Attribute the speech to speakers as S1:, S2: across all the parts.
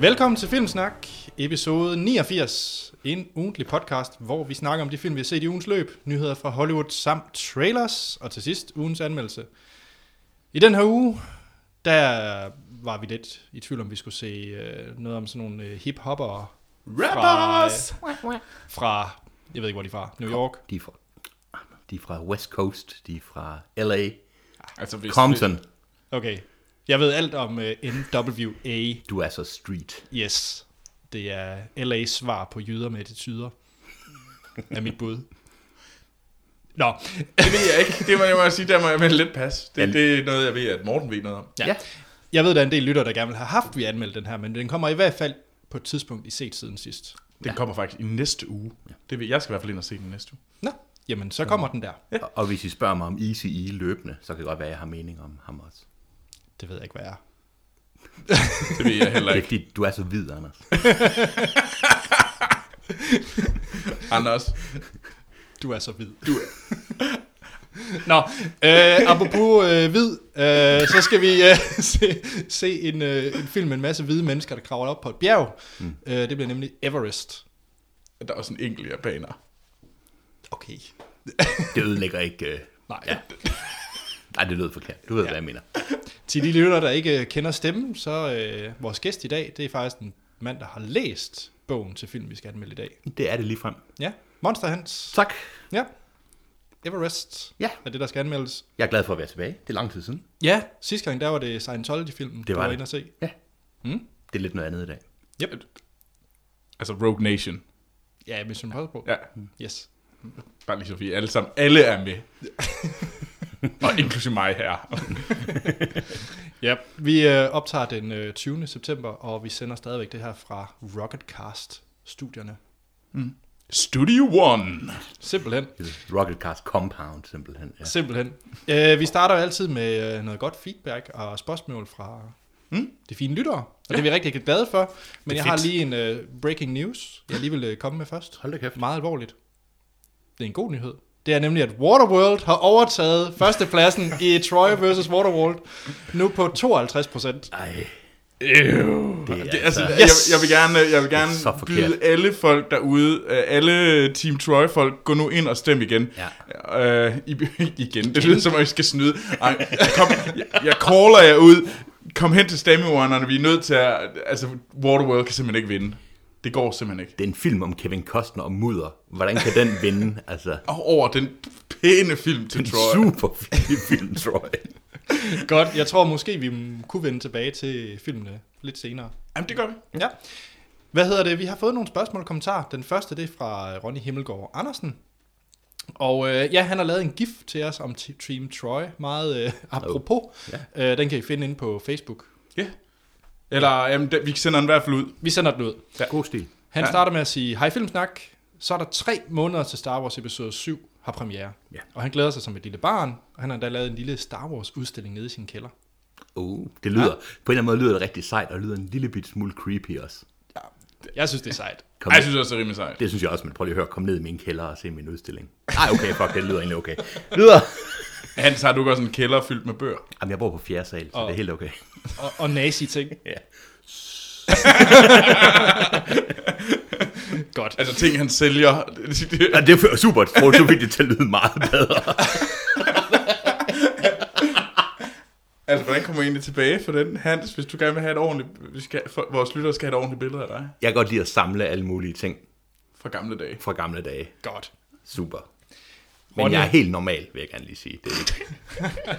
S1: Velkommen til Filmsnak, episode 89. En ugentlig podcast, hvor vi snakker om de film, vi har set i ugens løb, nyheder fra Hollywood samt trailers, og til sidst ugens anmeldelse. I den her uge, der var vi lidt i tvivl om, vi skulle se øh, noget om sådan nogle øh, hip-hoppere
S2: Rappers!
S1: fra, jeg ved ikke, hvor de er fra, New York.
S3: De er fra, de er fra West Coast, de er fra L.A.,
S2: Altså, hvis
S3: Compton.
S1: Okay, jeg ved alt om øh, NWA.
S3: Du er så street.
S1: Yes, det er LA's svar på jyder med attityder, er mit bud. Nå,
S2: Det, det ved jeg ikke. Det må jeg bare sige, der må jeg melde lidt pas.
S3: Ja.
S2: Det, det er noget, jeg ved, at Morten ved noget om.
S1: Ja. ja. Jeg ved, der er en del lytter, der gerne vil have haft, vi anmeldt den her, men den kommer i hvert fald på et tidspunkt, I set siden sidst.
S2: Den ja. kommer faktisk i næste uge. Det ved, jeg skal i hvert fald ind og se den næste uge.
S1: Nå, jamen så kommer den der.
S3: Og, og hvis I spørger mig om Easy E løbende, så kan det godt være, at jeg har mening om ham også.
S1: Det ved jeg ikke, hvad er.
S2: Det ved jeg heller
S3: Det er
S2: ikke.
S3: fordi, du er så hvid, Anders.
S2: Anders,
S1: Du er så hvid. Du er. Nå, øh, apropos øh, hvid, øh, så skal vi øh, se, se en, øh, en film med en masse hvide mennesker, der kravler op på et bjerg. Mm. Øh, det bliver nemlig Everest.
S2: der er også en enkelt japaner.
S1: Okay.
S3: Det ødelægger ikke... Øh...
S1: Nej.
S3: Ja. Nej, det lød forkert. Du ved, ja. hvad jeg mener.
S1: Til de lytter, der ikke øh, kender stemmen, så øh, vores gæst i dag, det er faktisk en mand, der har læst bogen til film, vi skal anmelde i dag.
S3: Det er det lige frem.
S1: Ja, Monster Hans.
S3: Tak.
S1: Ja. Everest
S3: Ja.
S1: er det, der skal anmeldes.
S3: Jeg er glad for at være tilbage. Det er lang tid siden.
S1: Ja, sidste gang, der var det Scientology-filmen,
S3: Det var
S1: du var
S3: det.
S1: inde og se.
S3: Ja.
S1: Mm.
S3: Det er lidt noget andet i dag.
S1: Yep.
S2: Altså Rogue Nation.
S1: Ja, Mission Impossible.
S2: Ja,
S1: Yes.
S2: bare lige så vi alle sammen. Alle er med. og inklusive mig her.
S1: Yep. Vi øh, optager den øh, 20. september, og vi sender stadigvæk det her fra Rocketcast-studierne.
S2: Studio One.
S1: Simpelthen.
S3: Det er Rocket Cars Compound, simpelthen. Ja.
S1: Simpelthen. Øh, vi starter jo altid med øh, noget godt feedback og spørgsmål fra mm. de fine lyttere, og ja. det er vi rigtig glade for. Men jeg har
S2: fedt.
S1: lige en øh, breaking news, jeg lige vil øh, komme med først.
S3: Hold da kæft.
S1: Meget alvorligt. Det er en god nyhed. Det er nemlig, at Waterworld har overtaget førstepladsen i Troy vs. Waterworld, nu på 52 procent.
S3: Ej,
S2: Ew.
S3: Det er
S2: Det, altså,
S3: altså-
S2: jeg,
S1: Yes.
S2: jeg vil gerne, jeg vil gerne
S3: Det er så forkert.
S2: byde alle folk derude, øh, alle Team Troy-folk, gå nu ind og stem igen. Ja. Øh, I, igen, det lyder som om, I skal snyde. Ej, kom, jeg, jeg caller jer ud. Kom hen til stemmeurnerne, vi er nødt til at... Altså, Waterworld kan simpelthen ikke vinde. Det går simpelthen ikke.
S3: det er en film om Kevin Costner og mudder. Hvordan kan den vinde? Altså,
S2: Og over den pæne film til
S3: en
S2: Troy.
S3: super fin film, tror jeg.
S1: Godt, jeg tror måske, vi mm, kunne vende tilbage til filmene lidt senere.
S2: Jamen, det gør vi.
S1: Ja. Hvad hedder det? Vi har fået nogle spørgsmål og kommentarer. Den første, det er fra øh, Ronny Himmelgaard Andersen. Og øh, ja, han har lavet en gif til os om T- Team Troy, meget øh, apropos. Oh. Yeah. Øh, den kan I finde inde på Facebook.
S2: Ja. Eller, jamen, det, vi sender den i hvert fald ud.
S1: Vi sender den ud.
S3: God stil.
S1: Han
S2: Ja.
S1: ja. starter med at sige, hej Filmsnak, så er der tre måneder til Star Wars episode 7 har premiere.
S3: Ja.
S1: Og han glæder sig som et lille barn, og han har da lavet en lille Star Wars udstilling nede i sin kælder.
S3: Uh, det lyder, ja. på en eller anden måde lyder det rigtig sejt, og lyder en lille bit smule creepy også.
S1: Jeg synes, det er sejt.
S3: Kom,
S2: Ej, jeg synes også, det er rimelig sejt.
S3: det synes jeg også, men prøv lige at høre, kom ned i min kælder og se min udstilling. Nej, okay, fuck, det lyder egentlig okay. Lyder!
S2: Hans, har du ikke også en kælder fyldt med bøger?
S3: Jamen, jeg bor på fjerde sal, så
S1: Og-
S3: det er helt okay.
S1: Og, og nazi-ting.
S3: Ja.
S1: Godt.
S2: Altså ting, han sælger. Det- det-
S3: Ja, det er super, tror du fik det til at lyde meget bedre.
S2: Altså, hvordan kommer jeg egentlig tilbage for den, Hans, hvis du gerne vil have et ordentligt... Vi skal, for, vores lyttere skal have et ordentligt billede af dig
S3: Jeg kan godt lide at samle alle mulige ting
S2: fra gamle dage.
S3: fra gamle dage.
S1: Godt.
S3: Super. Men
S1: Ronny.
S3: jeg er helt normal, vil jeg gerne lige sige. Det er ikke-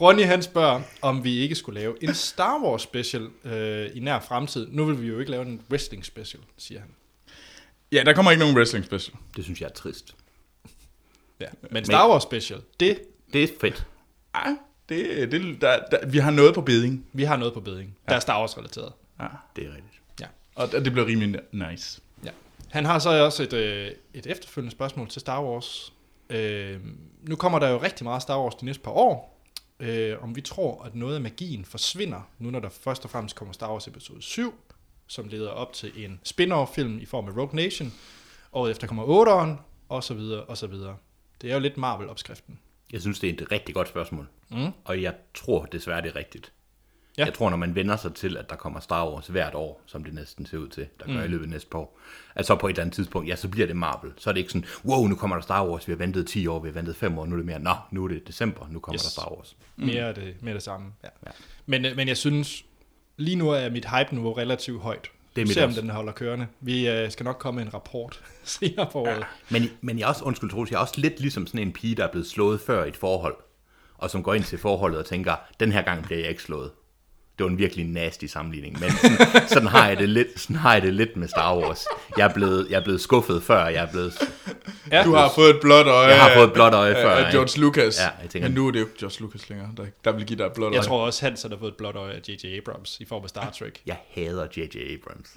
S1: Ronny han spørger, om vi ikke skulle lave en Star Wars special øh, i nær fremtid. Nu vil vi jo ikke lave en wrestling special, siger han.
S2: Ja, der kommer ikke nogen wrestling special.
S3: det synes jeg er trist.
S1: Ja. Men Star Wars special, det,
S3: Det er fedt.
S2: Ej, Ah, det, det, der, der, vi har noget på beding.
S1: vi har noget på beding, der er Star Wars relateret.
S2: Ja.
S3: Det er rigtigt.
S1: Ja.
S2: Og det bliver rimelig nice.
S1: ja. Han har så også et, øh, et efterfølgende spørgsmål til Star Wars. Øh, nu kommer der jo rigtig meget Star Wars de næste par år. Øh, om vi tror, at noget af magien forsvinder, nu når der først og fremmest kommer Star Wars episode 7, som leder op til en spin-off-film i form af Rogue Nation. Året efter kommer 8'eren, og så videre, og så videre. Det er jo lidt Marvel-opskriften.
S3: Jeg synes, det er et rigtig godt spørgsmål.
S1: Mm.
S3: Og jeg tror desværre, det er rigtigt.
S1: Ja.
S3: Ja. Jeg tror, når man vender sig til, at der kommer Star Wars hvert år, som det næsten ser ud til, der gør mm. i løbet af næste par år, at så på et eller andet tidspunkt, ja, så bliver det Marvel. Så er det ikke sådan, wow, nu kommer der Star Wars, vi har ventet 10 år, vi har ventet 5 år, nu er det mere, nå, nu er det december, nu kommer
S1: Yes.
S3: yes. der Star Wars.
S1: Mere, af det, mere af det samme. Ja. Ja. Men, øh, men jeg synes, lige nu er mit hype-niveau relativt højt.
S3: Det er mit
S1: Se om
S3: også.
S1: den holder kørende. Vi øh, skal nok komme med en rapport senere på året.
S3: Men, men jeg er også, undskyld Troels, jeg er også lidt ligesom sådan en pige, der er blevet slået før i et forhold, og som går ind til forholdet og tænker, den her gang bliver jeg ikke slået. Det var en virkelig nasty sammenligning, men sådan, sådan, har, jeg det lidt, sådan har jeg det lidt med Star Wars. Jeg er blevet, jeg er blevet skuffet før, jeg er blevet...
S1: Ja.
S2: Du har fået et blåt øje.
S3: Jeg har fået et
S2: af-
S3: blåt øje
S2: af-
S3: før,
S2: Af
S3: ikke?
S2: George Lucas.
S3: Ja, jeg tænker-
S2: Men nu er det jo ikke George Lucas længere, der, der vil give dig et blåt øje.
S1: Jeg tror også, Hans har fået et blåt øje af J.J. Abrams i form af Star Trek.
S3: Jeg hader J.J. Abrams.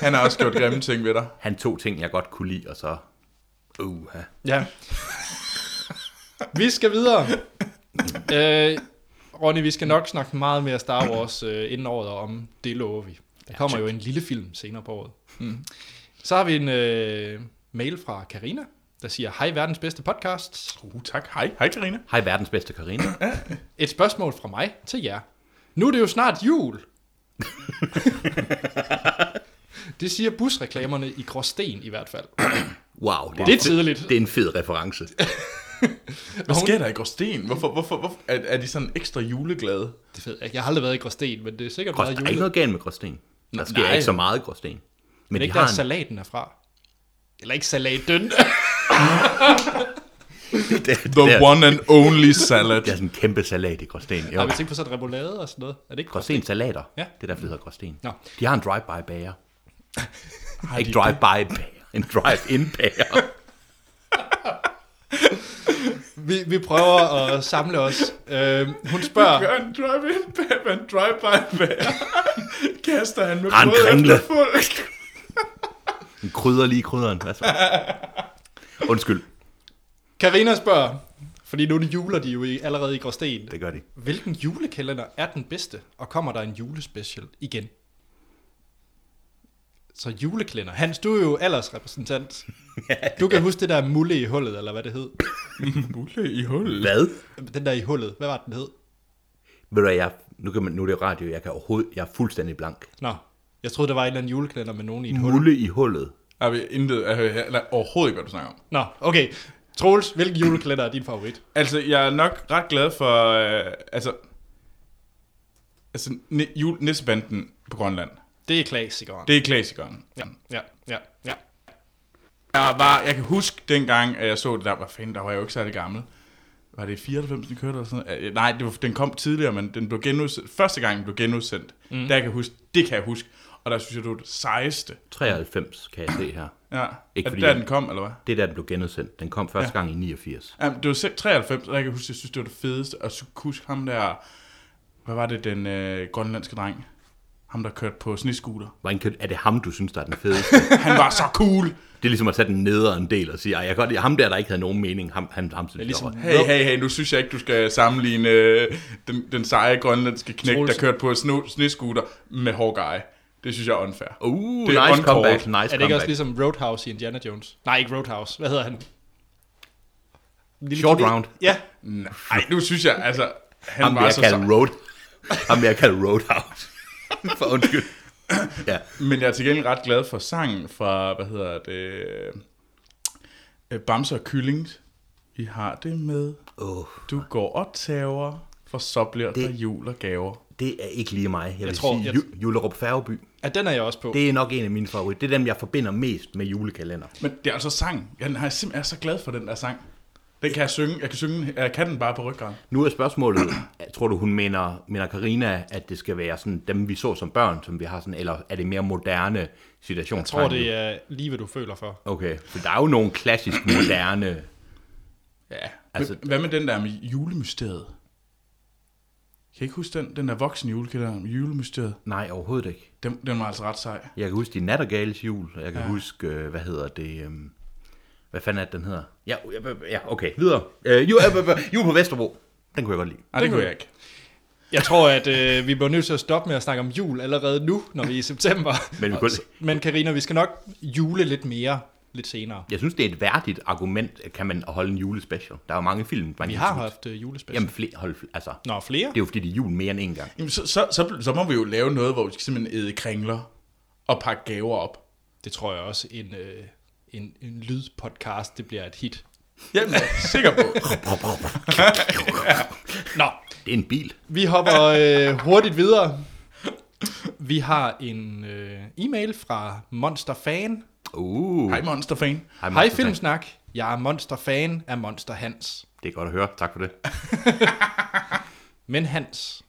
S2: Han har også gjort grimme ting ved dig.
S3: Han tog ting, jeg godt kunne lide, og så... Uh,
S1: Ja. vi skal videre. Øh, Ronny, vi skal nok snakke meget mere Star Wars øh, inden året og om. Det lover vi. Der kommer jo en lille film senere på året. Mm. Så har vi en øh, mail fra Karina der siger, hej verdens bedste podcast.
S2: Uh, tak. Hej. Hej, Karina.
S3: Hej verdens bedste Karina.
S1: Et spørgsmål fra mig til jer. Nu er det jo snart jul. det siger busreklamerne i Gråsten i hvert fald.
S3: Wow, det,
S1: Det er
S3: en fed-
S1: tidligt.
S3: Det er en fed reference.
S2: Hvad sker der i Gråsten? Hvorfor, hvorfor, hvorfor er, er de sådan ekstra juleglade?
S1: Det ved jeg ikke. Jeg har aldrig været i Gråsten, men det er sikkert
S3: Gråsten,
S1: meget
S3: der er ikke
S1: jule.
S3: noget galt med Gråsten. Der sker
S1: Nej.
S3: Nej. ikke så meget i Gråsten. Men
S1: Men
S3: de
S1: ikke der
S3: har en,
S1: salaten er fra. Eller ikke salatdøn.
S3: det,
S2: The
S3: det, er,
S2: one and only salad.
S3: det er sådan en kæmpe salat i Gråsten. Jo.
S1: Har vi tænkt på sådan remoulade og sådan noget? Er det ikke
S3: Gråsten salater.
S1: Ja.
S3: Det er derfor, det hedder Gråsten.
S1: Nå.
S3: De har en drive-by bager. Ikke drive-by bager. En drive-in bager.
S1: Vi, vi prøver at samle os. Øhm, hun spørger,
S2: Gør en drive-in, bag- en drive-by bag. Kaster han med
S3: Rand
S2: brød
S3: kringle.
S2: efter folk.
S3: En krydder lige i krydderen. Hvad så? Undskyld.
S1: Karina spørger, fordi nu er det juler de jo i, allerede i Gråsten.
S3: Det gør de.
S1: Hvilken julekalender er den bedste, og kommer der en julespecial igen? Så julekalender. Hans, du er jo aldersrepræsentant. Du kan huske det der mulle i hullet, eller hvad det hed.
S2: Mulle i hullet.
S3: Hvad?
S1: Den der i hullet, hvad var den hed?
S3: Ved du hvad, jeg, nu, kan man, nu er det radio, jeg kan overhovedet, jeg er fuldstændig blank.
S1: Nå, jeg troede, der var en eller anden julekalender med nogen i et hul.
S3: Mulle i hullet.
S2: Er vi intet, er, vi- eller overhovedet ikke, hvad du snakker om.
S1: Nå, okay. Troels, hvilken julekalender er din favorit?
S2: Altså, jeg er nok ret glad for, øh, altså, altså ni, jul, nissebanden på Grønland.
S1: Det er klassikeren.
S2: Det er klassikeren.
S1: Ja, ja, ja, ja.
S2: Jeg, var, jeg kan huske dengang, at jeg så det der, hvad fanden, der var jeg jo ikke særlig gammel. Var det i 94, den kørte eller sådan noget? Øh, Nej, det var, den kom tidligere, men den blev genudsendt. Første gang den blev genudsendt, mm. der jeg kan huske, det kan jeg huske. Og der synes jeg, det var det sejeste.
S3: 93 kan jeg se her.
S2: Ja.
S3: Ikke
S2: Ikke
S3: fordi
S2: fordi, der
S3: jeg-
S2: den kom, eller hvad?
S3: Det er der, den blev genudsendt. Den kom første ja. gang i 89.
S2: Jamen, det var selv 93, og jeg kan huske, jeg synes, det var det fedeste. Og så kunne jeg huske ham der, hvad var det, den øh, grønlandske dreng? Ham, der kørte på sniskuter.
S3: Hvordan kan, er det ham, du synes, der er den fedeste?
S2: Han var så cool!
S3: det er ligesom at tage den nederen del og sige, "Ej, jeg kan godt lide ham der, der ikke havde nogen mening. Ham, han, ham synes jeg
S1: ligesom-
S3: var-
S2: Hey, hey, hey, nu synes jeg ikke, du skal sammenligne øh, den, den seje grønlandske knæk,
S1: Troels.
S2: der kørte på sno, sniskuter med Hawkeye. Det synes jeg er unfair.
S3: Uh,
S2: Det er
S3: nice
S2: on-call.
S3: comeback, nice
S1: Er
S3: comeback.
S1: det ikke også ligesom Roadhouse i Indiana Jones? Nej, ikke Roadhouse. Hvad hedder han? Den Lille
S3: Short
S1: kniv.
S3: round.
S1: Ja,
S2: Nej, nu synes jeg, altså, han
S3: Ham vil
S2: var
S3: jeg
S2: så
S3: kalde
S2: sej.
S3: Road. Ham vil jeg kalde Roadhouse. For undskyld. Ja.
S2: Men jeg er til gengæld ret glad for sangen fra, hvad hedder det, øh, Bamse og Kylling. Vi har det med.
S3: Oh,
S2: Du går og tager, for så bliver det... der jul og gaver.
S3: det er ikke lige mig. Jeg, jeg vil
S1: tror,
S3: tror, sige
S1: jeg-
S3: Ju- Jullerup Færgeby.
S1: ja den er jeg også på.
S3: Det er nok en af mine favoritter. Det er dem, jeg forbinder mest med julekalender.
S2: Men det er altså sang. Jeg er simpelthen jeg er så glad for den der sang. Den kan jeg synge. Jeg kan, synge, jeg kan den bare på ryggraden.
S3: Nu er spørgsmålet, tror du, hun mener, mener Karina, at det skal være sådan dem, vi så som børn, som vi har sådan, eller er det mere moderne situation?
S1: Jeg tror, det er lige, hvad du føler for.
S3: Okay, for der er jo nogle klassisk moderne...
S2: Ja.
S3: Altså-
S2: Altså... Hvad med den der med julemysteriet? Kan I ikke huske den? Den der voksen julekalender med julemysteriet.
S3: Nej, overhovedet ikke.
S2: Den, den var altså ret sej.
S3: Jeg kan huske de nattergales jul, og jeg kan ja. huske, øh, hvad hedder det... øhm, Hvad fanden er det, den hedder? Ja, ja, ja okay, videre. Øh, jul, øh, øh, jul på Vesterbro. Den kunne jeg godt lide.
S2: Nej, det kunne jeg ikke.
S1: Jeg tror, at øh, vi bliver nødt til at stoppe med at snakke om jul allerede nu, når vi er i september.
S3: Men vi kunne-
S1: Og s- Men Karina, vi skal nok jule lidt mere lidt senere.
S3: Jeg synes, det er et værdigt argument, at kan man holde en julespecial. Der er jo mange film, man
S1: Vi
S3: kan
S1: har
S3: synes-
S1: haft øh, julespecial.
S3: Jamen, flere, hold, altså,
S1: Nå, flere?
S3: det er jo fordi, det er jul mere end en gang.
S2: Jamen, så, så, så, så må vi jo lave noget, hvor vi skal simpelthen æde kringler og pakke gaver op.
S1: Det tror jeg også, en, øh, en, en lydpodcast, det bliver et hit.
S2: Jamen, jeg er sikker på.
S1: Nå,
S3: Det er en bil.
S1: vi hopper øh, hurtigt videre. Vi har en øh, e-mail fra Monsterfan.
S3: Uh.
S2: Hej, monsterfan.
S1: Hej
S3: Monster Tank.
S1: Filmsnak, jeg er Monsterfan af Monster Hans.
S3: Det er godt at høre. Tak for det.
S1: Men Hans,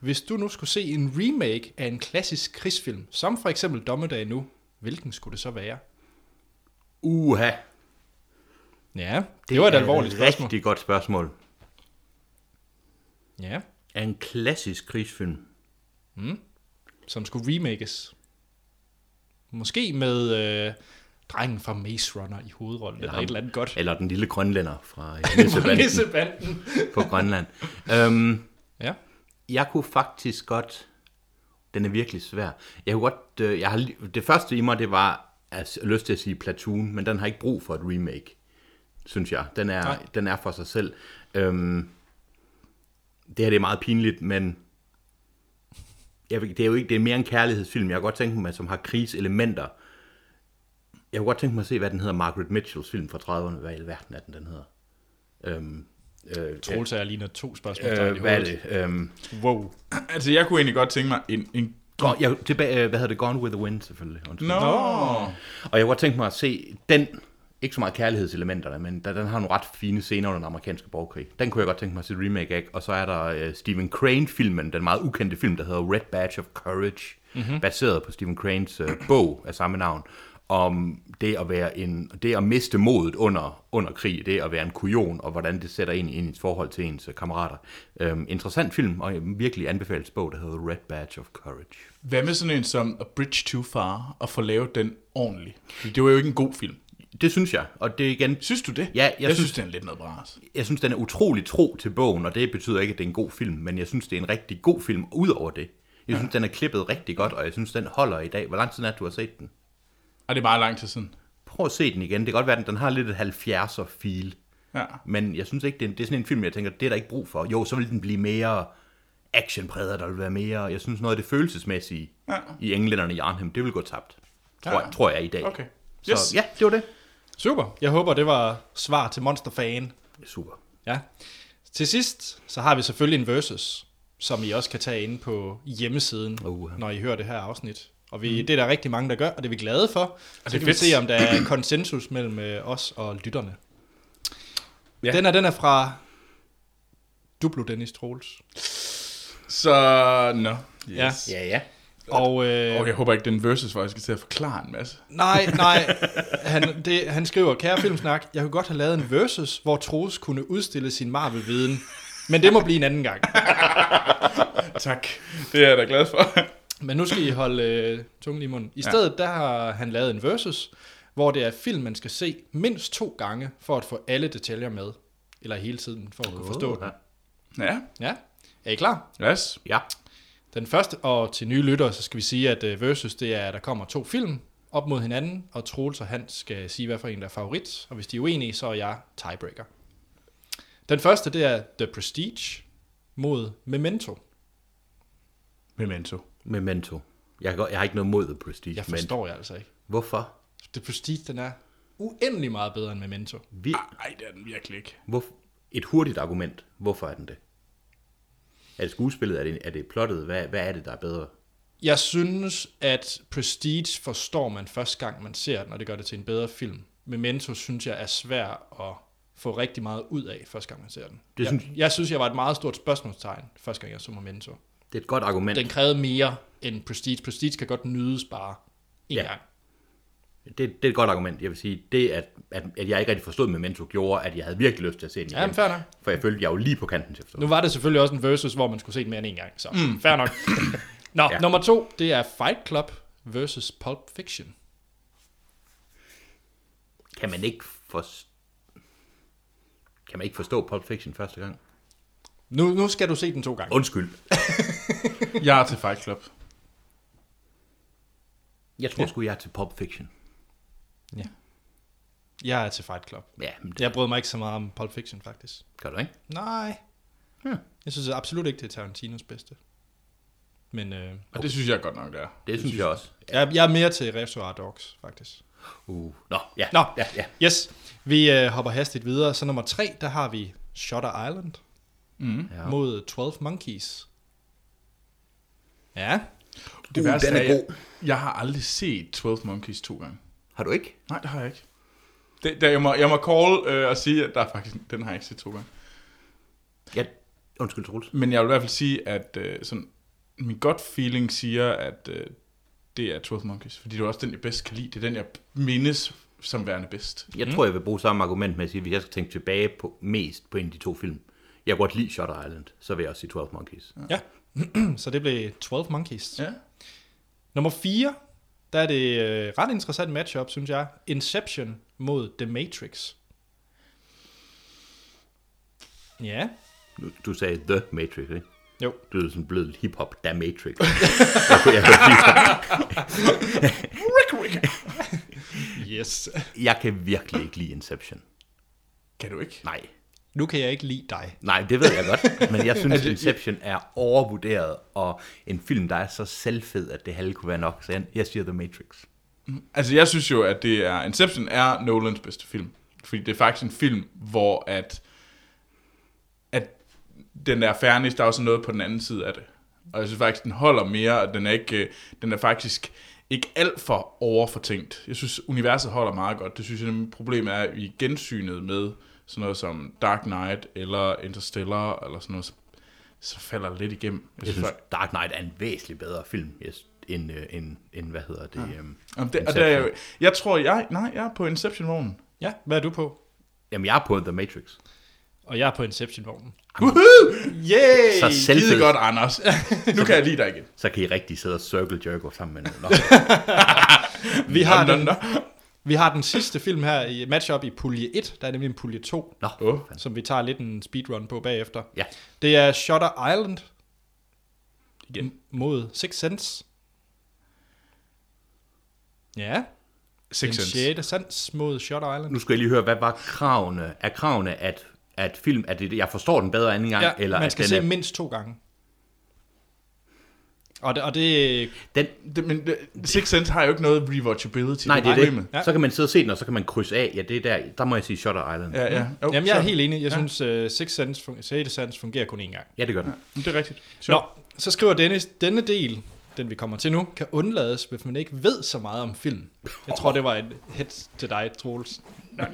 S1: hvis du nu skulle se en remake af en klassisk krigsfilm, som for eksempel Dommedag nu, hvilken skulle det så være?
S3: Uha.
S1: Ja, det, det var et
S3: er
S1: alvorligt spørgsmål.
S3: Rigtig godt spørgsmål.
S1: Ja,
S3: Er en klassisk krigsfilm.
S1: som skulle remakes. Måske med øh, drengen fra Maze Runner i hovedrollen, eller
S3: ham.
S1: et eller andet godt.
S3: Eller den lille grønlænder fra Nissebanden
S1: Nissebanden.
S3: på Grønland. Øhm,
S1: Ja,
S3: jeg kunne faktisk godt... Den er virkelig svær. Jeg, kunne godt, øh, jeg har, li- det første i mig, det var altså, lyst til at sige Platoon, men den har ikke brug for et remake, synes jeg. Den er,
S1: Nej.
S3: den er for sig selv. Øhm, det her det er meget pinligt, men jeg, ved- det er jo ikke, det er mere en kærlighedsfilm. Jeg har godt tænkt mig, som har krigselementer. Jeg kunne godt tænke mig at se, hvad den hedder, Margaret Mitchells film fra 30'erne. Hvad i alverden er den, den hedder? Øhm, øh,
S1: Troels og jeg ligner to spørgsmål.
S3: øh, hvad er det? Øhm,
S1: Wow.
S2: Altså, jeg kunne egentlig godt tænke mig en... en
S3: Gone, ja, tilbage, øh, hvad hedder det? Gone with the Wind, selvfølgelig. Undskyld.
S2: Nå. Nå.
S3: Og jeg kunne godt tænke mig at se den, ikke så meget kærlighedselementerne, men da- den har nogle ret fine scener under den amerikanske borgerkrig. Den kunne jeg godt tænke mig at se et remake af. Og så er der øh, Stephen Crane-filmen, den meget ukendte film, der hedder Red Badge of Courage, mm-hmm. baseret på Stephen Cranes øh, bog af samme navn, om det at, være en, det at miste modet under, under krig, det at være en kujon, og hvordan det sætter ind i ens forhold til ens øh, kammerater. Øhm, interessant film, og jeg virkelig anbefales bog, der hedder Red Badge of Courage.
S2: Hvad med sådan en som A Bridge Too Far, og få lavet den ordentligt? Fordi Det var jo ikke en god film.
S3: Det synes jeg, og det er igen,
S2: Synes du det?
S3: Ja, jeg
S2: jeg, jeg synes,
S3: synes-
S2: synes, den er lidt noget bras.
S3: jeg synes, den er utrolig tro til bogen, og det betyder ikke, at det er en god film, men jeg synes, det er en rigtig god film ud over det. Jeg synes, den er klippet rigtig godt, og jeg synes, den holder i dag. Hvor lang tid er det, du har set den?
S2: Og det er meget lang tid siden.
S3: Prøv at se den igen. Det kan godt være, at den har lidt et 70'er feel,
S2: Ja.
S3: men jeg synes ikke, det er, det er sådan en film, jeg tænker, det er der ikke brug for. Jo, så vil den blive mere actionpræget, og der vil være mere. Jeg synes, noget af det følelsesmæssige
S2: Ja.
S3: i englænderne i Arnhem, det vil gå tabt. Tror,
S2: Ja.
S3: jeg, tror jeg i dag.
S2: Okay.
S3: Yes. Så ja, det var det.
S1: Super. Jeg håber, det var svar til Monsterfan.
S3: Super.
S1: Ja. Til sidst, så har vi selvfølgelig en versus, som I også kan tage inde på hjemmesiden,
S3: Uha. Mhm.
S1: når I hører det her afsnit. Og vi, mm. det er der rigtig mange, der gør, og det er vi glade for. Og så
S2: det er
S1: kan vi
S2: fedt.
S1: se, om der er konsensus mellem øh, os og lytterne. Ja.
S2: Ja.
S1: Den er, den er fra Duplo Dennis Troels.
S2: Så, nå. Yes.
S3: Ja, ja.
S1: Og, øh,
S2: Og jeg håber ikke, den versus, hvor jeg skal til at forklare en masse.
S1: Nej, nej. Han, det, han skriver, kære filmsnak, jeg kunne godt have lavet en versus, hvor Troels kunne udstille sin Marvel-viden, men det må blive en anden gang.
S2: Tak. Det er jeg da glad for.
S1: Men nu skal I holde øh, tungen lige i munden. I stedet, der har han lavet en versus, hvor det er film, man skal se mindst to gange, for at få alle detaljer med. Eller hele tiden, for at kunne forstå den.
S2: Ja.
S1: Ja, er I klar?
S2: Yes.
S3: Ja.
S1: Den første, og til nye lyttere, så skal vi sige, at øh, versus, det er, at der kommer to film op mod hinanden, og Troels og Hans skal sige, hvad for en der er favorit, og hvis de er uenige, så er jeg tiebreaker. Den første, det er The Prestige mod Memento.
S2: Memento.
S3: Memento. Jeg, kan godt- jeg har ikke noget mod The Prestige,
S1: Jeg
S3: men
S1: forstår jeg altså ikke.
S3: hvorfor?
S1: The Prestige, den er uendelig meget bedre end Memento.
S3: Vi,
S2: Nej, det er den virkelig ikke.
S3: hvor, et hurtigt argument. Hvorfor er den det? Er det skuespillet? Er det, er det plottet? Hvad, hvad er det, der er bedre?
S1: Jeg synes, at Prestige forstår man første gang, man ser den, og det gør det til en bedre film. Memento synes jeg er svær at få rigtig meget ud af, første gang man ser den.
S3: Det
S1: jeg,
S3: synes-
S1: jeg synes, jeg var et meget stort spørgsmålstegn, første gang jeg så Memento.
S3: Det er et godt argument.
S1: Den krævede mere end Prestige. Prestige kan godt nydes bare en ja.
S3: Ja.
S1: gang.
S3: Det, det er et godt argument. Jeg vil sige, det at, at, at jeg ikke rigtig forstod Memento gjorde, at jeg havde virkelig lyst til at se den igen.
S1: Ja, men fair nok.
S3: For jeg følte, jeg var lige på kanten til at forstå.
S1: Nu var det selvfølgelig også en versus, hvor man skulle se den mere end en gang, så mm. fair nok. Nå, ja.
S3: Ja.
S1: nummer to, det er Fight Club versus Pulp Fiction.
S3: Kan man ikke forstå... Kan man ikke forstå Pulp Fiction første gang?
S1: Nu, nu skal du se den to gange.
S3: Undskyld.
S2: Jeg er til Fight Club.
S3: Jeg tror sgu, jeg er til Pulp Fiction.
S1: Ja. Jeg er til Fight Club.
S3: Ja, men det
S1: Jeg brød mig ikke så meget om Pulp Fiction, faktisk.
S3: gør du ikke.
S1: Nej.
S3: Hmm.
S1: Jeg synes absolut ikke, det er Tarantinos bedste. Men øh,
S2: Og det synes jeg godt nok, det er.
S3: Det synes jeg også.
S1: jeg, jeg er mere til Reservoir Dogs, faktisk.
S3: Uh. Nå, ja.
S1: Nå.
S3: ja, ja.
S1: Yes, vi øh, hopper hastigt videre. Så nummer tre, der har vi Shutter Island
S2: Mm.
S3: Ja.
S1: ja. mod 12 Monkeys. Ja,
S2: Det
S3: Uh,
S2: værste
S3: den er
S2: jeg, jeg har aldrig set 12 Monkeys to gange.
S3: Har du ikke?
S2: Nej, det har jeg ikke. Det, der, jeg, må, jeg må call øh, og sige, at der er faktisk, den har jeg ikke set to gange.
S3: Ja. Undskyld, Troels.
S2: Men jeg vil i hvert fald sige, at øh, sådan, min gut feeling siger, at øh, det er 12 Monkeys. Fordi det er også den, jeg bedst kan lide. Det er den, jeg mindes som værende bedst.
S3: Jeg tror, jeg vil bruge samme argument med at sige, hvis jeg skal tænke tilbage på mest på en af de to film. Jeg kan godt lide Shutter Island, så vil jeg også sige 12 Monkeys.
S1: ja. så det blev 12 Monkeys. Ja.
S2: Ja.
S1: Nummer 4, der er det øh, ret interessant matchup, synes jeg. Inception mod The Matrix. Ja,
S3: Nu, du sagde The Matrix, ikke?
S1: jo.
S3: Du lyder sådan blød hip-hop, The Matrix. jeg kunne, jeg, kunne lide det.
S1: Yes.
S3: jeg kan virkelig ikke lide Inception.
S2: Kan du ikke?
S3: Nej.
S1: Nu kan jeg ikke lide dig.
S3: Nej, det ved jeg godt. Men Altså, jeg synes, Inception er overvurderet, og en film, der er så selvfed, at det halve kunne være nok. Så jeg, jeg siger The Matrix.
S2: Altså, jeg synes jo, at det er Inception er Nolans bedste film. Fordi det er faktisk en film, hvor at, at den der fairness, der er også noget på den anden side af det. Og jeg synes faktisk, den holder mere, og den er, ikke, øh, den er faktisk ikke alt for overfortænkt. Jeg synes, universet holder meget godt. Det synes jeg, nemlig, problemet er i gensynet med sådan noget som Dark Knight eller Interstellar eller sådan noget, så- så falder det lidt igennem. Jeg
S3: Jeg
S2: synes,
S3: synes,
S2: fak-
S3: Dark Knight er en væsentlig bedre film, yes, end, øh, end, end, hvad hedder det? Ja. Øhm,
S2: Jamen, det, og det er jeg, jo- jeg tror, jeg, nej, jeg er på Inception-vognen.
S1: Ja, hvad er du på?
S3: Jamen, jeg er på The Matrix.
S1: Og jeg er på Inception-vognen.
S2: Yay!
S3: Så selvfed.
S2: Skide godt, Anders. Nu kan jeg lide dig igen.
S3: Så kan I rigtig sidde og circle jerk sammen med Nå,
S1: Vi har,
S2: Nå, nå,
S1: den,
S2: nå.
S1: vi har den sidste film her i matchup i pulje 1. Der er nemlig en pulje 2,
S3: Nå,
S2: Åh.
S1: som vi tager lidt en speedrun på bagefter.
S3: ja.
S1: Det er Shutter Island igen. mod Six Sense. Ja,
S2: Six
S1: den
S2: Sense.
S1: sjette sans mod Shutter Island.
S3: Nu skal jeg lige høre, hvad var kravene? Er kravene, at, at film, at det, jeg forstår den bedre anden gang,
S1: Ja,
S3: eller
S1: eller man
S3: at
S1: skal
S3: den
S1: se
S3: er,
S1: mindst to gange. Og det, og det
S3: den,
S2: Det, men det, Six Sense har jo ikke noget rewatchability.
S3: nej, det er det.
S2: problemet.
S1: Ja.
S3: Så kan man sidde og se den, og så kan man krydse af. Ja, det er der. Der må jeg sige Shutter Island.
S2: Ja, ja. Jo,
S1: Jamen, jeg er
S2: så-
S1: helt enig. Jeg
S2: Ja.
S1: synes, uh, Six Sense, fun- Sixth Sense fungerer kun én gang.
S3: Ja, det gør den.
S2: Men Det er rigtigt.
S1: Nå, så skriver Dennis, denne del, den vi kommer til nu, kan undlades, hvis man ikke ved så meget om film. Jeg tror, det var et hit til dig, Troels.
S2: Nå.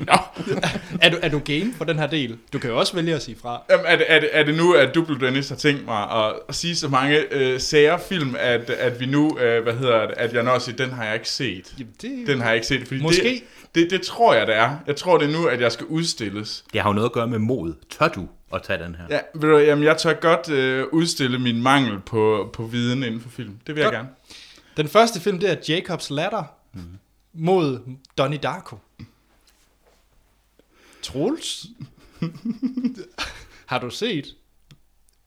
S1: Er du, er du game for den her del? Du kan jo også vælge at sige fra.
S2: Jamen, er, det, er, det, er det nu, at Duplo Dennis har tænkt mig at, at sige så mange øh, sære film, at, at vi nu, øh, hvad hedder det, at jeg når at sige, den har jeg ikke set.
S1: Jamen, det...
S2: Den har jeg ikke set, fordi
S1: Måske.
S2: Det, det, det tror jeg, det er. Jeg tror, det er nu, at jeg skal udstilles.
S3: Det har jo noget at gøre med mod. Tør du at tage den her?
S2: Ja, ved du, jamen, jeg tør godt øh, udstille min mangel på, på viden inden for film. Det vil jeg
S1: Godt.
S2: gerne.
S1: Den første film, det er Jacobs Ladder mm. mod Donnie Darko. Troels? har du set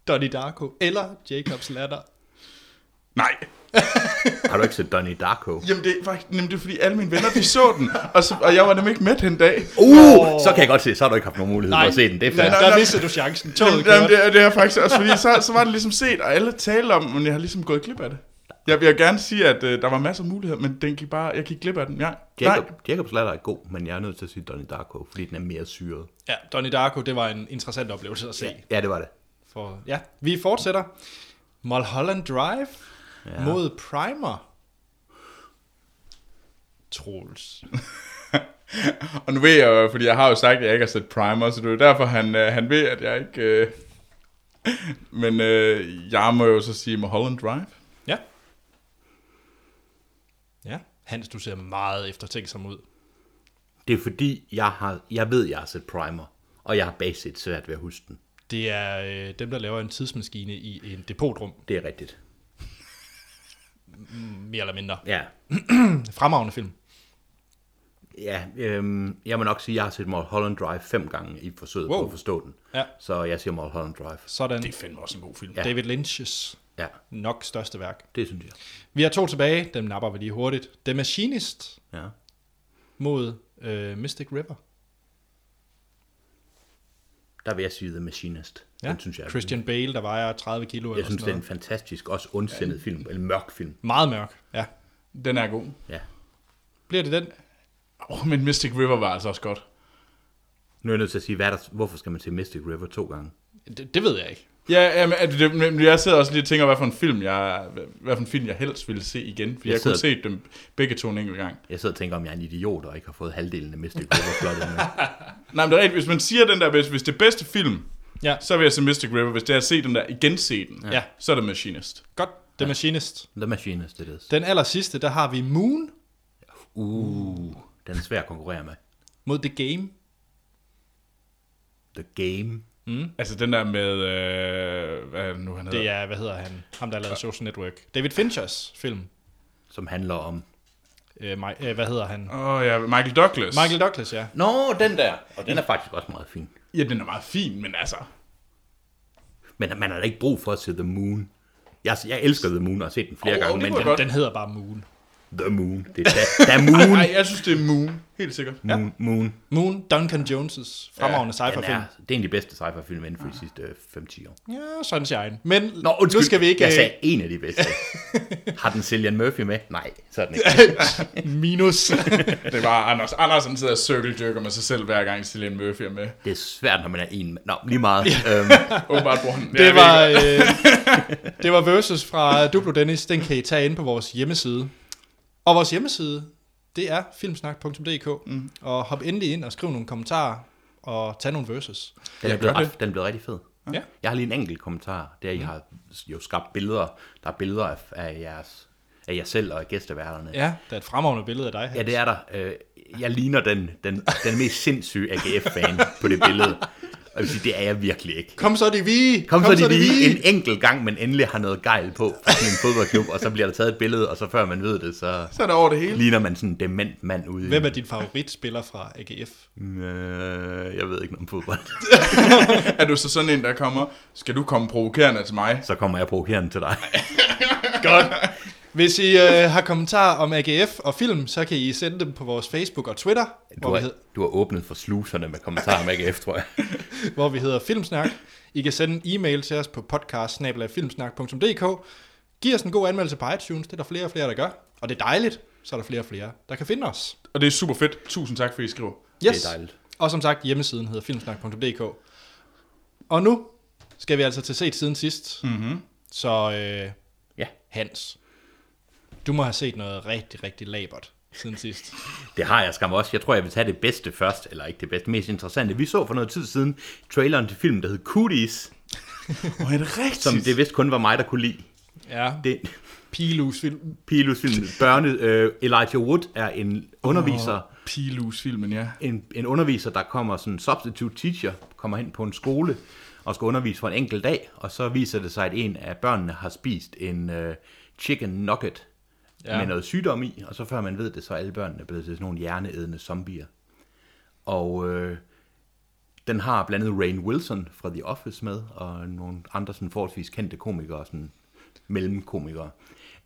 S1: Donnie Darko eller Jacobs Ladder?
S2: Nej,
S3: Har du ikke set Donnie Darko?
S2: Jamen det, er faktisk, jamen det er fordi alle mine venner de så den Og, så, og jeg var nemlig ikke med den dag
S3: Uh, så kan jeg godt se, så har du ikke haft nogen mulighed for at se den. Det er
S1: der,
S3: fair.
S2: nej,
S1: der
S2: nej.
S1: missede du chancen. Toget
S2: Jamen, jamen
S1: kørte.
S2: det, er, det er faktisk også fordi så, så var det ligesom set og alle talte om Men jeg har ligesom gået glip af det Jeg vil gerne sige at øh, der var masser af muligheder Men den gik bare, jeg gik glip af den ja,
S3: Jacob, Jacobs latter er god, men jeg er nødt til at sige Donnie Darko, fordi den er mere syret.
S1: Ja, Donnie Darko, det var en interessant oplevelse at se. Ja.
S3: Ja, det var det.
S1: For, ja, vi fortsætter. Mulholland Drive ja. mod Primer. Troels.
S2: Nej. Og nu ved jeg jo, fordi jeg har jo sagt at jeg ikke har set Primer Så det er jo derfor han, øh, han ved at jeg ikke øh... Men øh, jeg må jo så sige Mulholland Drive
S1: Ja. Ja. Hans, du ser meget eftertænksom ud.
S3: Det er fordi, jeg, har, jeg ved, jeg har set Primer, og jeg har basic svært ved at huske den.
S1: Det er øh, dem, der laver en tidsmaskine i en depotrum,
S3: Det er rigtigt.
S1: mere eller mindre.
S3: Ja,
S1: Fremragende film.
S3: ja øhm, jeg må nok sige, at jeg har set Mulholland Drive fem gange i forsøget wow. på
S1: Wow.
S3: at forstå den.
S1: Ja.
S3: Så jeg siger Mulholland Drive.
S1: Sådan.
S2: Det er fandme også en god film
S1: Ja. David Lynch's
S3: Ja,
S1: nok største værk.
S3: det synes jeg.
S1: Vi har to tilbage. Dem napper vi lige hurtigt. The Machinist
S3: Ja.
S1: mod øh, Mystic River.
S3: Der vil jeg sige The Machinist. Ja. Den synes jeg. er-
S1: Christian Bale, der vejer 30 kilo
S3: Jeg
S1: eller
S3: synes, det
S1: sådan
S3: er en
S1: noget.
S3: fantastisk, også ondsindet film. En mørk film.
S1: Meget mørk, ja.
S2: Den er god.
S3: Ja.
S1: Bliver det den?
S2: Oh, men Mystic River var altså også godt.
S3: Nu er jeg nødt til at sige, hvad er der, hvorfor skal man se Mystic River to gange?
S1: Det, det ved jeg ikke.
S2: Ja, jamen, at det, men jeg sidder også lige og tænker, hvad for en film jeg, hvad for en film jeg helst ville se igen. Fordi jeg,
S3: Jeg
S2: jeg kunne
S3: sidder-
S2: se dem begge to en enkelt gang.
S3: Jeg sidder og tænker, om jeg er en idiot, og ikke har fået halvdelen af Mystic River plottet med.
S2: Nej, men det er rigtigt. Hvis man siger den der, hvis, hvis det er bedste film,
S1: Ja.
S2: så vil jeg se Mystic River. Hvis det er at se den der, igen se den,
S1: Ja.
S2: så er det Machinist.
S1: Godt, The Machinist.
S3: The Machinist, det er det.
S1: Den aller sidste, der har vi Moon
S3: Uh, den er svær at konkurrere med.
S1: mod The Game.
S3: The Game.
S2: Altså den der med, øh, hvad er det nu, han hedder?
S1: Mm. Det er, hvad hedder han? Ham, der lavede Social Network. David Finchers film.
S3: som handler om...
S1: Øh, mig, øh, hvad hedder han?
S2: Åh oh, ja, Michael Douglas.
S1: Michael Douglas, ja.
S3: Nå, den der! Og den er faktisk også meget fin.
S2: Ja, den er meget fin, men altså...
S3: Men man har da ikke brug for at se The Moon. Jeg, jeg elsker The Moon og har set den flere
S2: Åh,
S3: oh, gange,
S2: åh, det
S3: men
S2: kunne
S3: jeg,
S2: jeg
S1: Den hedder bare Moon.
S3: The Moon, det er da, da Moon.
S2: Nej, jeg synes, det er Moon. Helt sikkert. Ja.
S3: Moon, Moon.
S1: Moon, Duncan Jones' fremragende ja,
S3: Den
S1: sci-fi-film.
S3: er, det er en af de bedste sci-fi-film inden for de sidste øh, 5-10 år.
S1: Ja, sådan siger jeg. Men
S3: Nå, undskyld,
S1: nu skal vi ikke...
S3: jeg
S1: øh,
S3: sagde en af de bedste. har den Cillian Murphy med? Nej, så er den ikke.
S1: øh, Minus.
S2: Det var Anders. Anders han sidder og circle med sig selv, hver gang Cillian Murphy er med.
S3: Det er svært, når man er en mand. Nå, lige meget. øhm,
S2: Åbenbart bruger han.
S1: Det var, øh, det var Versus fra Duplo Dennis. Den kan I tage ind på vores hjemmeside. Og vores hjemmeside, det er filmsnak.dk. Mm. Og hop endelig ind og skriv nogle kommentarer og tag nogle Versus.
S3: den, er
S2: Jeg
S3: blevet
S2: gør
S3: ret, den er blevet rigtig fed.
S1: Ja.
S3: Jeg har lige en enkelt kommentar. Det er, at I har jo skabt billeder. Der er billeder af, af, jeres, af jer selv og af gæsteværterne.
S1: Ja, der er et fremragende billede af dig her.
S3: Ja, det er der. Øh, Jeg ligner den, den, den mest sindssyge AGF-fan på det billede. Og jeg vil sige, det er jeg virkelig ikke.
S1: Kom så, de vi!
S3: Kom, så, så de lige en enkelt gang, men endelig har noget gejl på fra sådan en fodboldklub, og så bliver der taget et billede, og så før man ved det, så
S2: Så er der over det hele.
S3: ligner man sådan en dement mand ude. i- Mm,
S1: Hvem er din favoritspiller fra AGF?
S3: Øh, jeg ved ikke noget om fodbold.
S2: Er du så sådan en, der kommer, skal du komme provokerende til mig?
S3: Så kommer jeg provokerende til dig.
S1: Hvis I øh, har kommentarer om AGF og film, så kan I sende dem på vores Facebook og Twitter,
S3: Du
S1: hvor vi,
S3: har,
S1: hed,
S3: du har åbnet for sluserne med kommentarer med AGF, tror jeg.
S1: hvor vi hedder Filmsnak. I kan sende en e-mail til os på podcast Giv os en god anmeldelse på iTunes, det er der flere og flere, der gør. Og det er dejligt, så er der flere og flere, der kan finde os.
S2: Og det er super fedt. Tusind tak, fordi I skriver.
S1: Yes.
S3: Det er dejligt.
S1: Og som sagt, hjemmesiden hedder filmsnak.dk. Og nu skal vi altså til set siden sidst. Mm-hmm. Så øh,
S3: Ja,
S1: Hans, du må have set noget rigtig, rigtig labert siden sidst.
S3: Det har jeg skam også. Jeg tror, jeg vil tage det bedste først, eller ikke det bedste, mest interessante. Vi så for noget tid siden traileren til filmen, der hed Cooties,
S2: Hvor er det rigtigt?
S3: som det vist kun var mig, der kunne lide.
S1: Ja,
S3: Det
S1: Pilus film.
S3: Pilus film, børne, øh, Elijah Wood er en underviser, oh.
S2: Pilus-filmen, ja.
S3: en, en underviser, der kommer sådan en substitute teacher, kommer hen på en skole og skal undervise for en enkelt dag, og så viser det sig, at en af børnene har spist en øh, chicken nugget ja.
S1: Ja.
S3: med noget sygdom i, og så før man ved det, så er alle børnene blevet til sådan nogle hjerneædende zombier. Og øh, den har blandt andet Rain Wilson fra The Office med, og nogle andre sådan forholdsvis kendte komikere, sådan mellemkomikere.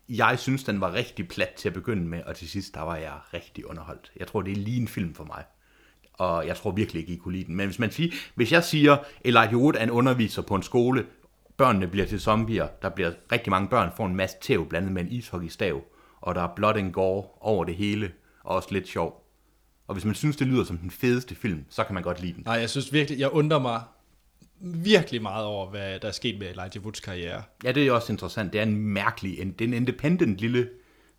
S3: Jeg synes, den var rigtig plat til at begynde med, og til sidst, der var jeg rigtig underholdt. Jeg tror, det er lige en film for mig. Og jeg tror virkelig ikke, I kunne lide den. Men hvis, man siger, hvis jeg siger, Elijah Wood er en underviser på en skole, børnene bliver til zombier, der bliver rigtig mange børn, får en masse tæv blandet med en ishockeystav, og der er blood and gore over det hele, og også lidt sjov. Og hvis man synes, det lyder som den fedeste film, så kan man godt lide den.
S1: Nej, jeg synes virkelig, jeg undrer mig virkelig meget over, hvad der er sket med Elijah Woods karriere.
S3: Ja, det er også interessant. Det er en mærkelig, en, det er en independent lille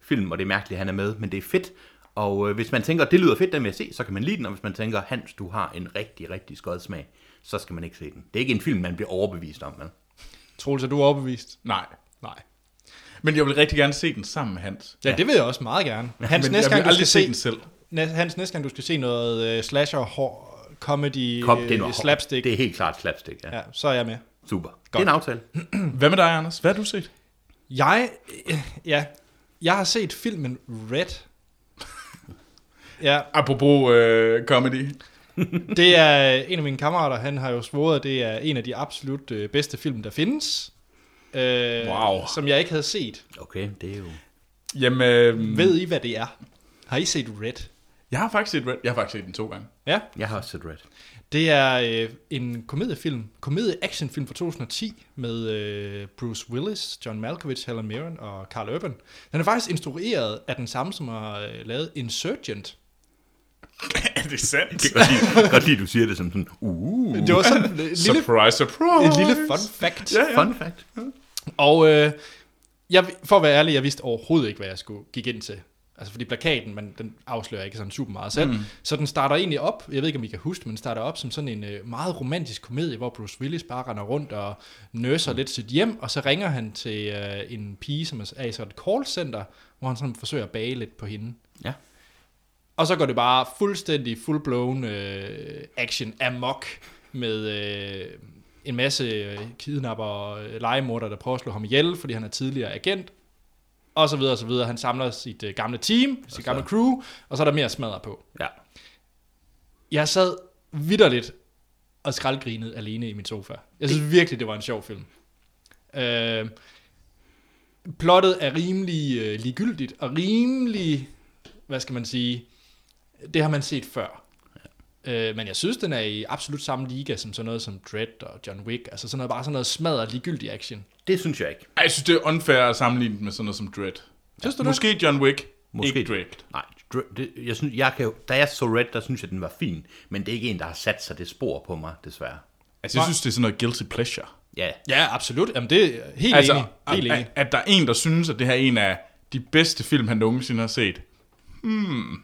S3: film, og det er mærkeligt, at han er med, men det er fedt. Og øh, hvis man tænker, det lyder fedt, den vil jeg se, så kan man lide den, og hvis man tænker, Hans, du har en rigtig, rigtig skød smag, så skal man ikke se den. Det er ikke en film, man bliver overbevist om, vel?
S1: Troels, er du overbevist?
S2: Nej.
S1: Nej.
S2: Men jeg vil rigtig gerne se den sammen med Hans.
S1: Ja, det vil jeg også meget gerne. Hans,
S2: Men
S1: næste
S2: jeg
S1: gang,
S2: vil
S1: du skal
S2: aldrig se
S1: se,
S2: den selv.
S1: næ- Hans, næste gang du skal se noget øh, slasher, hår, comedy,
S3: Kom,
S1: øh,
S3: det er noget-
S1: slapstick,
S3: Det er helt klart slapstick, ja. ja.
S1: ja, så er jeg med.
S3: Super. Godt. Det er en aftale.
S2: Hvad med dig, Anders? Mm. Hvad har du set?
S1: Jeg, øh, ja, jeg har set filmen Red. ja,
S2: Apropos øh, comedy.
S1: det er en af mine kammerater, han har jo svoret, at det er en af de absolut øh, bedste film, der findes. Øh,
S2: Wow.
S1: Som jeg ikke havde set.
S3: Okay, det er jo...
S2: Jamen, øh,
S1: Ved I, hvad det er? Har I set Red?
S2: Jeg har faktisk set Red. Jeg har faktisk set den to gange.
S1: Ja,
S3: Jeg har også set Red.
S1: det er øh, en komediefilm, komedie-actionfilm fra 2010 med øh, Bruce Willis, John Malkovich, Helen Mirren og Carl Urban. Den er faktisk instrueret af den samme, som har øh, lavet Insurgent.
S2: er det sandt?
S3: Jeg kan godt lide, godt lide, du siger det som sådan, uh,
S1: Det var sådan en lille,
S2: Surprise, surprise.
S1: en lille fun fact.
S2: Ja, ja.
S3: fun fact.
S1: Og øh, jeg, for at være ærlig, jeg vidste overhovedet ikke, hvad jeg skulle gik ind til. Altså fordi plakaten, man, den afslører ikke sådan super meget selv. Mm. Så den starter egentlig op, jeg ved ikke om I kan huske, men den starter op som sådan en øh, meget romantisk komedie, hvor Bruce Willis bare render rundt og nøser lidt sit hjem, og så ringer han til øh, en pige, som er i sådan et callcenter, hvor han sådan forsøger at bage lidt på hende.
S3: Ja.
S1: Og så går det bare fuldstændig full-blown øh, action amok med øh, en masse øh, kidnapper og øh, legemorder, der prøver at slå ham ihjel, fordi han er tidligere agent, og så videre, og så videre. Han samler sit øh, gamle team, sit gamle crew, og så er der mere smadret på.
S3: Ja.
S1: Jeg sad vidderligt og skraldgrinede alene i min sofa. Jeg synes virkelig, det var en sjov film. Øh, plottet er rimelig øh, ligegyldigt, og rimelig, hvad skal man sige, det har man set før. Øh, men jeg synes, den er i absolut samme liga som sådan noget som Dread og John Wick. Altså sådan noget, bare sådan noget smadret ligegyldig action.
S3: Det synes jeg ikke.
S2: Ej, jeg synes, det er unfair at sammenligne den med sådan noget som Dread. Synes du Måske John Wick. Måske. Ikke Dread.
S3: Nej, dr- det, jeg synes, jeg kan, jo- da jeg så Red, der synes jeg, den var fin. Men det er ikke en, der har sat sig det spor på mig, desværre.
S2: Altså, jeg synes, det er sådan noget guilty pleasure.
S3: Ja,
S1: Ja, absolut. Jamen det er helt altså,
S2: Altså,
S1: enig. Helt
S2: at,
S1: enig.
S2: at, at der er en, der synes, at det her er en af de bedste film, han nogensinde har set. Hmm.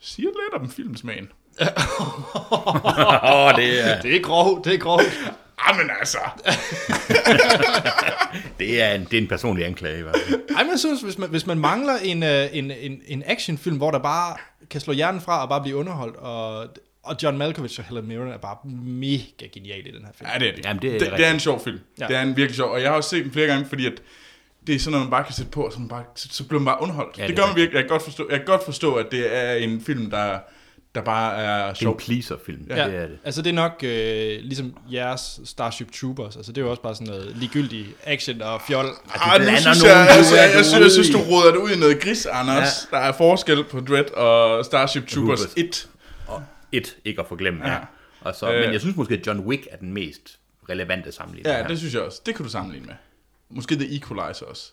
S2: Siger lidt om filmsmagen.
S3: Åh, oh, det, er,
S1: Det er grov, det er grov.
S2: Jamen altså.
S3: det, er en, det er en personlig anklage i hvert fald.
S1: Ej, men jeg synes, hvis man, hvis man mangler en, øh, en, en, en actionfilm, hvor der bare kan slå hjernen fra og bare blive underholdt, og, og John Malkovich og Helen Mirren er bare mega genial i den her film.
S2: Ja, det er det.
S3: Jamen, det er
S2: det, det
S3: rigtigt.
S2: er en sjov film.
S1: Ja.
S2: Ja. Det er en virkelig sjov. Og jeg har også set den flere gange, fordi at det er sådan noget, man bare kan sætte på, og så, man bare, så, så bliver man bare underholdt.
S3: Ja,
S2: Ja,
S3: det
S2: det,
S3: er
S2: det gør man
S3: rigtigt.
S2: virkelig. Jeg kan godt forstå, jeg kan godt forstå at det er en film, der, der bare er
S3: Det er en
S2: sjov.
S3: pleaser-film, ja. det er det.
S1: Altså det er nok øh, ligesom jeres Starship Troopers, altså det er jo også bare sådan noget ligegyldig action og fjol.
S2: Ah, nu
S3: blander
S2: synes
S3: nogen,
S2: jeg,
S3: du
S2: altså,
S3: er
S2: jeg, jeg,
S3: ude
S2: synes, jeg synes,
S3: i.
S2: du råder det ud i noget gris, Anders. Ja. Der er forskel på Dread og Starship Troopers
S3: Troopers.
S2: 1.
S3: Og et, ikke at forglemme. Ja. Og så,
S2: Øh.
S3: men jeg synes måske, at John Wick er den mest relevante sammenligning.
S2: Ja,
S3: her.
S2: det synes jeg også. Det kan du sammenligne med. Måske The Equalizer også.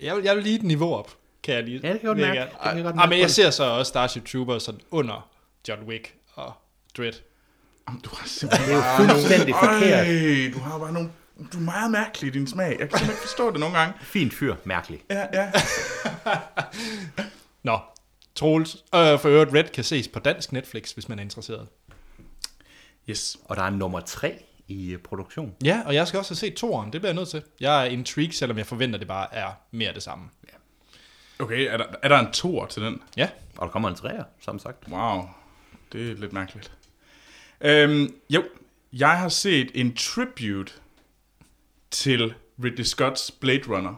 S1: Jeg vil, jeg vil lige et niveau op, kan jeg lige.
S3: Ja, det kan jeg godt
S1: vil jeg
S3: mærke.
S1: gerne.
S3: Det kan jeg godt
S1: Ah,
S3: mærke
S1: men
S3: på
S1: jeg
S3: det.
S1: ser så også Starship Troopers sådan under John Wick og Dread.
S2: Jamen, du har simpelthen
S3: det er jo fuldstændig forkert.
S2: Ej, du har bare nogle... Du er meget mærkelig i din smag. Jeg kan simpelthen ikke forstå det nogle gange.
S3: Fint fyr, mærkelig.
S2: Ja, ja.
S1: Nå, Troels. Øh, for øvrigt, Red kan ses på dansk Netflix, hvis man er interesseret.
S2: Yes.
S3: Og der er en nummer tre i øh, produktion.
S1: Ja, og jeg skal også have set toeren, det bliver jeg nødt til. Jeg er intrigued, selvom jeg forventer, det bare er mere det samme.
S2: Okay, er der, er der en toer til den?
S1: Ja,
S3: Og der kommer en træer, som sagt.
S2: Wow, det er lidt mærkeligt. Øhm, jo, jeg har set en tribute til Ridley Scott's Blade Runner,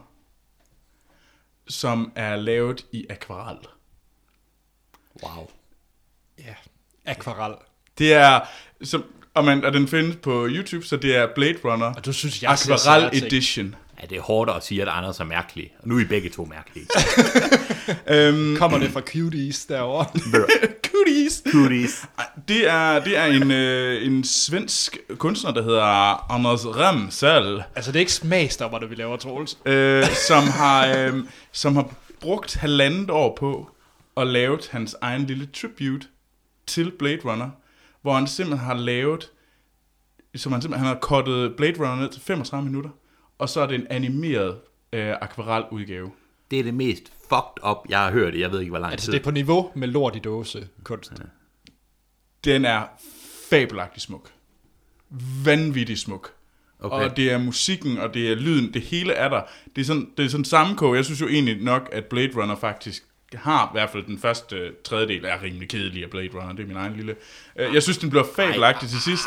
S2: som er lavet i akvarel.
S3: Wow.
S1: ja. Akvarel.
S2: Det er, som, og, man, og den findes på YouTube, så det er Blade Runner
S1: Og du synes, jeg ser sære
S2: Aquarel
S1: ting.
S2: Edition.
S3: Ja, det er hårdt at sige, at Anders er mærkelig. Og nu er I begge to mærkelige.
S2: Øhm,
S1: Kommer det fra cuties derovre?
S2: Cooties!
S3: Cooties.
S2: Ej, Det er, det er en, øh, en svensk kunstner, der hedder Anders Ramsal.
S1: altså, det er ikke smagstopper, det vi laver, Troels.
S2: øh, som, har, øh, som har brugt halvandet år på at lave hans egen lille tribute til Blade Runner, hvor han simpelthen har lavet, som han simpelthen han har kottet Blade Runner ned til 35 minutter, og så er det en animeret øh, akvarel udgave.
S3: Det er det mest fucked up, jeg har hørt i, jeg ved ikke, hvor lang
S1: Altså,
S3: tid.
S1: det er på niveau med lort i dåse kunst.
S2: Den er fabelagtig smuk. Vanvittig smuk.
S3: Okay.
S2: Okay. Og det er musikken, og det er lyden, det hele er der. Det er sådan, det er sådan sammenkog. Jeg synes jo egentlig nok, at Blade Runner faktisk har, i hvert fald den første øh, tredjedel, er rimelig kedelig af Blade Runner. Det er min egen lille... Øh, Jeg synes, den bliver fabelagtig til sidst.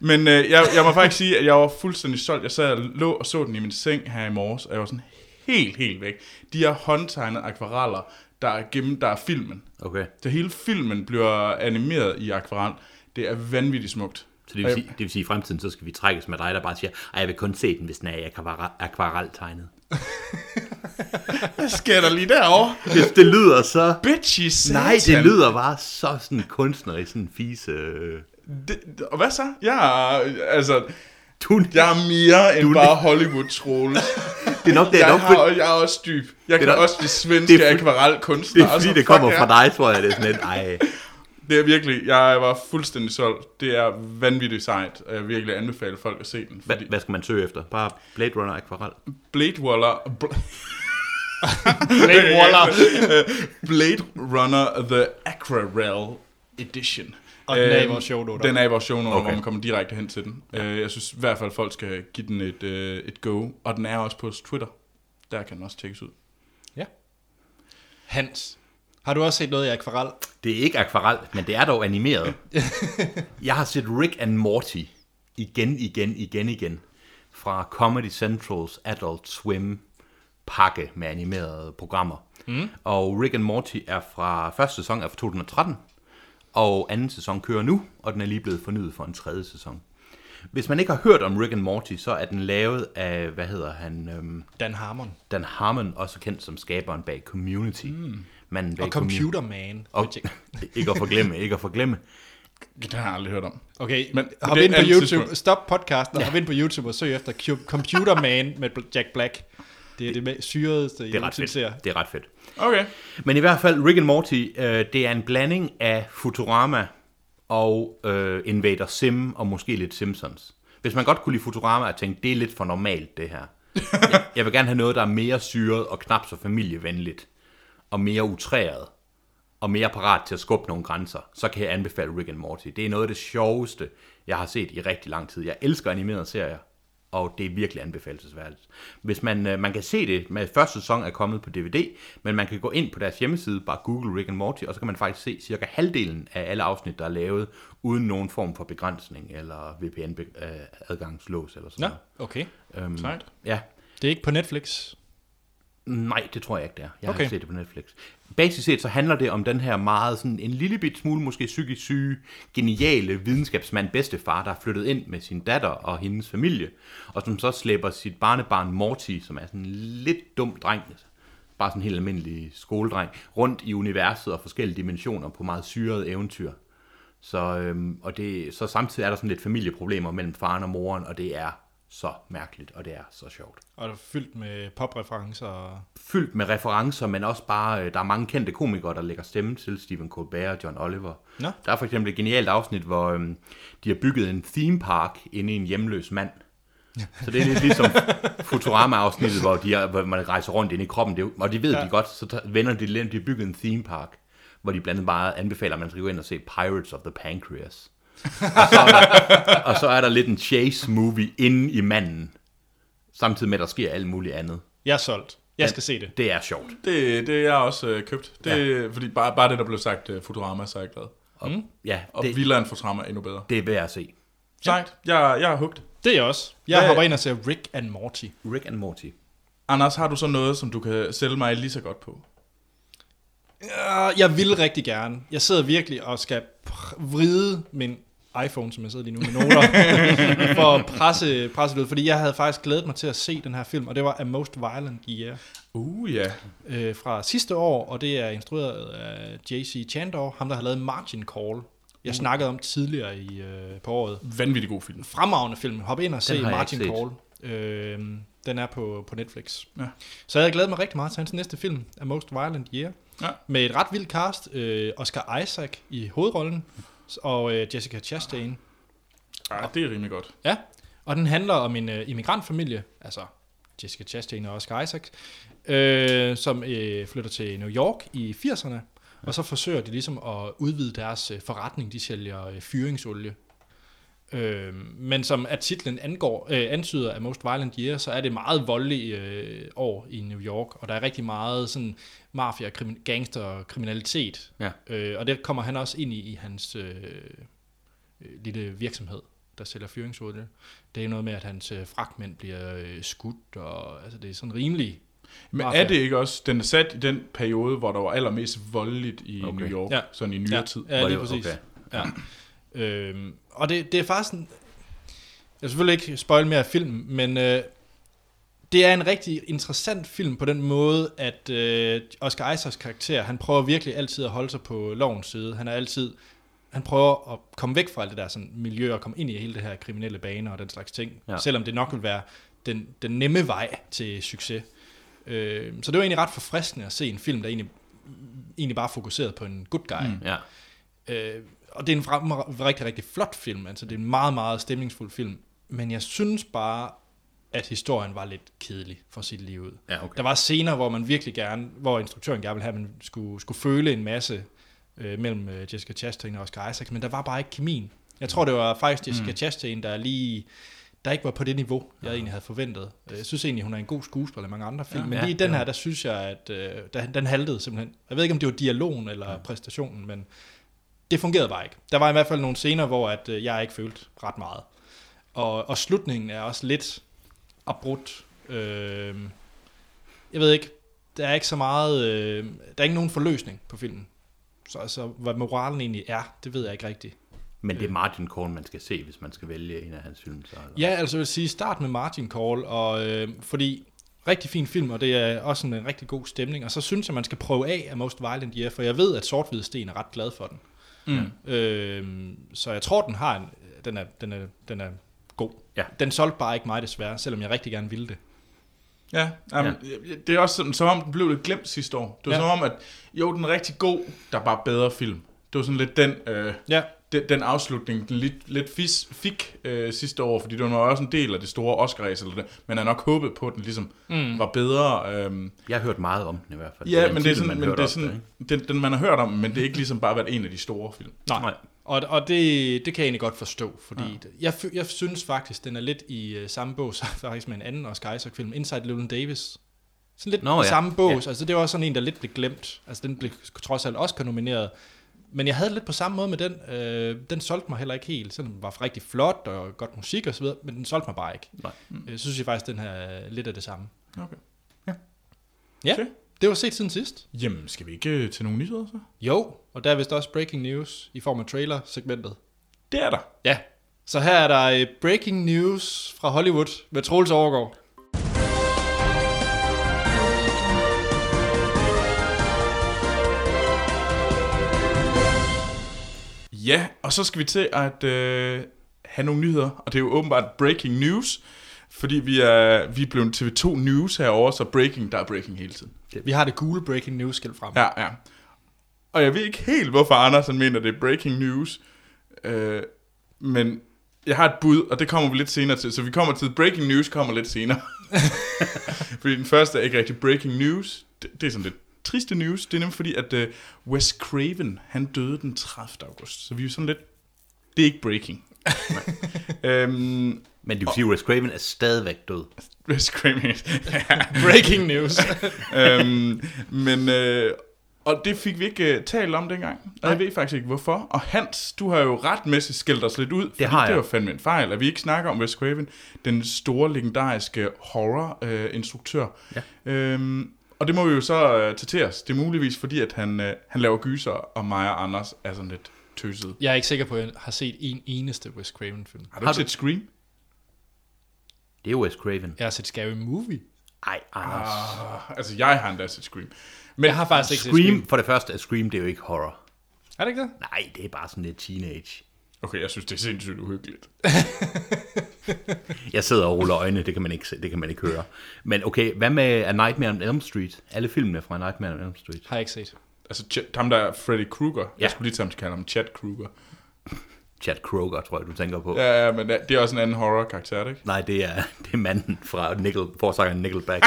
S2: Men øh, jeg, jeg må faktisk sige, at jeg var fuldstændig solgt. Jeg sad og lå og så den i min seng her i morges, og jeg var sådan helt, helt væk. De her håndtegnede akvareller, der er, gennem, der er filmen.
S3: Okay,
S2: Så hele filmen bliver animeret i akvarel. Det er vanvittigt smukt.
S3: så det vil, sige, det vil sige, at i fremtiden, så skal vi trækkes med dig, der bare siger, at jeg vil kun se den, hvis den er i akvarel tegnet.
S2: Hvad sker der lige derovre?
S3: Det, det lyder så...
S2: Altså- Bitchy satan.
S3: Nej, det lyder bare så sådan kunstnerisk, sådan fise... øh.
S2: Det, og hvad så? Jeg er, altså,
S3: Du,
S2: jeg er mere end bare hollywood troll
S3: det er nok, det er
S2: jeg,
S3: nok,
S2: har,
S3: for,
S2: jeg er også dyb. Jeg
S3: Det
S2: kan
S3: er nok-
S2: også blive svensk
S3: det er fu- det
S2: akvarelkunstner.
S3: er fordi, det kommer fra dig, tror jeg, det er sådan lidt, ej,
S2: altså, Det er virkelig, jeg var fuldstændig solgt. Det er vanvittigt sejt, og jeg virkelig anbefaler folk at se den.
S3: hvad,
S2: Fordi
S3: hvad skal man søge efter? Bare Blade Runner akvarel.
S2: Blade Waller... Bl- Blade Waller. Blade Runner The Aquarel Edition.
S1: Og den er i
S2: Øhm,
S1: vores show notes.
S2: Den er i vores show notes, okay.
S3: Okay.
S2: hvor man kommer direkte hen til den. Øh, Jeg synes i hvert fald, folk skal give den et, øh, et go. Og den er også på Twitter. Der kan den også tjekkes ud.
S1: Ja. Hans, har du også set noget i akvarel?
S3: Det er ikke akvarel, men det er dog animeret. Jeg har set Rick and Morty igen, igen, igen, igen fra Comedy Centrals Adult Swim pakke med animerede programmer. Mm. Og Rick and Morty er fra første sæson er fra 2013, og anden sæson kører nu, og den er lige blevet fornyet for en tredje sæson. Hvis man ikke har hørt om Rick and Morty, så er den lavet af, hvad hedder han, øhm,
S1: Dan Harmon.
S3: Dan Harmon, også kendt som skaberen bag Community. Mm. Manden bag
S1: Og Computer Man.
S3: og, ikke at forglemme, ikke at forglemme.
S2: Det har jeg aldrig hørt om.
S1: Okay,
S2: Men-
S1: men,
S2: men
S1: hop
S2: det er
S1: ind på
S2: andet
S1: YouTube.
S2: tidspunkt.
S1: Stop podcasten og hop ind på YouTube og søg efter Cu- Computer Man med Bl- Jack Black. Det er det me- syredeste, jeg
S3: Det er ret
S1: nogensinde
S3: fedt.
S1: ser.
S3: Det er ret fedt.
S2: Okay.
S3: Men i hvert fald, Rick and Morty, øh, det er en blanding af Futurama og øh, Invader Sim og måske lidt Simpsons. Hvis man godt kunne lide Futurama og tænke, det er lidt for normalt det her. Jeg, jeg vil gerne have noget, der er mere syret og knap så familievenligt. Og mere utræret. Og mere parat til at skubbe nogle grænser. Så kan jeg anbefale Rick and Morty. Det er noget af det sjoveste, jeg har set i rigtig lang tid. Jeg elsker animerede serier. Og det er virkelig anbefalesværdigt. Hvis man, øh, man kan se det, med første sæson er kommet på DVD, men man kan gå ind på deres hjemmeside, bare google Rick and Morty, og så kan man faktisk se cirka halvdelen af alle afsnit, der er lavet, uden nogen form for begrænsning eller VPN-adgangslås øh, eller sådan
S1: Nå,
S3: noget.
S1: okay.
S3: Øhm,
S2: Sejt.
S3: Ja.
S1: Det er ikke på Netflix.
S3: Nej, det tror jeg ikke, det er. Jeg okay. har
S1: Okay.
S3: ikke set det på Netflix. Basisk set, så handler det om den her meget, sådan en lille bit smule måske psykisk syge, geniale videnskabsmand bedstefar, der er flyttet ind med sin datter og hendes familie, og som så slæber sit barnebarn Morty, som er sådan en lidt dum dreng, altså bare sådan en helt almindelig skoledreng, rundt i universet og forskellige dimensioner på meget syrede eventyr. Så, øhm, og det, så samtidig er der sådan lidt familieproblemer mellem faren og moren, og det er så mærkeligt, og det er så sjovt
S1: Og det er fyldt med popreferencer. og-
S3: fyldt med referencer, men også bare, øh, der er mange kendte komikere, der lægger stemme til Stephen Colbert og John Oliver.
S1: Nå.
S3: Der er for eksempel et genialt afsnit, hvor øhm, de har bygget en theme park inde i en hjemløs mand. Så det er lidt ligesom Futurama-afsnittet, hvor, de er, hvor man rejser rundt inde i kroppen, det, er jo- og det ved ja. de godt, så tager- vender de lidt, de har bygget en theme park, hvor de blandt andet bare anbefaler, at man skal gå ind og se Pirates of the Pancreas. Og så, er der, og så er der lidt en chase-movie inde i manden, samtidig med, at der sker alt muligt andet.
S1: Jeg er solgt. Jeg skal se det.
S3: Det er sjovt.
S2: Det, det er jeg også øh, købt. Det, ja. Fordi bare, bare det, der blev sagt øh, Futurama, så er jeg glad.
S3: Og, mm. Ja,
S2: Og det...
S3: det,
S2: vildere end Futurama er endnu bedre.
S3: det er værd at se.
S2: Sejt. Jeg, jeg er hugt.
S1: Det er jeg også. Jeg
S2: Hvad-
S1: hopper ind og ser Rick and Morty.
S3: Rick and Morty.
S2: Anders, har du så noget, som du kan sælge mig lige så godt på?
S1: Øh, Jeg vil rigtig gerne. Jeg sidder virkelig og skal pr- vride min iPhone, som jeg sidder lige nu med noter, for at presse, presse det ud. Fordi jeg havde faktisk glædet mig til at se den her film, og det var A Most Violent Year
S2: Uh, ja.
S1: øh, fra sidste år, og det er instrueret af J.C. Chandor, ham der har lavet Margin Call. Jeg snakkede om tidligere i, øh, på året.
S2: Vanvittig god film.
S1: Fremragende film. Hop ind og se
S3: har jeg
S1: Margin
S3: ikke
S1: Call. Øh, den er på, på Netflix.
S2: Ja.
S1: Så jeg havde glædet mig rigtig meget til hans næste film, A Most Violent Year,
S2: Ja.
S1: med et ret vildt cast. Øh, Oscar Isaac i hovedrollen, s- og øh, Jessica Chastain.
S2: Ja, det er rimelig godt.
S1: Ja, og den handler om en øh, immigrantfamilie, altså Jessica Chastain og Oscar Isaac, øh, som øh, flytter til New York i 80'erne, og så forsøger de ligesom at udvide deres øh, forretning. De sælger øh, fyringsolie. Øh, men som at titlen angår, øh, antyder af Most Violent Year, så er det meget voldelige øh, år i New York, og der er rigtig meget sådan mafia, krimi- gangster, kriminalitet.
S3: Ja.
S1: Øh, og det kommer han også ind i i hans øh, øh, lille virksomhed, der sælger fyringsolie. Det er noget med, at hans øh, fragtmænd bliver øh, skudt, og altså, det er sådan rimelig.
S2: Men
S1: Mafia.
S2: er det ikke også, den er sat i den periode, hvor der var allermest voldeligt i okay.
S3: Okay.
S2: New York, ja.
S1: Ja.
S2: sådan i nyere ja. tid?
S1: Ja, ja
S3: Var
S1: lige
S3: det-
S1: præcis.
S3: okay.
S1: Okay. Ja. Øhm, og det, det er faktisk sådan... Jeg vil selvfølgelig ikke spoil mere af filmen, men øh, Det er en rigtig interessant film på den måde, at øh, Oscar Isaacs karakter, han prøver virkelig altid at holde sig på lovens side. Han er altid, han prøver at komme væk fra alt det der sådan, miljø og komme ind i hele det her kriminelle baner og den slags ting.
S3: Ja.
S1: Ja. Selvom det nok vil være den, den nemme vej til succes. Øh, så det var egentlig ret forfriskende at se en film, der egentlig, egentlig bare fokuseret på en good guy. Mm.
S3: Ja.
S1: Øh, og det er en frem, rigtig, rigtig flot film. Altså, det er en meget, meget stemningsfuld film. Men jeg synes bare, at historien var lidt kedelig for sit liv ud.
S3: Ja, okay.
S1: Der var scener, hvor man virkelig gerne, hvor instruktøren gerne ville have, at man skulle, skulle føle en masse øh, mellem øh, Jessica Chastain og Oscar Isaac, men der var bare ikke kemien. Jeg tror, det var faktisk Jessica mm. Chastain, der lige der ikke var på det niveau, jeg egentlig havde forventet. Øh, Jeg synes egentlig, hun er en god skuespiller i mange andre film, ja, men
S3: ja,
S1: lige i den
S3: ja.
S1: her, der synes jeg, at øh, der, den haltede simpelthen. Jeg ved ikke, om det var dialogen eller præstationen, men det fungerede bare ikke. Der var i hvert fald nogle scener, hvor at, øh, jeg ikke følte ret meget. Og, og slutningen er også lidt abrupt. Øh, jeg ved ikke, der er ikke så meget, øh, der er ikke nogen forløsning på filmen. Så altså, hvad moralen egentlig er, det ved jeg ikke rigtigt.
S3: Men det er Martin Korn, man skal se, hvis man skal vælge en af hans film. Så, eller?
S1: Ja, altså jeg vil sige, start med Martin Call, og, øh, fordi rigtig fin film, og det er også en, en rigtig god stemning, og så synes jeg, man skal prøve af af Most Violent Year, for jeg ved, at sort Sten er ret glad for den. Mm. Øh, så jeg tror, den har en, den er, den er, den er god.
S3: Ja.
S1: Den solgte bare ikke mig desværre, selvom jeg rigtig gerne ville det.
S2: Ja, jamen, ja. det er også sådan, som om den blev lidt glemt sidste år. Det var ja.
S1: Ja.
S2: som om, at jo, den er rigtig god, der er bare bedre film. Det var sådan lidt den, øh,
S1: Ja,
S2: den, den afslutning, den lidt, lidt fis, fik øh, sidste år, fordi den var også en del af det store oscar eller det. Man har nok håbet på, at den ligesom mm. var bedre. Øh,
S3: Jeg har hørt meget om den i hvert fald.
S2: ja,
S3: en
S2: men det er
S3: titel,
S2: sådan,
S3: man
S2: men det
S3: hørte
S2: er
S3: ofte,
S2: sådan
S3: ikke?
S2: den, den, man har hørt om, men det er ikke ligesom bare været en af de store film.
S1: nej.
S3: Nej.
S1: nej. Og, og det, det kan jeg egentlig godt forstå, fordi ja. jeg, fy- jeg synes faktisk, den er lidt i øh, samme bås faktisk med en anden Oscar Isaac-film, Inside Llewyn Davis. Sådan lidt
S3: Nå,
S1: Nå, i
S3: ja.
S1: samme bås. Ja. Altså, det var også sådan en, der lidt blev glemt. Altså, den blev trods alt også nomineret. Men jeg havde lidt på samme måde med den. Øh, den solgte mig heller ikke helt. Sådan, den var rigtig flot og godt musik og så videre, men den solgte mig bare ikke.
S3: Nej. Mm.
S1: Jeg synes jeg faktisk, den her er lidt af det samme.
S2: Okay.
S1: Ja,
S2: Okay.
S1: det var set siden sidst.
S2: Jamen, skal vi ikke øh, til nogle nyheder så?
S1: Jo, og der er vist også breaking news i form af trailer-segmentet.
S2: Det er der.
S1: Ja, så her er der øh, breaking news fra Hollywood med Troels Overgaard.
S2: Ja, og så skal vi til at øh, have nogle nyheder, og det er jo åbenbart breaking news, fordi vi er, vi er blevet TV2 News herover, så breaking, der er breaking hele tiden.
S1: Vi har det gule breaking news skilt frem.
S2: Ja, ja. Og jeg ved ikke helt, hvorfor Andersen mener, det er breaking news, øh, men jeg har et bud, og det kommer vi lidt senere til, så vi kommer til breaking news, kommer lidt senere. fordi den første er ikke rigtig breaking news, det, det er sådan lidt triste news, det er nemlig fordi, at øh, Wes Craven, han døde den 30. august, så vi er jo sådan lidt, det er ikke breaking. øhm,
S3: Men du kan sige, at Wes Craven er stadigvæk død.
S2: Wes Craven, ja.
S1: Breaking news.
S2: øhm, men, øh, og det fik vi ikke øh, talt om dengang, og jeg ved faktisk ikke hvorfor. Og Hans, du har jo retmæssigt skældt os lidt ud, fordi
S3: har
S2: det
S3: jeg.
S2: var fandme en fejl, at vi ikke snakker om Wes Craven, den store legendariske horror-instruktør.
S3: Ja.
S2: Øhm, og det må vi jo så øh, tage til os. Det er muligvis fordi, at han, øh, han laver gyser, og mig og Anders er sådan lidt tøsede.
S1: jeg er ikke sikker på, at jeg har set en eneste Wes Craven-film.
S2: Har du, har
S3: Har
S2: du set Scream?
S3: Det er Wes Craven.
S1: Jeg har set Scary Movie.
S3: Ej, Anders.
S2: Ah, altså, jeg har endda set Scream. Men
S1: Jeg har faktisk ikke set
S3: Scream, for det første, er Scream, det er jo ikke horror.
S1: Er det ikke det?
S3: Nej, det er bare sådan lidt teenage.
S2: Okay, jeg synes, det er sindssygt uhyggeligt.
S3: Jeg sidder og ruller øjne, det kan man ikke, se, det kan man ikke høre. Men okay, hvad med A Nightmare on Elm Street? Alle filmene fra A Nightmare on Elm Street.
S1: Har jeg ikke set.
S2: Altså, Ch- ham der er Freddy Krueger. Ja.
S3: Ja.
S2: Jeg skulle lige tage ham til at kalde ham Chad Krueger.
S3: Chad Kroger, tror jeg, du tænker på. Ja.
S2: Ja, ja, men det det er også en anden horror-karakter, er det ikke?
S3: Nej, det er, det er manden fra Nickel, forsangeren Nickelback.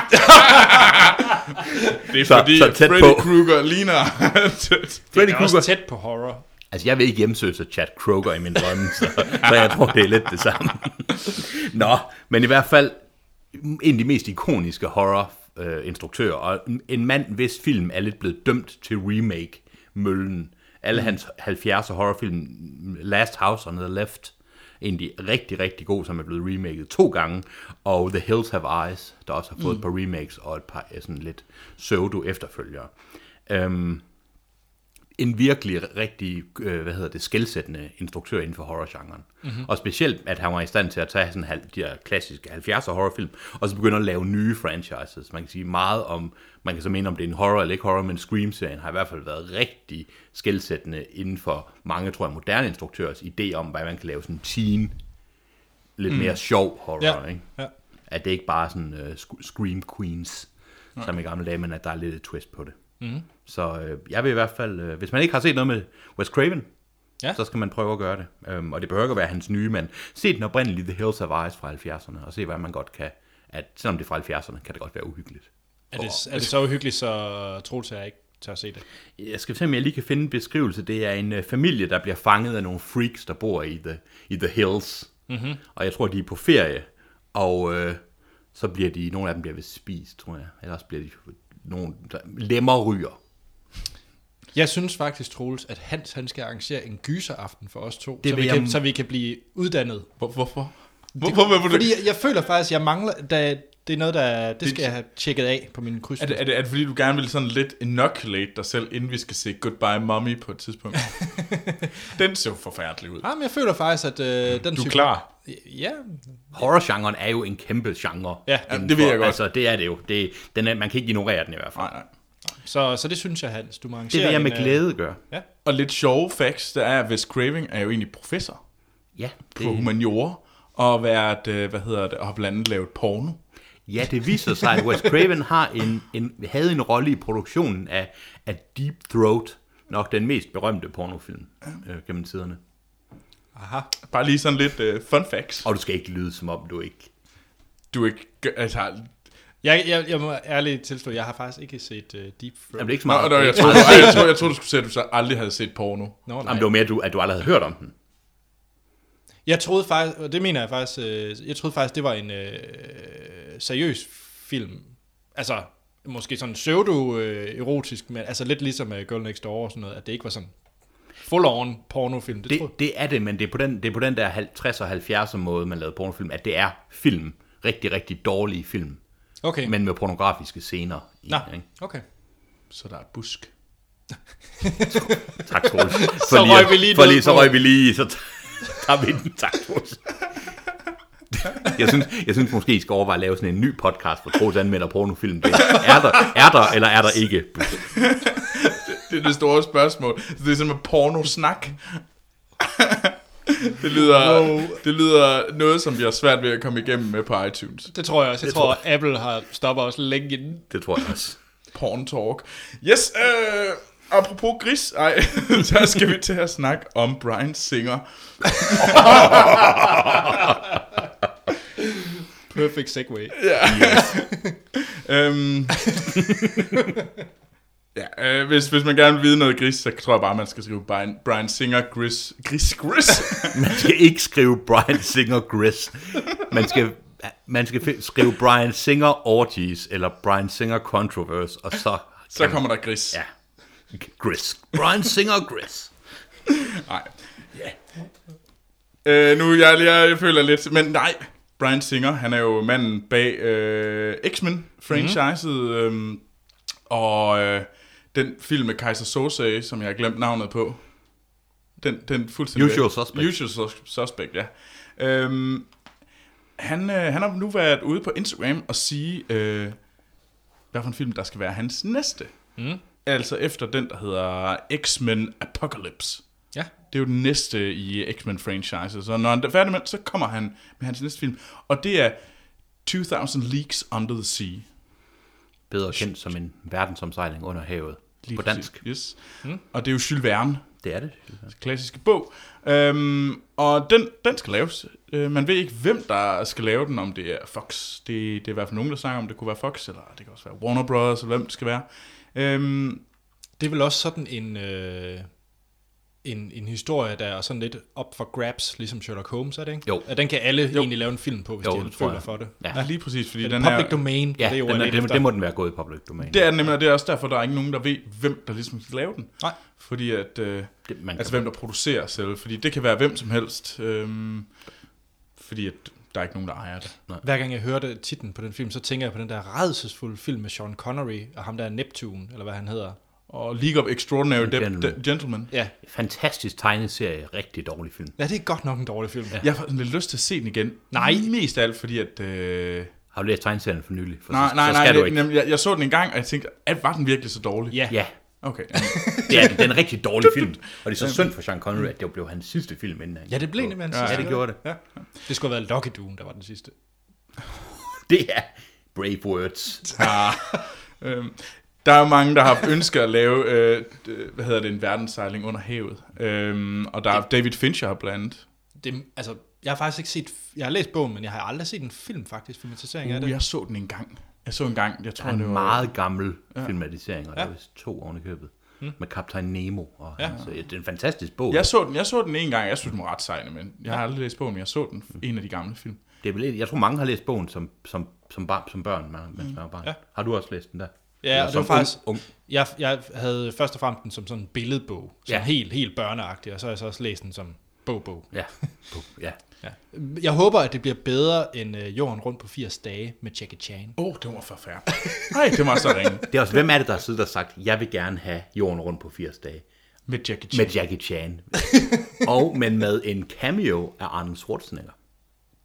S2: Det er
S3: Så-
S2: fordi,
S3: så tæt
S2: Freddy
S3: på.
S2: Krueger ligner...
S1: Freddy
S3: Freddy
S1: det er
S3: Krueger.
S1: også tæt på horror.
S3: Altså, jeg vil ikke hjemsøges af Chad Kroger i min drømme, så, så jeg tror, det er lidt det samme. Nå, men i hvert fald en af de mest ikoniske horror-instruktører, og en mand, hvis film er lidt blevet dømt til remake, Møllen. Alle hans 70'er horrorfilm, Last House on the Left, en af de rigtig, rigtig god, som er blevet remaket to gange, og The Hills Have Eyes, der også har fået mm. et par øh, remakes og et par eh, sådan lidt pseudo-efterfølgere. Øhm, en virkelig rigtig, øh, hvad hedder det, skældsættende instruktør inden for horrorgenren. Mm-hmm. Og specielt, at han var i stand til at tage sådan halv, de her klassiske 70'er horrorfilm, og så begynde at lave nye franchises. Man kan sige meget om, man kan så mene, om det er en horror eller ikke horror, men Scream-serien har i hvert fald været rigtig skældsættende inden for mange, tror jeg, moderne instruktørers idé om, hvad man kan lave sådan teen, lidt mm. mere sjov horror,
S1: Ja.
S3: ikke?
S1: Ja.
S3: At det ikke bare er sådan uh, Scream Queens, Nej. som i gamle dage, men at der er lidt et twist på det. Mm. Så øh, jeg vil i hvert fald, øh, hvis man ikke har set noget med Wes Craven,
S1: Ja.
S3: ja. så skal man prøve at gøre det. Øhm, og det behøver ikke at være hans nye, men se den oprindelige The Hills of Ice fra 70'erne, og se hvad man godt kan, at selvom det er fra 70'erne, kan det godt være uhyggeligt.
S1: Er, det, er det så uhyggeligt, så Troels og jeg ikke tør at se det?
S3: Jeg skal se, om jeg lige kan finde en beskrivelse. Det er en øh, familie, der bliver fanget af nogle freaks, der bor i The, i the Hills.
S2: Mhm.
S3: Mm-hmm. Og jeg tror, de er på ferie. Og øh, så bliver de, nogle af dem bliver vist spist, tror jeg. Ellers bliver de nogle der, lemmer ryger.
S1: Jeg synes faktisk, Troels, at Hans han skal arrangere en gyseraften for os to,
S3: Det
S1: så,
S3: vil
S1: vi
S3: jeg-
S1: kan, så vi kan blive uddannet.
S2: Hvor, hvorfor? Hvor, hvorfor vil du
S1: Fordi jeg, jeg føler faktisk, jeg mangler, da det er noget, der, det skal jeg have tjekket af på min kryds.
S2: Er det, er, det, er det fordi, du gerne vil sådan lidt inoculate dig selv, inden vi skal se Goodbye Mommy på et tidspunkt? Den så forfærdelig ud.
S1: Jamen, jeg føler faktisk, at øh, den
S2: Du er
S1: type-
S2: klar.
S1: Ja,
S3: Horrorgenren er jo en kæmpe genre.
S1: Ja,
S3: indenfor-
S2: det ved jeg godt.
S3: Altså, det er det jo. Det, den er, man kan ikke ignorere den i hvert fald.
S2: Nej, nej.
S1: så, så det synes jeg, Hans, du må
S3: Det
S1: arrangere.
S3: vil jeg med
S1: en, øh,
S3: glæde gøre.
S2: Og lidt sjove facts, der er, at Wes Craving er jo egentlig professor
S3: Ja,
S2: på
S3: det,
S2: humaniora, og været, øh, hvad hedder det, og har blandt andet lavet porno.
S3: ja, det viser sig, at Wes Craven har en, en, havde en rolle i produktionen af, af Deep Throat, nok den mest berømte pornofilm øh, gennem tiderne.
S1: Aha.
S2: Bare lige sådan lidt øh, fun facts. Og
S3: Og du skal ikke lyde, som om du ikke...
S2: du ikke gør, altså,
S1: Jeg, jeg, jeg må ærligt tilstå, jeg har faktisk ikke set uh, Deep Throat.
S3: Jamen, det er ikke så
S2: Nå,
S3: meget...
S2: og der, jeg,
S3: det er ikke
S2: tror,
S3: meget-
S2: jeg, jeg, tror, jeg tror, du skulle sige, at du så aldrig havde set porno.
S1: Nå, nej.
S3: Jamen, det var mere, du, at du aldrig havde hørt om den.
S1: Jeg troede faktisk, og det mener jeg faktisk, øh, jeg troede faktisk, det var en øh, seriøs film. Altså, måske sådan pseudo-erotisk, men altså lidt ligesom øh, Girl Next Door og sådan noget, at det ikke var sådan full-on pornofilm. Det, det troede
S3: Det, det er det, men det er på den, det er på den der 50'er og 70'er måde, man lavede pornofilm, at det er film. Rigtig, rigtig dårlige film.
S1: Okay, men,
S3: Men med pornografiske scener. I,
S1: Nå,
S3: ikke?
S1: okay.
S2: Så der er et busk.
S3: Tak, Troels.
S1: Så
S3: For
S1: røg
S3: at-
S1: vi lige
S3: for
S1: ned
S3: lige, Så
S1: på-
S3: røg vi lige, så t- tager vi den. Tak, Troels. Jeg synes, jeg synes måske, I skal overveje at lave sådan en ny podcast, hvor Troels anmelder pornofilm. Det er, er, der, er der, eller er der ikke?
S2: Det er det store spørgsmål. Så det er sådan med pornosnak. det, lyder,
S1: Wow.
S2: det lyder noget, som vi har svært ved at komme igennem med på iTunes.
S1: Det tror jeg også. Jeg tror, tror, Apple har stopper os længe inden.
S3: Det tror jeg også.
S2: Porn talk. Yes, øh, apropos gris, ej, så skal vi til at snakke om Brian Singer.
S1: Perfect segue.
S3: Øh.
S2: Øhm, ja, øh, hvis, hvis man gerne vil vide noget gris, så tror jeg bare, man skal skrive Brian, Brian Singer gris. Gris, gris.
S3: Man skal ikke skrive Brian Singer Gris. Man skal, man skal fi- skrive Brian Singer Orgies, eller Brian Singer Controverse, og så...
S2: så kommer der gris.
S3: Ja. Gris. Brian Singer Gris.
S2: Nej. Ja. Øh, nu, jeg, jeg, jeg føler lidt, men nej. Brian Singer, han er jo manden bag øh, X-Men-franchiset, mm. øh, og øh, den film med Kaiser Soze, som jeg har glemt navnet på. Den, den fuldstændig...
S3: Usual Suspect.
S2: Usual Sus- Suspect, ja. Øhm, han, øh, han har nu været ude på Instagram og sige, øh, hvad for en film, der skal være hans næste.
S1: Mm.
S2: Altså efter den, der hedder X-Men Apocalypse.
S1: Ja.
S2: Det er jo den næste i X-Men-franchise. Så når han er færdig med, den, så kommer han med hans næste film. Og det er 2000 Leagues Under the Sea.
S3: Bedre kendt som en verdensomsejling under havet. På
S2: præcis.
S3: dansk.
S2: Yes. Mm. Og det er jo Jules Verne,
S3: Det er det.
S2: den klassiske bog. Øhm, og den, den skal laves. Øh, man ved ikke, hvem der skal lave den, om det er Fox. Det, det er i hvert fald nogen, der snakker om, det kunne være Fox, eller det kan også være Warner Brothers, eller hvem det skal være. Øhm,
S1: Det er vel også sådan en, øh, en, en historie, der er sådan lidt op for grabs, ligesom Sherlock Holmes, er det ikke?
S3: Jo.
S1: At den kan alle jo. egentlig lave en film på, hvis
S3: Jo,
S1: jo, de
S3: det tror
S1: føler
S3: jeg.
S1: for det.
S3: Ja.
S2: ja, lige præcis, fordi
S1: Den
S2: den
S1: den public
S2: her...
S1: her, domain,
S3: Ja,
S1: det er jo
S3: den er,
S1: alene
S3: det,
S1: efter.
S3: det må den være gået i public domain.
S2: Det er den nemlig, og det er også derfor, der er ikke nogen, der ved, hvem der ligesom skal lave den.
S1: Nej.
S2: Fordi at... Øh,
S3: det man
S2: Altså
S3: altså,
S2: hvem der producerer selv, fordi det kan være hvem som helst, øhm, fordi at der er ikke nogen, der ejer det.
S1: Hver gang jeg hørte titlen på den film, så tænker jeg på den der redselsfulde film med Sean Connery og ham der Neptune, eller hvad han hedder.
S2: og League of Extraordinary De-
S3: Gentlemen.
S2: De- Gentlemen.
S1: Ja.
S3: Fantastisk tegneserie, rigtig dårlig film.
S1: ja, det er godt nok en dårlig film. Ja.
S2: Jeg har sådan lidt lyst til at se den igen.
S1: Nej.
S2: Mest af alt fordi, at... Øh...
S3: Har du læst tegneserien for nylig? For
S2: Nej,
S3: så,
S2: nej,
S3: så
S2: nej.
S3: skal du
S2: Det,
S3: ikke.
S2: jamen, jeg, jeg så den en gang, og jeg tænkte, at var den virkelig så dårlig?
S1: ja.
S3: Ja,
S2: Okay.
S3: det er, den. det er en rigtig dårlig film. Og det er så synd for Sean Connery, at det blev hans sidste film inden han.
S1: ja det blev det, man
S3: Ja, det gjorde det.
S2: ja.
S1: Det skulle have været Lucky Doom, der var den sidste.
S3: Det er brave words.
S2: Øhm, der er jo mange, der har ønsket at lave, øh, d- hvad hedder det, en verdenssejling under havet. Øhm, og der er David Fincher blandt andet.
S1: det. Altså, jeg har faktisk ikke set... Jeg har læst bogen, men jeg har aldrig set en film, faktisk. Filmatisering af
S2: Uh,
S1: det.
S2: jeg så den en gang. Jeg så en gang, jeg tror,
S3: En
S2: det var...
S3: meget gammel ja. filmatisering, og der er vist to oven i købet. Med Kaptajn Nemo. Og ja. så, det er en fantastisk bog.
S2: Jeg så den, jeg så den en gang, jeg synes, den var ret sejende, men jeg har aldrig læst bogen, men jeg så den, en af de gamle film.
S3: Det er vel, en- jeg tror, mange har læst bogen som, som, som, barn, som børn, man- mens man var barn. Ja. Har du også læst den der?
S1: Ja, og det
S3: som
S1: var faktisk...
S3: Ung, ung.
S1: Jeg, jeg havde først og fremmest den som sådan en billedbog. Som
S3: Ja.
S1: ja. helt, helt børneagtig. Og så har jeg så også læst den som bogbog.
S3: Ja. Puh, ja.
S1: Ja. Jeg håber, at det bliver bedre end øh, Jorden rundt på 80 dage med Jackie Chan.
S2: Åh, oh, det var forfærdeligt. Nej, det var så ringe.
S3: Det er også, hvem er det, der har siddet og sagt, jeg vil gerne have jorden rundt på 80 dage?
S2: Med Jackie Chan.
S3: Med Jackie Chan. og, men med en cameo af Arnold Schwarzenegger.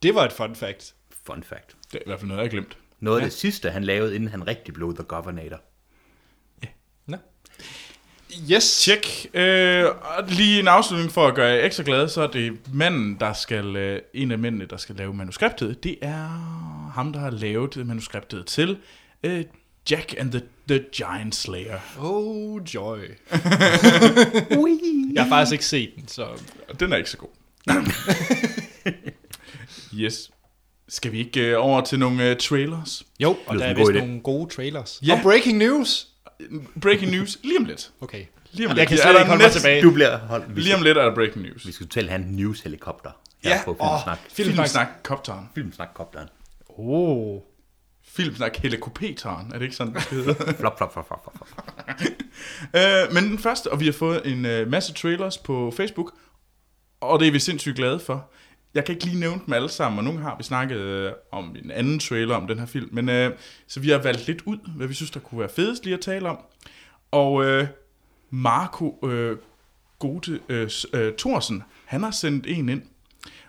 S1: Det var et fun fact.
S3: Fun fact.
S2: Det er i hvert fald noget, jeg har glemt.
S3: Noget af det sidste, han lavede, inden han rigtig blev The Governator.
S1: Nå. Yes.
S2: Tjek. Øh, og lige en afslutning for at gøre jer ekstra glade, så er det manden, der skal, øh, en af mændene, der skal lave manuskriptet. Det er ham, der har lavet manuskriptet til øh, Jack and the, the Giant Slayer.
S1: Oh joy. jeg har faktisk ikke set den, så...
S2: Og den er ikke så god. yes. Skal vi ikke øh, over til nogle øh, trailers?
S1: Jo, og
S3: som
S1: der er
S3: en
S1: vist
S3: god idé.
S1: nogle gode trailers.
S2: Ja.
S1: Og breaking news!
S2: Breaking news lige om lidt.
S1: Okay.
S2: Lige om
S1: Jeg kan
S2: Ja,
S1: slet
S2: der
S1: ikke holde mig
S2: næsten-
S1: tilbage.
S3: Du bliver holdt. Vi
S2: Lige
S3: skal,
S2: om lidt er der breaking news.
S3: vi skal til have en news-helikopter. her
S2: Ja,
S3: på
S2: åh,
S3: Filmsnak. Oh.
S2: Filmsnak Kopteren.
S3: Filmsnak-kopteren.
S1: Oh.
S2: Filmsnak Helikopteren. Er det ikke sådan, det hedder?
S3: Flop, flop, flop, flop, flop, flop.
S2: Øh, men den første, og vi har fået en øh, masse trailers på Facebook, og det er vi sindssygt glade for. Jeg kan ikke lige nævne dem alle sammen, og nogle har vi snakket øh, om en anden trailer om den her film, men øh, så vi har valgt lidt ud, hvad vi synes, der kunne være fedest lige at tale om. Og øh, Marco øh, Gode øh, S- øh, Thorsen, han har sendt en ind,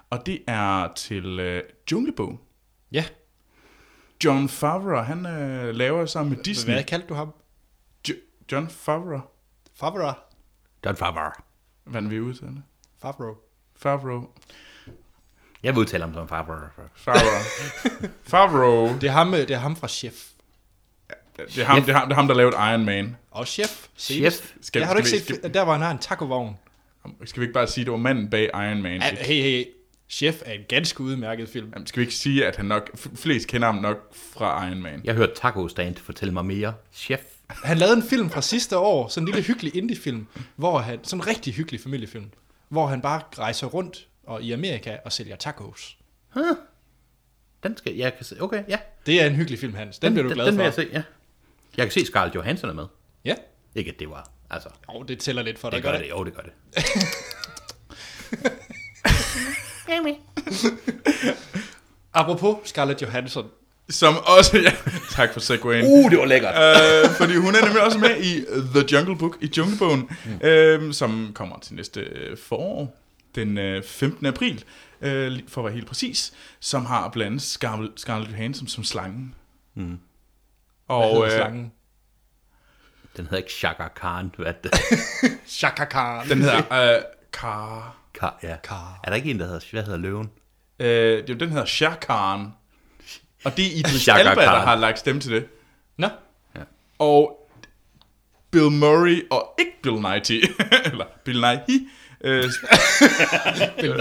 S2: og det er til øh, Junglebogen.
S1: Ja,
S2: John Favreau, han øh, laver sammen med Disney.
S1: hvad kaldte du ham?
S2: Jo- John Favreau,
S1: Favreau?
S3: Don Favre.
S2: hvordan vi udtaler det?
S1: Favreau.
S2: Favreau.
S3: Jeg vil udtale ham som Favre.
S2: Favreau. Favreau.
S1: Det er ham, øh, det er ham fra Chef.
S2: Det er, ham, det, er ham, det er ham, der lavede Iron Man.
S1: Og Chef. Se det.
S3: Chef.
S2: Skal,
S1: ja, har du ikke
S2: skal,
S1: set der, hvor han har en tacovogn?
S2: Vi, skal, skal vi ikke bare sige, at det var manden bag Iron Man?
S1: Ah, Hey, hey, Chef er en ganske udmærket film.
S2: Jamen, Skal vi ikke sige, at han nok, f- flest kender ham nok fra Iron Man?
S3: Jeg hørte Taco Stand fortælle mig mere. Chef.
S1: Han lavede en film fra sidste år, sådan en lille hyggelig indiefilm, hvor han, sådan en rigtig hyggelig familiefilm, hvor han bare rejser rundt og i Amerika og sælger tacos.
S3: Den skal, jeg kan se. Okay, ja.
S1: Det er en hyggelig film, Hans. Den, den bliver du glad for.
S3: den, Den vil jeg se, ja. Jeg kan se Scarlett Johansson er med.
S1: Ja.
S3: Ikke at det var, altså. Det,
S1: Oh, det tæller lidt for dig.
S3: det gør det. Jo, det gør det.
S1: Apropos Scarlett Johansson.
S2: Som også... Ja, tak for segwayen.
S3: Uh, det var lækkert.
S2: øh, fordi hun er nemlig også med i The Jungle Book, i Junglebogen,
S1: Hmm.
S2: mm. øh, som kommer til næste øh, forår, den øh, 15. april, øh, lige for at være helt præcis, som har blandt andet Scarl- Scarlett Johansson som slangen. Mm.
S1: Og
S2: Og øh,
S1: Hmm. slangen.
S3: Den hedder ikke Shaka Khan. Hvad det?
S1: Chaka Khan.
S2: den hedder øh, Kar...
S3: Ka, ja.
S1: Khan.
S3: Er der ikke en, der hedder, hvad hedder løven?
S2: Øh, jo, den hedder Shakaren. Og det er Idris
S3: Shaka
S2: Alba, der
S3: Khan.
S2: har lagt stemme til det.
S1: Nå,
S2: Og Bill Murray og ikke Bill Nighy, eller Bill Nighy, øh,
S1: Bill Nye.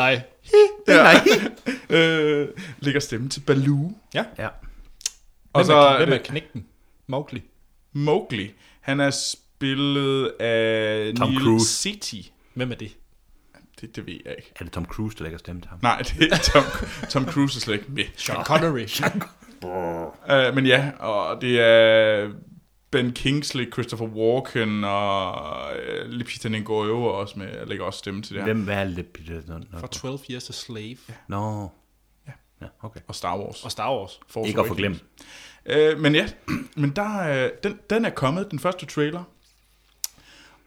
S3: Nej.
S2: øh, lægger stemme til Baloo.
S3: ja.
S2: Og
S1: Hvem,
S2: så øh,
S1: er,
S2: er
S1: hvem er
S2: det
S1: knægten? Mowgli.
S2: Mowgli. Han er spillet af
S3: Tom
S2: Neil
S3: Cruise.
S2: City.
S1: Hvem er det?
S2: Det, det ved jeg ikke.
S3: Er det Tom Cruise, der lægger stemme til ham?
S2: Nej, det er ikke Tom, Tom Cruise er slet ikke med.
S1: Sean Connery.
S2: Uh, men ja, og det er Ben Kingsley, Christopher Walken og uh, Lupita Nyong'o er også med, jeg lægger også stemme til det her.
S3: Hvem hvad er lidt bitte? Nå, nå.
S1: Fra 12 Years a Slave.
S3: Nå.
S2: Ja.
S3: Ja, okay.
S2: Og Star Wars.
S1: Og Star Wars.
S2: Force
S3: Ikke at
S2: Awakens.
S3: forglemme.
S2: Øh, men ja, men der, øh, den, den er kommet, den første trailer.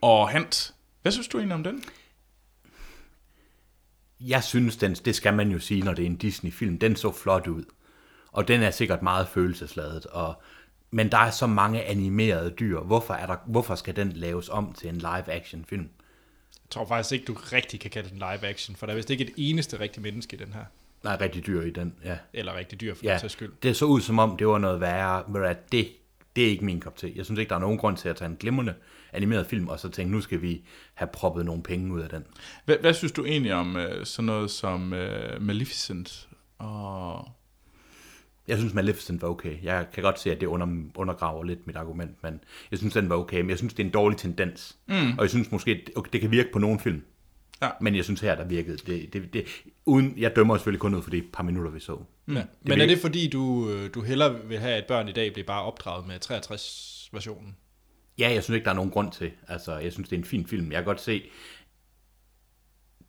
S2: og Hant. Hvad synes du egentlig om den?
S3: Jeg synes, den, det skal man jo sige, når det er en Disney-film. Den så flot ud. Og den er sikkert meget følelsesladet. Og, men der er så mange animerede dyr. Hvorfor, er der, hvorfor skal den laves om til en live-action-film?
S1: Jeg tror faktisk ikke, du rigtig kan kalde den live action, for der er vist ikke et eneste rigtig menneske i den her.
S3: Der er rigtig dyr i den, ja.
S1: Eller rigtig dyr, for ja.
S3: ja.
S1: sags skyld.
S3: Det så ud som om, det var noget værre. Men at det, det er ikke min kop te. Jeg synes ikke, der er nogen grund til at tage en glimrende animeret film, og så tænke, nu skal vi have proppet nogle penge ud af den.
S2: Hvad, hvad synes du egentlig om øh, sådan noget som øh, Maleficent? Og...
S3: Jeg synes, Maleficent var okay. Jeg kan godt se, at det under, undergraver lidt mit argument, men jeg synes, den var okay. Men jeg synes, det er en dårlig tendens. Mm. Og jeg synes måske, det, okay, det kan virke på nogle film.
S2: Ja.
S3: Men jeg synes her, der virkede det. det, det uden, jeg dømmer selvfølgelig kun ud for de par minutter, vi så.
S1: Mm. Ja. Men er det fordi, du, øh, du hellere vil have, at børn i dag bliver bare opdraget med 63-versionen?
S3: Ja, jeg synes ikke, der er nogen grund til. Altså, jeg synes, det er en fin film. Jeg kan godt se,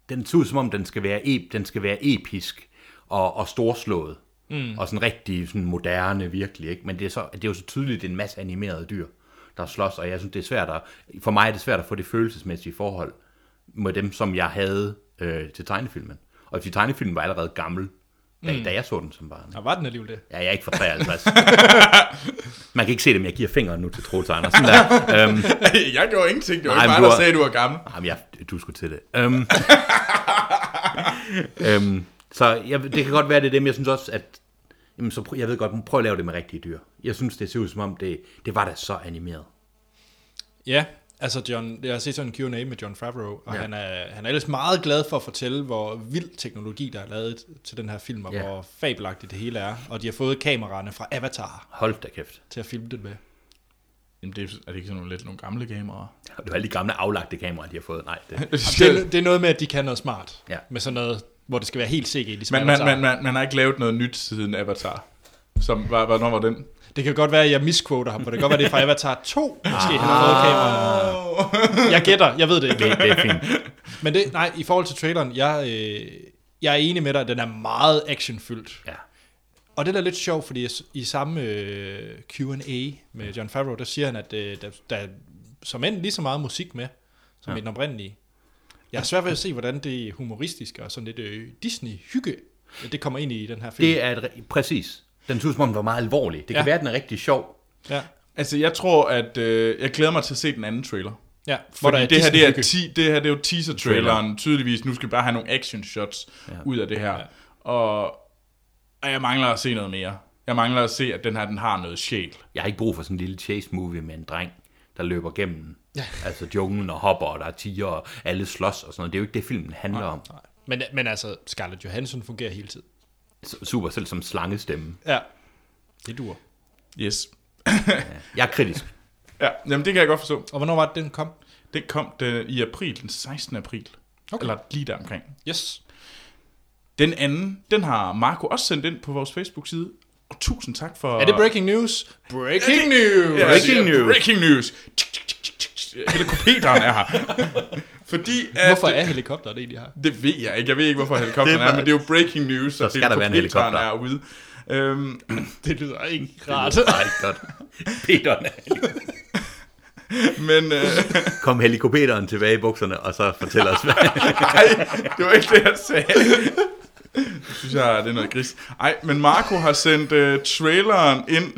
S3: den ser ud som om, den skal være, ep, den skal være episk og, og storslået. Mm. Og sådan rigtig sådan moderne, virkelig. Ikke? Men det er, så, det er jo så tydeligt, det er en masse animerede dyr, der slås. Og jeg synes, det er svært at, for mig er det svært at få det følelsesmæssige forhold med dem, som jeg havde øh, til tegnefilmen. Og fordi tegnefilmen var allerede gammel, da, mm. da jeg så den som barn.
S1: Og var den alligevel det?
S3: Ja, jeg er ikke fra 53. Man kan ikke se det, men jeg giver fingeren nu til Troels Andersen. Der. Øhm,
S2: jeg gjorde ingenting, det var
S3: Nej,
S2: ikke mig,
S3: men du
S2: der
S3: har-
S2: sagde, du var gammel.
S3: Jamen, jeg, du skulle til det. Øhm, øhm, så jeg, det kan godt være, det er dem. Jeg synes også, at... Jamen, så prøv, jeg ved godt, prøv at lave det med rigtige dyr. Jeg synes, det ser ud som om, det, det var da så animeret.
S1: Ja, altså John, jeg har set sådan en Q&A med John Favreau, og ja. han, er, han er ellers meget glad for at fortælle, hvor vild teknologi, der er lavet til den her film, og ja.
S3: Ja.
S1: hvor fabelagtigt det hele er. Og de har fået kameraerne fra Avatar
S3: Hold da kæft.
S1: til at filme det med.
S2: Jamen, det er, er det ikke sådan nogle, lidt nogle gamle kameraer?
S3: Det var alle de gamle aflagte kameraer, de har fået. Nej, det,
S1: Jamen, det, er, det er noget med, at de kan noget smart.
S3: Ja.
S1: Med sådan noget, hvor det skal være helt CG, ligesom
S2: man, man,
S1: Avatar.
S2: man, man, man har ikke lavet noget nyt siden Avatar. Som, var, hvornår var den?
S1: Det kan godt være, at jeg misquoter ham, for det kan godt være, det er fra Avatar 2, måske han har
S2: Ah.
S1: fået kameraerne. Jeg gætter, jeg ved det ikke.
S3: det, det er fint.
S1: Men det, nej, i forhold til traileren, jeg, øh, jeg er enig med dig, at den er meget actionfyldt.
S3: Ja.
S1: Og det er da lidt sjovt, fordi i samme øh, Q&A med John Favreau, der siger han, at øh, der, der er som end lige så meget musik med, som ja. i den oprindelige. Jeg har svært ved at se, hvordan det humoristiske og sådan lidt øh, Disney-hygge, at det kommer ind i den her film.
S3: Det er et, ri- præcis. Den ser ud som om, den var meget alvorlig. Det kan
S1: Ja.
S3: ja. være, den er rigtig sjov.
S1: ja,
S2: Altså, jeg tror, at øh, jeg glæder mig til at se den anden trailer.
S1: ja, hvor der
S2: Fordi
S1: er
S2: det her, det, er
S1: Disney-hygge.
S2: ti, det her, det er jo teaser-traileren, tydeligvis. Nu skal vi bare have nogle action-shots ja. ud af det her. Ja. Og, og jeg mangler at se noget mere. Jeg mangler at se, at den her, den har noget sjæl.
S3: Jeg har ikke brug for sådan en lille chase-movie med en dreng, der løber gennem ja. altså junglen og hopper, og der er tiger, og alle slås og sådan noget. Det er jo ikke det, filmen handler om.
S1: Men, men altså, Scarlett Johansson fungerer hele tiden.
S3: S- Super, selv som slangestemme.
S1: Ja, det dur.
S2: Yes.
S3: Jeg er kritisk.
S2: Ja, jamen det kan jeg godt forstå.
S1: Og hvornår var det, den kom?
S2: Det kom den, i april, den 16. april.
S1: Okay.
S2: Okay. Eller lige der omkring.
S1: Yes.
S2: Den anden, den har Marco også sendt ind på vores Facebook-side. Og tusind tak for...
S1: Er det breaking news? Breaking news!
S2: Ja,
S3: Breaking
S2: altså,
S3: news.
S2: Breaking news. Tsk, tsk, tsk, tsk, tsk. Helikopteren er her. Fordi at,
S1: Hvorfor er helikopteret egentlig her?
S2: Det ved jeg ikke. Jeg ved ikke, hvorfor helikopteren
S3: Det var-
S2: er, men det er jo breaking news. Så
S3: skal der være en
S2: er ude. Øhm,
S1: Det lyder ikke
S3: Det er meget godt. Peteren.
S2: men øh,
S3: Kom helikopteren tilbage i bukserne, og så fortæl os, hvad...
S2: ej, det var ikke det, jeg sagde. Det synes jeg, det er noget gris. Ej, men Marco har sendt øh, traileren ind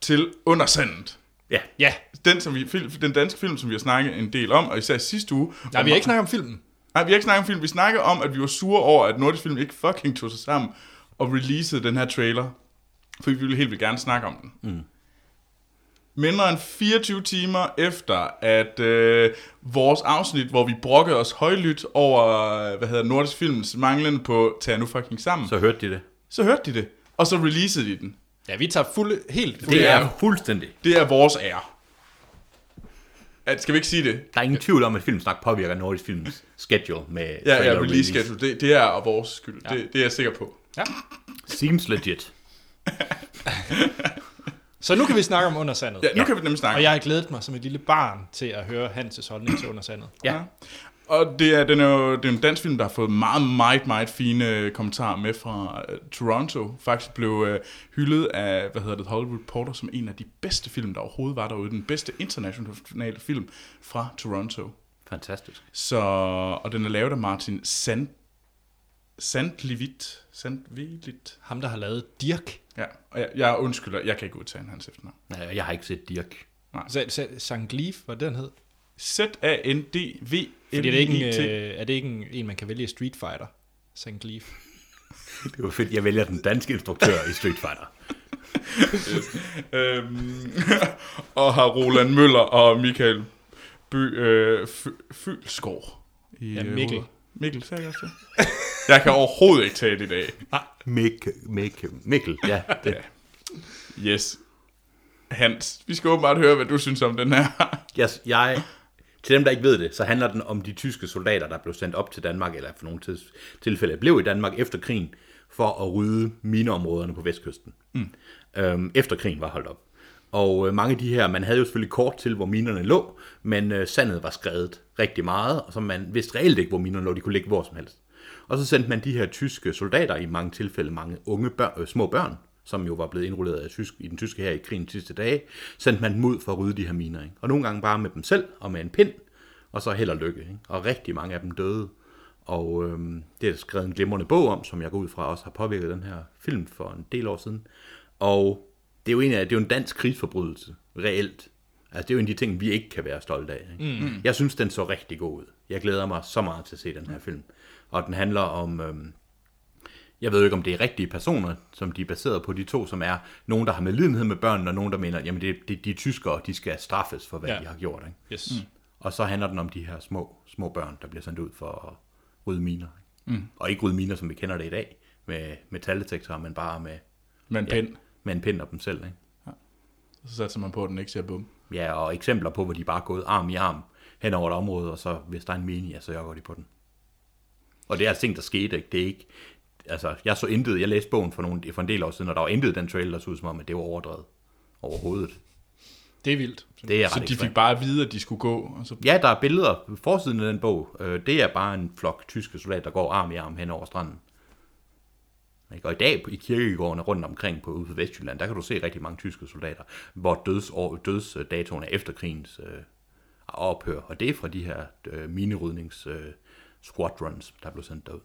S2: til Undersandet.
S3: Ja,
S1: Ja,
S2: Den, som vi, fil- den danske film, som vi har snakket en del om, og især sidste uge.
S1: nej,
S2: Og
S1: vi har ikke snakket om filmen.
S2: Nej, vi har ikke snakket om film. Vi snakkede om, at vi var sure over, at Nordisk Film ikke fucking tog sig sammen og releasede den her trailer. For vi ville helt vildt gerne snakke om den. Mm. Mindre end 24 timer efter, at øh, vores afsnit, hvor vi brokkede os højlydt over, øh, hvad hedder Nordisk Films manglende på Tag nu fucking sammen, så.
S3: så hørte de det.
S2: så hørte de det. Og så releasede de den.
S1: Ja, vi tager fuld, helt fuld.
S3: Det
S2: er-
S3: er fuldstændig.
S2: Det er vores ære. At, skal vi ikke sige det?
S3: Der er ingen tvivl om, at Filmsnak påvirker Nordisk Films schedule med
S2: Ja, ja,
S3: trailer
S2: release schedule. Det, det er vores skyld. Ja. Det, det er jeg sikker på.
S3: Seems legit.
S1: Så nu kan vi snakke om undersandet.
S2: Ja, nu ja. kan vi nemlig snakke.
S1: Og jeg har glædet mig som et lille barn til at høre Hans' holdning til undersandet.
S3: Ja.
S2: Og det er, den er jo det er en dansk film, der har fået meget, meget, meget fine øh, kommentarer med fra øh, Toronto. Faktisk blev øh, hyldet af, hvad hedder det, Hollywood Reporter som en af de bedste film, der overhovedet var derude. Den bedste internationale film fra Toronto.
S3: Fantastisk.
S2: Så, og den er lavet af Martin Sand, Sandlivit. Sandvilit.
S1: Ham, der har lavet Dirk.
S2: Ja, og jeg, jeg undskylder, jeg kan ikke udtale hans efternavn.
S3: Nej, Jeg har ikke set Dirk.
S1: Sa- sa- Sanglief, hvad den hed?
S2: Z-A-N-D-V
S1: Fordi er det, ikke en, øh, er det ikke en, en, man kan vælge i Street Fighter? Sanglief.
S3: Det var fedt, jeg vælger den danske instruktør i Street Fighter.
S2: øhm, og har Roland Møller og Michael By, øh, Fy- Fylsgaard. I,
S1: Ja,
S2: øh,
S1: Mikkel.
S2: hovedet. Mikkel, sagde jeg også det? Jeg kan overhovedet ikke tale i dag.
S3: Mik, Mik, Mikkel, Ah. ja. Det. ja.
S2: Yes. Hans, vi skal åbenbart høre, hvad du synes om den her.
S3: Jeg, jeg, til dem, der ikke ved det, så handler den om de tyske soldater, der blev sendt op til Danmark, eller for nogle tids, tilfælde blev i Danmark efter krigen, for at rydde mineområderne på vestkysten. Mm. Øhm, efter krigen var holdt op. Og øh, mange af de her, man havde jo selvfølgelig kort til, hvor minerne lå, men øh, sandet var skrevet rigtig meget, og så man vidste reelt ikke, hvor minerne lå, de kunne ligge hvor som helst. Og så sendte man de her tyske soldater, i mange tilfælde mange unge børn, øh, små børn, som jo var blevet indrulleret af tysk, i den tyske her i krigen de sidste dage, sendte man dem ud for at rydde de her miner. Ikke? Og nogle gange bare med dem selv og med en pind, og så held og lykke. Ikke? Og rigtig mange af dem døde. Og øhm, det er der skrevet en glimrende bog om, som jeg går ud fra også har påvirket den her film for en del år siden. Og det er jo en, af, det er jo en dansk krigsforbrydelse, reelt. Altså, det er jo en af de ting, vi ikke kan være stolte af. Ikke? Mm. Jeg synes, den så rigtig god ud. Jeg glæder mig så meget til at se den her film. Og den handler om... Øhm, jeg ved jo ikke, om det er rigtige personer, som de er baseret på, de to, som er nogen, der har medlidenhed med børnene, og nogen, der mener, jamen det, det de er tyskere, og de skal straffes for, hvad
S1: Ja.
S3: ja. de har gjort. Ikke?
S1: Yes.
S3: Og så handler den om de her små, små børn, der bliver sendt ud for at rydde miner. Mm. Og ikke rydde miner, som vi kender det i dag, med metaldetektorer, men bare med,
S2: Men pind.
S3: med en pind og dem selv. Ikke?
S2: Så satser man på, at den ikke ser bum.
S3: Ja, og eksempler på, hvor de bare er gået arm i arm hen over et område, og så hvis der er en mening, ja, så jogger de på den. Og det er altså ting, der skete, ikke? Det er ikke... Altså, jeg så intet, jeg læste bogen for, nogle, for en del år siden, og der var intet i den trailer, der så ud som om, at det var overdrevet overhovedet.
S1: Det er vildt.
S3: Det er
S2: Så
S3: ret
S2: de
S3: ekstremt.
S2: fik bare at vide, at de skulle gå, og så
S3: Ja, der er billeder på forsiden af den bog. Øh, det er bare en flok tyske soldater, der går arm i arm hen over stranden. Ikke? Og i dag i kirkegårdene rundt omkring på ude på Vestjylland, der kan du se rigtig mange tyske soldater, hvor dødsår, dødsdatoen er efter krigens øh, ophør. Og det er fra de her øh, minerydnings øh, squadrons, der blev sendt derud.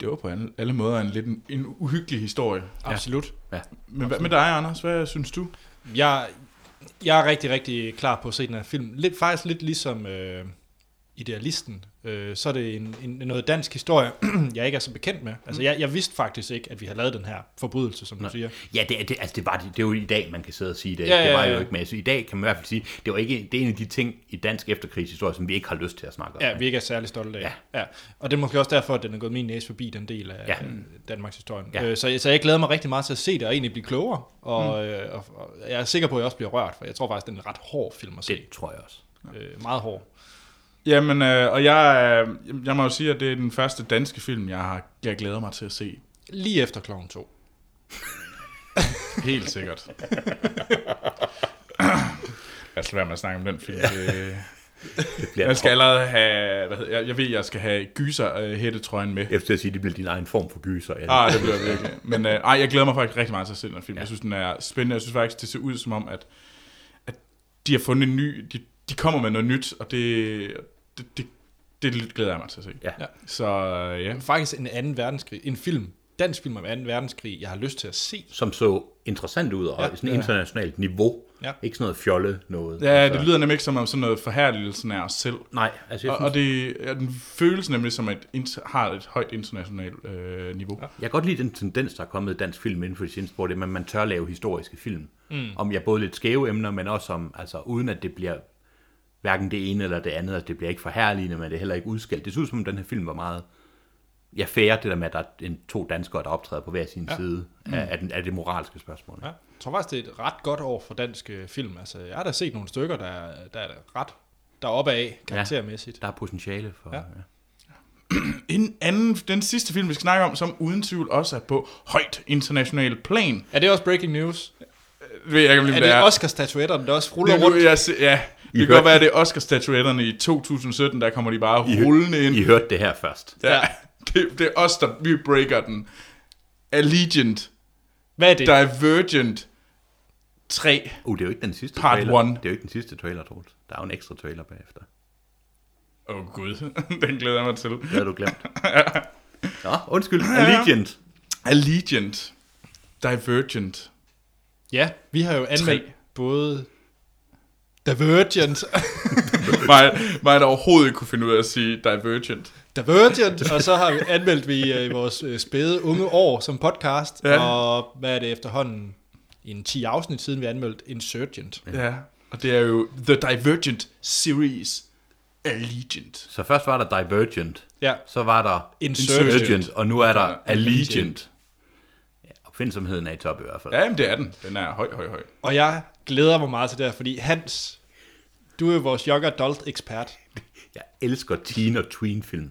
S2: det var på alle, alle måder en lidt en, en uhyggelig historie.
S1: Absolut.
S3: Ja.
S2: Men hvad med dig, Anders? Hvad synes du?
S1: Jeg, jeg er rigtig, rigtig klar på at se den her film. Lidt, faktisk lidt ligesom øh, Idealisten. Øh, så er det en, en, noget dansk historie, jeg ikke er så bekendt med. Altså, jeg, jeg vidste faktisk ikke, at vi havde lavet den her forbrydelse, som du siger.
S3: Ja, det, er- det, altså det, var, det, det er jo i dag, man kan sidde og sige det.
S1: Ja,
S3: Ja,
S1: ja,
S3: det var
S1: ja.
S3: jo ikke med. Så i dag kan man i hvert fald sige, det, var ikke, det er en af de ting i dansk efterkrigshistorie, som vi ikke har lyst til at snakke om.
S1: Ja, vi ikke er særlig stolte af. Ja. Ja. Og det er måske også derfor, at den er gået min næse forbi, den del af ja.
S3: Ja.
S1: Danmarks historie. Ja.
S3: Ja.
S1: Øh, så, jeg- så jeg glæder mig rigtig meget til at se det, og egentlig blive klogere. Og, mm. og, og jeg er sikker på, at jeg også bliver rørt, for jeg tror faktisk, det er en ret hård film at se.
S3: Det tror jeg også.
S1: Øh, meget hård.
S2: Jamen, øh, og jeg, øh, jeg må jo sige, at det er den første danske film, jeg, har, jeg glæder mig til at se.
S1: Lige efter klokken to.
S2: Helt sikkert. Lad os lade være med at snakke om den film. Det-
S3: bliver
S2: Jeg skal allerede have, hvad hedder, jeg, jeg ved, jeg skal have gyser-hættetrøjen med.
S3: Jeg skulle til at sige, det bliver din egen form for gyser. Ja.
S2: Ah, det bliver virkelig. Men øh, ej, jeg glæder mig faktisk rigtig meget til at se den her film. Ja. Jeg synes, den er spændende. Jeg synes faktisk, det ser ud som om, at, at de har fundet en ny... De, de kommer med noget nyt, og det, det, det, det glæder jeg mig til at se.
S3: Ja.
S1: Ja.
S2: Så øh, ja.
S1: Faktisk en anden verdenskrig. En film. Dansk film om 2. verdenskrig, jeg har lyst til at se.
S3: Som så interessant ud, og
S1: Ja,
S3: ja, sådan et
S1: ja.
S3: internationalt niveau.
S1: Ja.
S3: Ikke sådan noget fjolle noget. Altså,
S2: Ja, det lyder nemlig ikke som om sådan noget forhærdelsen af os selv.
S3: Nej, altså jeg,
S2: Og,
S3: synes,
S2: og det ja, den føles nemlig som, at inter, har et højt internationalt øh, niveau. Ja.
S3: jeg kan godt lide den tendens, der er kommet i dansk film inden for de seneste år, det er, at man tør lave historiske film. Mm. Om ja, både lidt skæve emner, men også om, altså uden at det bliver hverken det ene eller det andet, altså det bliver ikke forhærligende, men det er heller ikke udskældt. Det ser ud som om den her film var meget, ja, færre det der med, at der er en, to danskere, der optræder på hver sin ja. side af, af, den, af det moralske spørgsmål.
S1: Ja. Jeg tror faktisk, det er et ret godt år for dansk øh, film. Altså, jeg har da set nogle stykker, der, er- der er ret deroppe af karaktermæssigt.
S3: Der er potentiale for...
S1: Ja.
S3: Ja.
S2: En anden, den sidste film, vi skal snakke om, som uden tvivl også er på højt internationalt plan.
S1: Er det også breaking news?
S2: Jeg ved jeg ikke, om
S1: Er
S2: det
S1: det Oscar-statuetterne, der også ruller
S2: Det er
S1: rundt?
S2: nu, jeg se, ja. Det kan godt være, at det er Oscar-statuetterne i 2017, der kommer de bare
S3: I hø-
S2: rullende ind.
S3: I hørte det her først.
S2: Ja, det, det er os, der vi breaker den. Allegiant,
S1: Hvad er det?
S2: Divergent 3.
S3: Uh, det er jo ikke den sidste
S2: Part
S3: trailer.
S2: one.
S3: Det er jo ikke den sidste trailer, Troels. Der er jo en ekstra trailer bagefter.
S2: Åh oh, gud, den glæder jeg mig til.
S3: Det har du glemt. Nå, undskyld. Allegiant.
S2: Allegiant, Divergent.
S1: Ja, vi har jo anmeldt både Divergent,
S2: Mig, mig, der overhovedet ikke kunne finde ud af at sige Divergent.
S1: Divergent, og så har vi anmeldt vi øh, vores øh, spæde unge år som podcast,
S2: Ja.
S1: ja. og hvad er det efterhånden? En 10 afsnit siden vi anmeldte Insurgent.
S2: Ja, og det er jo The Divergent Series Allegiant.
S3: Så først var der Divergent.
S1: Ja,
S3: Så var der
S1: Insurgent.
S3: Urgent, og nu er der Allegiant.
S2: Allegiant.
S3: Ja, opfindsomheden er i top i hvert fald.
S2: Ja, jamen, det er den. Den er høj, høj, høj.
S1: Og jeg glæder mig meget til det her, fordi Hans, du er jo vores young adult ekspert.
S3: Jeg elsker teen og tween film.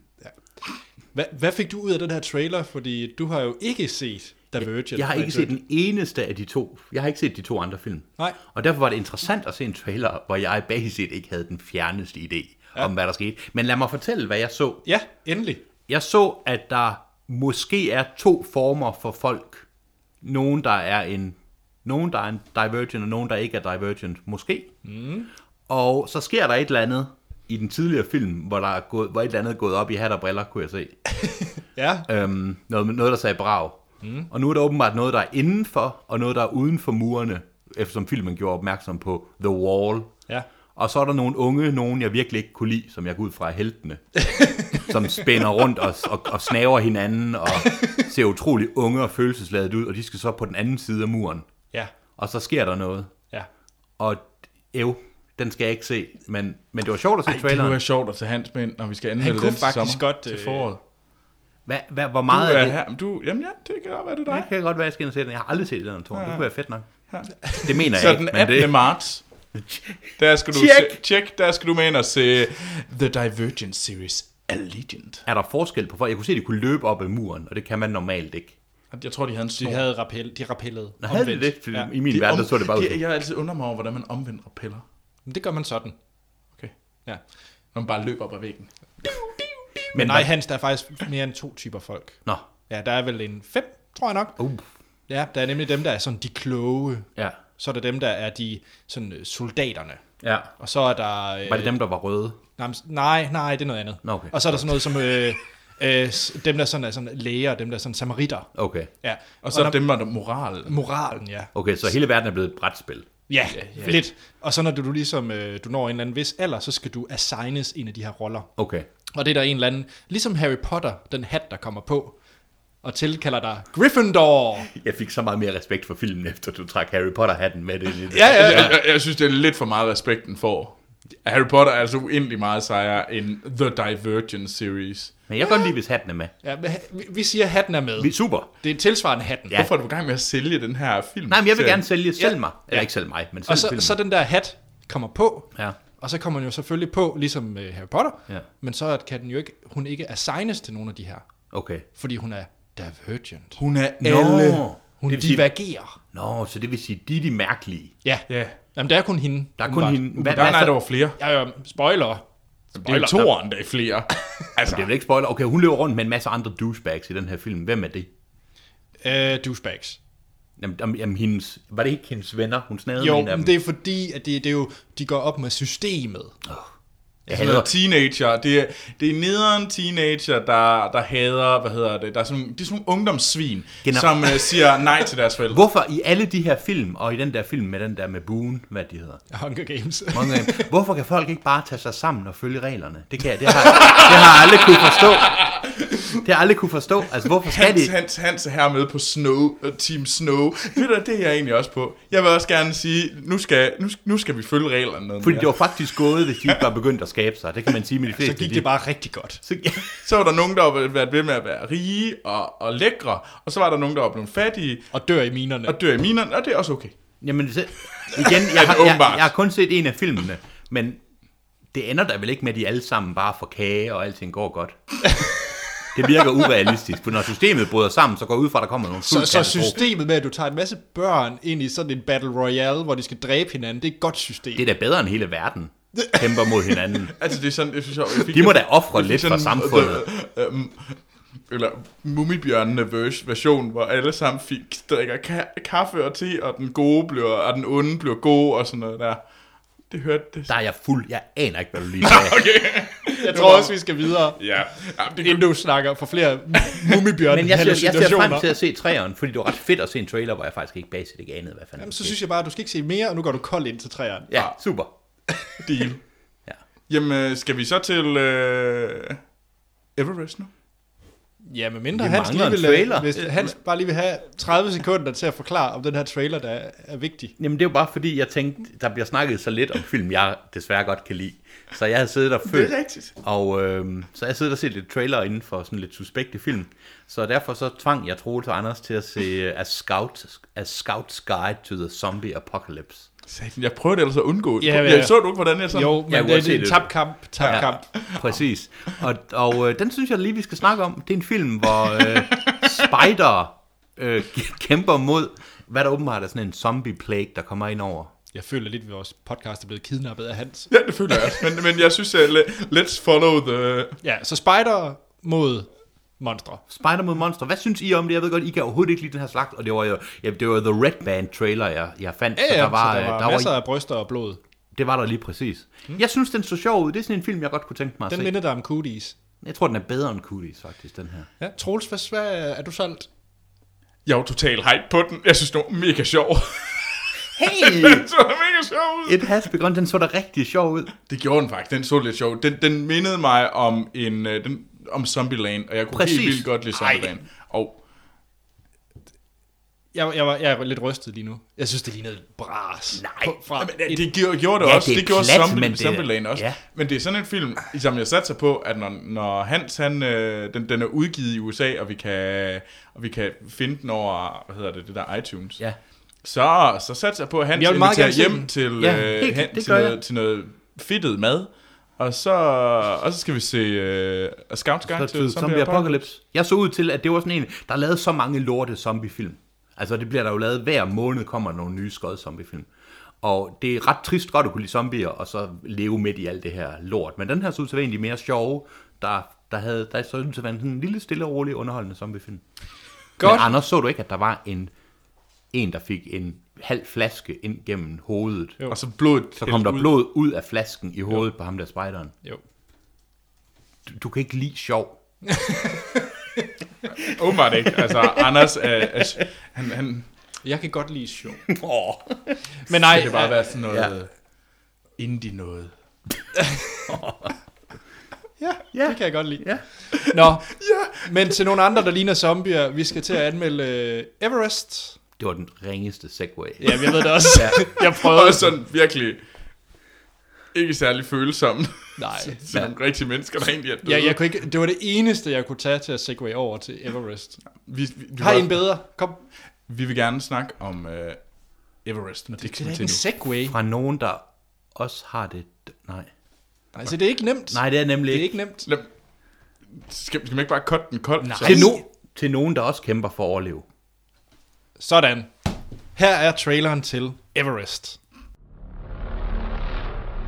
S1: Hva, hvad fik du ud af den her trailer? Fordi du har jo ikke set Divergent.
S3: Jeg har
S1: og
S3: ikke set
S1: Insurgent.
S3: den eneste af de to. Jeg har ikke set de to andre film.
S1: Nej.
S3: Og derfor var det interessant at se en trailer, hvor jeg basisk set ikke havde den fjerneste idé ja. om, hvad der skete. Men lad mig fortælle, hvad jeg så.
S1: Ja, endelig.
S3: Jeg så, at der måske er to former for folk. Nogen, der er en nogen, der er en divergent, og nogen, der ikke er divergent. Måske. Mm. Og så sker der et eller andet i den tidligere film, hvor, der er gået, hvor et eller andet er gået op i hat og briller, kunne jeg se.
S1: Ja,
S3: Øhm, noget, noget, der sagde brav. Mm. Og nu er der åbenbart noget, der er indenfor, og noget, der er uden for murene, eftersom filmen gjorde opmærksom på The Wall.
S1: ja.
S3: Og så er der nogle unge, nogen jeg virkelig ikke kunne lide, som jeg går ud fra er heltene, som spænder rundt og, og, og snaver hinanden og ser utrolig unge og følelsesladet ud, og de skal så på den anden side af muren.
S1: Ja,
S3: Og så sker der noget.
S1: ja.
S3: Og ev, den skal jeg ikke se, men, men det var sjovt at se
S2: Ej, det kunne
S3: traileren.
S2: være sjovt at tage hans med ind, når vi skal anmelde
S1: Han
S2: den
S1: kunne
S2: til
S1: faktisk
S2: sommer,
S1: godt,
S2: til
S1: øh,
S2: foråret.
S3: Hvad, hvad, hvor
S2: Du
S3: meget
S2: er
S3: af det?
S2: her. men Du, jamen ja, det kan godt være, det er dig.
S3: Det kan godt være, jeg skal ind og se den. Jeg har aldrig set den, Torben. Det kunne være fedt nok.
S2: Ja.
S3: Det mener
S2: Så
S3: jeg
S2: den
S3: ikke, men
S2: 18. Det...
S3: det...
S2: marts, der skal du
S3: Tjek!
S2: se, tjek, der skal du med ind og se The Divergent Series Allegiant.
S3: Er der forskel på folk? Jeg kunne se, at de kunne løbe op ad muren, og det kan man normalt ikke.
S2: Jeg tror, de havde en
S1: De
S2: snor.
S1: havde rappel, de rappellede.
S3: Nå, havde de det? Fordi I min verden, der så det bare ud.
S2: de,
S3: som-
S2: jeg har altid undret mig over, hvordan man omvender piller.
S1: Men det gør man sådan.
S2: Okay.
S1: Ja.
S2: Når man bare løber op ad væggen.
S1: Men
S3: Men
S1: nej,
S3: hvad-
S1: Hans, der er faktisk mere end to typer folk.
S3: Nå,
S1: Ja, der er vel en fem, tror jeg nok.
S3: uh,
S1: Ja, der er nemlig dem, der er sådan de kloge.
S3: ja,
S1: Så er der dem, der er de sådan øh, soldaterne.
S3: ja.
S1: Og så er der... Øh,
S3: Var det dem, der var røde?
S1: Nej, men- nej, nej, det er noget andet.
S3: Nå, okay.
S1: Og så er der sådan noget som øh, øh, s- dem, der sådan er sådan læger, og dem, der er sådan samaritter.
S3: Okay.
S1: Ja.
S2: Og så er dem, der er moral.
S1: moralen, ja.
S3: Okay, så hele verden er blevet et brætspil.
S1: Ja, ja, lidt. Og så når du, du ligesom øh, du når en eller anden vis alder, så skal du assignes en af de her roller.
S3: Okay.
S1: Og det er der en eller anden, ligesom Harry Potter, den hat, der kommer på, og tilkalder dig Gryffindor.
S3: Jeg fik så meget mere respekt for filmen, efter du trak Harry Potter-hatten med det. det.
S1: Ja, ja,
S2: Jeg,
S1: ja.
S2: Altså, jeg, jeg synes, det er lidt for meget respekt, den får. Harry Potter er altså uendelig meget sejere end The Divergent Series.
S3: Men jeg kan godt lide, hvis hatten er med.
S1: ja men ha- vi- vi siger, hatten er med.
S3: Vi- Super.
S1: Det er tilsvarende hatten.
S3: Ja.
S2: Hvorfor er du i gang med at sælge den her film?
S3: Nej, men jeg vil
S2: til-
S3: gerne sælge, sælge mig. Eller
S1: Ja.
S3: ikke sælge mig, men sælge
S1: Og så,
S3: filmen.
S1: så den der hat kommer på,
S3: Ja.
S1: og så kommer den jo selvfølgelig på, ligesom øh, Harry Potter,
S3: Ja.
S1: men så at- kan den jo ikke, hun ikke assignes til nogen af de her,
S3: Okay.
S1: fordi hun er divergent.
S2: Hun er
S3: Nå.
S2: alle.
S1: Hun
S3: Det vil sige-
S1: divergerer.
S3: Nå, så det vil sige, de er de mærkelige.
S1: Ja.
S2: Ja.
S1: Jamen, der er kun hende.
S3: Der er kun
S1: åbenbart.
S3: hende... Hvad,
S2: Nej,
S3: hvad
S2: nej,
S3: så?
S2: der var flere.
S1: Ja, ja, spoiler.
S2: Det er jo toeren, der er flere. Altså,
S3: Det er vel ikke spoiler. Okay, hun løber rundt med en masse andre douchebags i den her film. Hvem er det?
S1: Øh, douchebags.
S3: Jamen, om- jamen hendes, var det ikke hendes venner? Hun snadede
S1: Jo,
S3: en af dem.
S1: men det er fordi, at det, det er jo, de går op med systemet.
S3: jeg
S2: sådan noget
S3: hader,
S2: teenager. Det er, det er nederen teenager, der, der hader, hvad hedder det, der er sådan, de er sådan nogle ungdomssvin,
S3: Gener-
S2: som uh, siger nej til deres forældre.
S3: hvorfor i alle de her film, og i den der film med den der med Boone, hvad de hedder,
S1: Hunger Games.
S3: Hunger Games, hvorfor kan folk ikke bare tage sig sammen og følge reglerne? Det, kan jeg, det, har, det har jeg aldrig kunne forstå. Det har jeg aldrig kunne forstå. Altså, hvorfor skal
S2: Hans,
S3: de?
S2: Hans, Hans er her med på Snow, øh, Team Snow. Ved du, hvad, det er jeg egentlig også på. Jeg vil også gerne sige, nu skal, nu, nu skal vi følge reglerne noget
S3: Fordi
S2: mere.
S3: det var faktisk gået, hvis de ikke var begyndt at skabe sig. Det kan man sige med de fleste.
S1: Så gik
S3: de-
S1: det bare rigtig godt.
S3: Så, ja.
S2: Så var der nogen, der var været ved med at være rige og, og lækre, og så var der nogen, der var blevet fattige
S1: Og dør i minerne.
S2: og dør i minerne, og det er også okay.
S3: Jamen, så, igen, jeg har, jeg,
S2: Åbenbart.
S3: jeg har kun set en af filmene, men det ender da vel ikke med, at de alle sammen bare får kage, og alting går godt. Det virker urealistisk, for når systemet bryder sammen, så går jeg ud fra, at der kommer nogle
S1: Så,
S3: fulde
S1: så
S3: katastrofer.
S1: systemet med, at du tager en masse børn ind i sådan en battle royale, hvor de skal dræbe hinanden, det er et godt system.
S3: Det er da bedre end hele verden. kæmper mod hinanden.
S2: Altså, det er sådan, det er sjovt. Jeg fik
S3: De må
S2: det-
S3: da ofre
S2: jeg fik
S3: lidt for samfundet.
S2: Øh, øhm, eller Mumibjørnene verse version, hvor alle sammen fik, drikker ka- kaffe og te, og den gode bliver, og den onde bliver god, og sådan noget der. Det hørte det.
S3: Der er jeg fuld. Jeg aner ikke, hvad du lige sagde.
S1: Jeg tror også, vi skal videre,
S2: Ja, ja det
S1: inden du snakker for flere mumibjørn
S3: Men jeg ser, jeg ser frem til at se træeren, fordi det var ret fedt at se en trailer, hvor jeg faktisk ikke basic ikke anede, hvad fanden
S1: Jamen,
S3: der
S1: så
S3: skete.
S1: synes jeg bare, at du skal ikke se mere, og nu går du kold ind til træerne.
S3: Ja, super.
S2: deal.
S3: Ja.
S2: Jamen, skal vi så til øh, Everest nu?
S1: Ja, men mindre
S3: Vi
S1: Hans
S3: mangler
S1: lige,
S3: en
S1: vil,
S3: trailer.
S1: hvis Hans bare lige vil have 30 sekunder til at forklare om den her trailer, der er vigtig.
S3: Jamen det er jo bare fordi, jeg tænkte, der bliver snakket så lidt om film, jeg desværre godt kan lide. Så jeg havde siddet og følt,
S2: rigtigt.
S3: og øh, så jeg siddet og set lidt trailer inden for sådan lidt suspekte film. Så derfor så tvang jeg Troels og Anders til at se øh, A, Scout, A Scout's Guide to the Zombie Apocalypse.
S2: Satan, jeg prøvede ellers at undgå det.
S1: Ja,
S2: Ja,
S1: ja.
S2: Jeg så du ikke, hvordan jeg sådan...
S1: Jo, men
S3: Jeg kunne
S1: det,
S3: godt se
S1: det er en
S3: det.
S1: tabt kamp, tabt
S3: Ja.
S1: kamp.
S3: Præcis. Og, og øh, den synes jeg lige, vi skal snakke om. Det er en film, hvor øh, spider øh, kæmper mod, hvad der åbenbart er sådan en zombie plague, der kommer ind over.
S1: Jeg føler lidt, at vores podcast er blevet kidnappet af Hans.
S2: Ja, det føler jeg også. Men, men jeg synes, at le- let's follow the...
S1: Ja, så spider mod monstre.
S3: Spider mod Monster. Hvad synes I om det? Jeg ved godt, I kan overhovedet ikke lide den her slagt, og det var jo ja, det var The Red Band trailer, jeg, jeg fandt.
S1: Ja, ja,
S3: så der var, øh,
S1: så der var
S3: der
S1: masser
S3: var,
S1: af bryster og blod.
S3: det var der lige præcis. Mm. Jeg synes, den så sjov ud. Det er sådan en film, jeg godt kunne tænke mig at
S1: Den
S3: se.
S1: minder dig om cooties.
S3: Jeg tror, den er bedre end Cooties, faktisk, den her.
S1: Ja, Troels, hvad, hvad er du solgt?
S2: Jeg er jo total hype på den. Jeg synes, det var mega sjov.
S3: Hey!
S2: det var mega sjov ud.
S3: It has begun. Den så da rigtig sjov ud.
S2: Det gjorde den faktisk. Den så lidt sjov. ud. Den, den mindede mig om en... øh, Den, om Zombieland, og jeg kunne
S3: Præcis.
S2: helt vildt godt lide Zombieland. Og
S1: Jeg, jeg, var, jeg er lidt rystet lige nu. Jeg synes, det lignede bras.
S3: Nej.
S1: På, fra
S2: Jamen, det,
S1: et-
S2: det gjorde, gjorde det
S3: Ja,
S2: også.
S3: det er
S2: Det, gjorde
S3: klat,
S2: Zombie,
S3: men
S2: men
S3: det-
S2: Zombieland også.
S3: ja.
S2: Men det er sådan en film, som jeg satser på, at når, når Hans, han, øh, den, den er udgivet i USA, og vi kan, og vi kan finde den over, hvad hedder det, det der iTunes.
S3: Ja.
S2: Så, så satser jeg på, at han
S1: Jeg vil meget
S2: inviterer
S1: gerne se
S2: hjem
S1: den.
S2: til,
S3: Ja,
S2: ja, øh,
S3: helt-
S2: hen,
S3: det
S2: til,
S3: gør
S2: noget,
S3: jeg.
S2: til noget fedtet mad. Og så, og så skal vi se øh, A Scout's Guide
S3: Så
S2: til
S3: til
S2: Zombie,
S3: Zombie
S2: Apocalypse.
S3: Apocalypse. Jeg så ud til, at det var sådan en, der er lavet så mange lorte zombiefilm. Altså, det bliver der jo lavet hver måned, kommer der nogle nye skøde zombiefilm. Og det er ret trist godt at kunne lide zombier, og så leve midt i alt det her lort. Men den her så ud til at være egentlig mere sjov, der, der, havde, der så ud til at være en sådan lille, stille og rolig, underholdende zombiefilm. Godt. Men
S1: Godt.
S3: Anders, så du ikke, at der var en, en der fik en halv flaske ind gennem hovedet?
S1: Jo.
S2: Og så blodet.
S3: Så kom
S2: hældte
S3: der
S2: ud.
S3: blod ud af flasken i hovedet på ham der spejderen.
S1: Jo.
S3: Du, du kan ikke lide sjov.
S2: Åbenbart ikke. Altså, Anders, øh, øh, han, han
S1: Jeg kan godt lide sjov.
S3: Åh.
S1: Men nej,
S2: Ej, det bare
S1: øh,
S2: være sådan noget
S3: ja.
S2: ja. indie noget.
S1: ja,
S3: Ja.
S1: det kan jeg godt lide.
S3: Ja.
S1: Nå, ja. men til nogle andre, der ligner zombier, vi skal til at anmelde øh, Everest.
S3: Det var den ringeste segway.
S1: Ja, jeg ved det også. jeg prøvede.
S2: Og sådan virkelig ikke særlig følsom
S1: Nej.
S2: til nogle rigtige mennesker, der egentlig er døde.
S1: Ja, jeg kunne ikke, det var det eneste, jeg kunne tage til at segway over til Everest.
S2: vi, vi, du
S1: Har I
S2: har-
S1: en bedre? Kom.
S2: vi vil gerne snakke om øh, Everest, men det, det
S1: Det er
S2: kommer
S1: ikke
S2: til
S1: en
S2: nu.
S1: segway.
S3: Fra nogen, der også har det... Nej.
S1: Altså, det er ikke nemt.
S3: Nej, det er nemlig
S1: det er ikke nemt.
S2: Lad, skal, skal man ikke bare cutte den kold?
S1: Nej.
S3: Til, no, til nogen, der også kæmper for at overleve.
S1: Sådan. Her er traileren til Everest.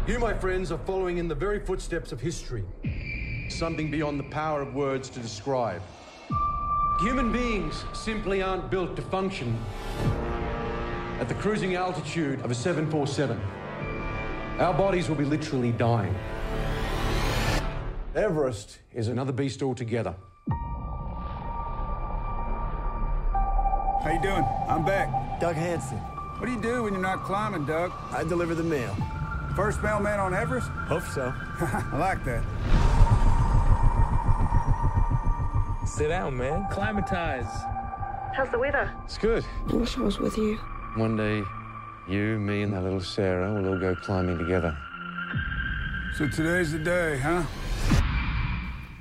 S4: You, my friends, are following in the very footsteps of history. Something beyond the power of words to describe. Human beings simply aren't built to function at the cruising altitude of a 747. Our bodies will be literally dying. Everest is another beast altogether.
S5: How you doing? I'm back.
S6: Doug Hanson.
S5: What do you do when you're not climbing, Doug?
S6: I deliver the mail.
S5: First mailman on Everest?
S6: Hope so.
S5: I like that.
S7: Sit down, man. Climatize.
S8: How's the weather?
S4: It's good.
S9: I wish I was with you.
S4: One day, you, me, and that little Sarah will all go climbing together.
S5: So today's the day, huh?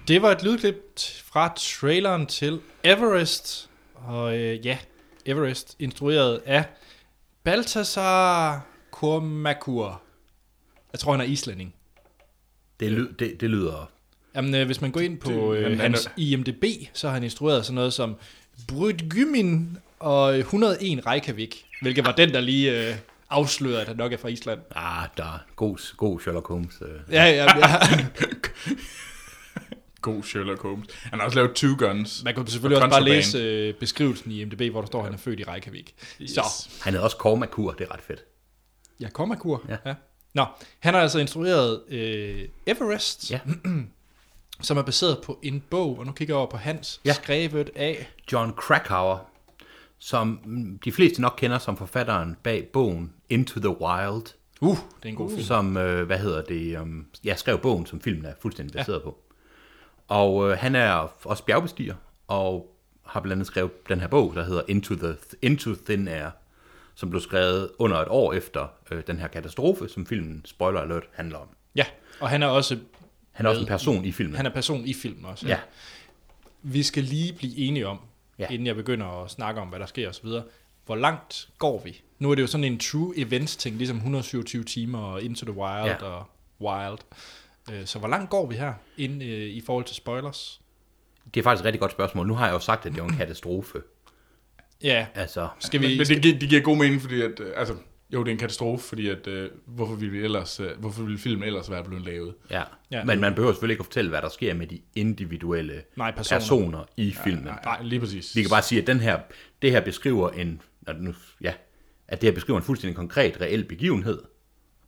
S1: Det var et lydklip t- fra traileren til Everest. Og øh, ja, Everest instrueret af Baltasar Kormakur. Jeg tror, han er islænding.
S3: Det, lyd, det, det lyder...
S1: Jamen, øh, hvis man går ind på
S2: Det-
S1: øh,
S2: han- han
S1: hans IMDB, så har han instrueret sådan noget som Brydgymin og øh, 101 Reykjavik, hvilket var den, der lige... Øh, afsløret, at han nok er fra Island.
S3: Ah, der er god, god Sherlock Holmes. Øh.
S1: Ja, ja, ja.
S2: God Sherlock Holmes. Han har også lavet Two Guns.
S1: Man kan selvfølgelig
S2: Og
S1: også bare
S2: Contraband.
S1: læse øh, beskrivelsen i MDB, hvor der står, at han er født i Reykjavik. Yes. Så,
S3: Han havde også Kormakur, det er ret fedt.
S1: ja, kommakur.
S3: Ja.
S1: Ja. ja. Nå, han har altså instrueret øh, Everest,
S3: Ja.
S1: som er baseret på en bog, og nu kigger jeg over på Hans,
S3: Ja.
S1: ja. skrevet af...
S3: John Krakauer, som mm, de fleste nok kender som forfatteren bag bogen Into the Wild,
S1: Uh, det er en god film.
S3: som, øh, hvad hedder det, um, jeg skrev bogen, som filmen er fuldstændig baseret ja. på. Og øh, han er også bjergbestiger, og har blandt andet skrevet den her bog, der hedder Into, the, Into Thin Air, som blev skrevet under et år efter øh, den her katastrofe, som filmen, spoiler alert, handler om.
S1: Ja, og han er også
S3: Han er også en person i filmen.
S1: han er person i filmen også.
S3: ja.
S1: Vi skal lige blive enige om,
S3: Ja.
S1: ja. inden jeg begynder at snakke om, hvad der sker osv., hvor langt går vi? Nu er det jo sådan en true events ting, ligesom 127 timer og Into the Wild
S3: Ja.
S1: ja. og Wild. Øh, Så hvor langt går vi her ind øh, i forhold til spoilers?
S3: Det er faktisk et rigtig godt spørgsmål. Nu har jeg jo sagt, at det var en katastrofe.
S1: Ja,
S3: Altså,
S1: skal
S2: Men,
S1: vi...
S2: men det, gi- det giver god mening, fordi at, øh, altså, jo, det er en katastrofe, fordi at, øh, hvorfor, ville vi ellers, øh, hvorfor ville filmen ellers være blevet lavet?
S3: Ja. ja,
S1: Ja.
S3: men man behøver selvfølgelig ikke at fortælle, hvad der sker med de individuelle
S1: Nej, personer.
S3: personer i filmen. Nej,
S2: Nej, lige præcis.
S3: Vi kan bare sige, at den her, det her beskriver en, nå, nu, ja, at det her beskriver en fuldstændig konkret, reel begivenhed,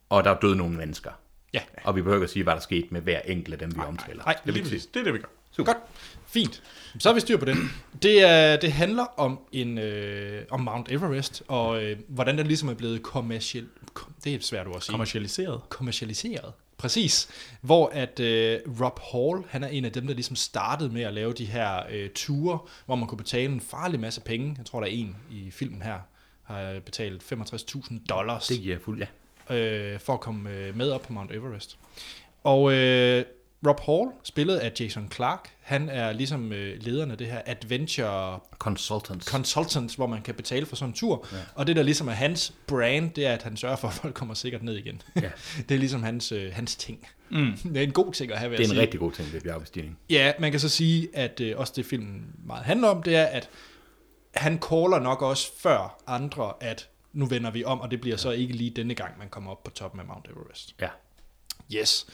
S3: og der er døde nogle mennesker.
S1: Ja.
S3: Og vi behøver ikke at sige, hvad der skete med hver enkelt af dem, vi omtaler.
S1: Nej,
S2: Lige præcis. Det er det, vi gør.
S1: Super. Godt. Fint. Så har vi styr på det. Det, er, det handler om, en, øh, om Mount Everest, og øh, hvordan den ligesom er blevet kommerciel... Kom, det er svært ord at sige. Kommercialiseret. Kommercialiseret. Præcis. Hvor at øh, Rob Hall, han er en af dem, der ligesom startede med at lave de her øh, ture, hvor man kunne betale en farlig masse penge. Jeg tror, der er en i filmen her, har betalt 65.000 dollars
S3: Det giver fuld, ja.
S1: øh, for at komme øh, med op på Mount Everest. Og øh, Rob Hall, spillet af Jason Clark, han er ligesom øh, lederen af det her adventure
S3: Consultants.
S1: consultant, hvor man kan betale for sådan en tur. Ja. Og det, der ligesom er hans brand, det er, at han sørger for, at folk kommer sikkert ned igen.
S3: Ja.
S1: det er ligesom hans, øh, hans ting. Mm. Det er en god ting at have, vil
S3: det er
S1: jeg
S3: en
S1: sige.
S3: rigtig god ting ved bjergbestigning.
S1: Ja, man kan så sige, at øh, også det filmen meget handler om, det er, at han caller nok også før andre, at nu vender vi om, og det bliver så ikke lige denne gang, man kommer op på toppen af Mount Everest.
S3: Ja.
S1: Yes.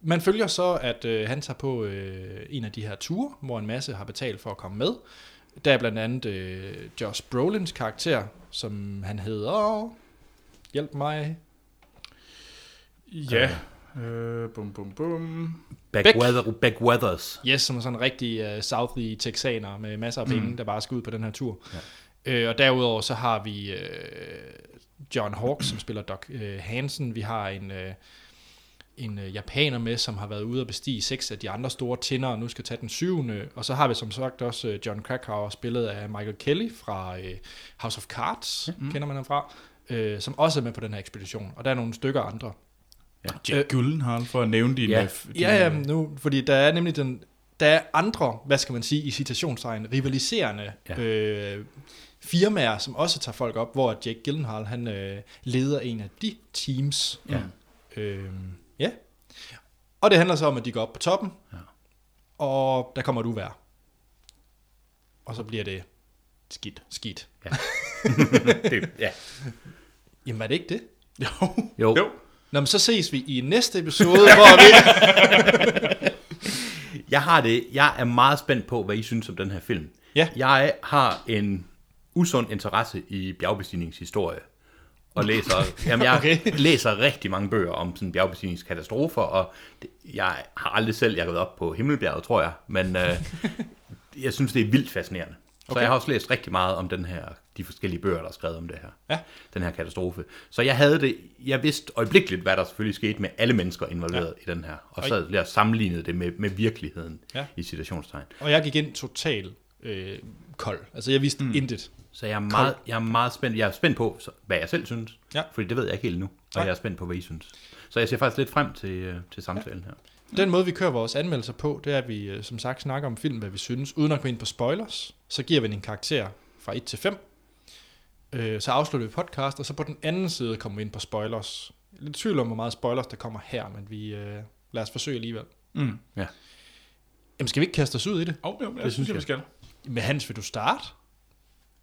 S1: Man følger så, at øh, han tager på øh, en af de her ture, hvor en masse har betalt for at komme med. Der er blandt andet øh, Josh Brolins karakter, som han hedder... Hjælp mig.
S2: Ja. Øh, bum, bum, bum.
S3: Backweather, backweathers.
S1: Yes, som er sådan en rigtig uh, southy texaner med masser af penge, mm. der bare skal ud på den her tur. Ja. Øh, og derudover så har vi øh, John Hawks, som spiller Doc øh, Hansen. Vi har en, øh, en øh, japaner med, som har været ude og bestige seks af de andre store tinder, og nu skal tage den syvende. Og så har vi som sagt også øh, John Krakauer, spillet af Michael Kelly fra øh, House of Cards, mm. kender man ham fra, øh, som også er med på den her ekspedition. Og der er nogle stykker andre.
S2: Jack Gyllenhaal, for at nævne din...
S3: Ja.
S2: øh, f- din
S1: Ja, ja, nu, fordi der er nemlig den, der er andre, hvad skal man sige, i citationstegn, rivaliserende
S3: Ja.
S1: ja. øh, firmaer, som også tager folk op, hvor Jake Gyllenhaal, han øh, leder en af de teams.
S3: Ja.
S1: Øh, ja. Og det handler så om, at de går op på toppen, ja. og der kommer et uvær. Og så bliver det skidt. skidt.
S3: Det, ja.
S1: Jamen var det ikke det?
S2: Jo.
S3: Jo.
S2: jo.
S1: Nå, men så ses vi i næste episode, hvor vi...
S3: Jeg har det. Jeg er meget spændt på, hvad I synes om den her film.
S1: Ja.
S3: Jeg har en usund interesse i bjergbestigningshistorie. Og læser, jamen jeg okay.
S1: Okay.
S3: læser rigtig mange bøger om sådan bjergbestigningskatastrofer, og det- jeg har aldrig selv jeg har været op på Himmelbjerget, tror jeg, men øh, jeg synes, det er vildt fascinerende. Så okay. jeg har også læst rigtig meget om den her, de forskellige bøger, der er skrevet om det her,
S1: Ja.
S3: den her katastrofe. Så jeg havde det, jeg vidste øjeblikkeligt, hvad der selvfølgelig skete med alle mennesker involveret ja. i den her, og
S1: Og-
S3: så jeg sammenlignede det med, med virkeligheden ja.
S1: Ja.
S3: i situationstegn.
S1: og jeg gik ind totalt øh, kold. Altså, jeg vidste mm. intet.
S3: Så jeg er meget, jeg er meget spændt. Jeg er spændt på, så- hvad jeg selv synes.
S1: Ja.
S3: Fordi det ved jeg ikke helt nu. Og
S1: Nej.
S3: jeg er spændt på, hvad I synes. Så jeg ser faktisk lidt frem til, øh, til samtalen her.
S1: Den måde, vi kører vores anmeldelser på, det er, at vi øh, som sagt snakker om film, hvad vi synes, uden at gå ind på spoilers. Så giver vi den en karakter fra 1 til 5. Øh, så afslutter vi podcast, og så på den anden side kommer vi ind på spoilers. Jeg er Lidt i tvivl om, hvor meget spoilers der kommer her, men vi øh, lad os forsøge alligevel.
S2: Mm.
S3: Ja.
S1: Jamen, skal vi ikke kaste os ud i det?
S2: Oh, jo, men jeg det synes, jeg, vi skal.
S1: Med Hans, vil du starte?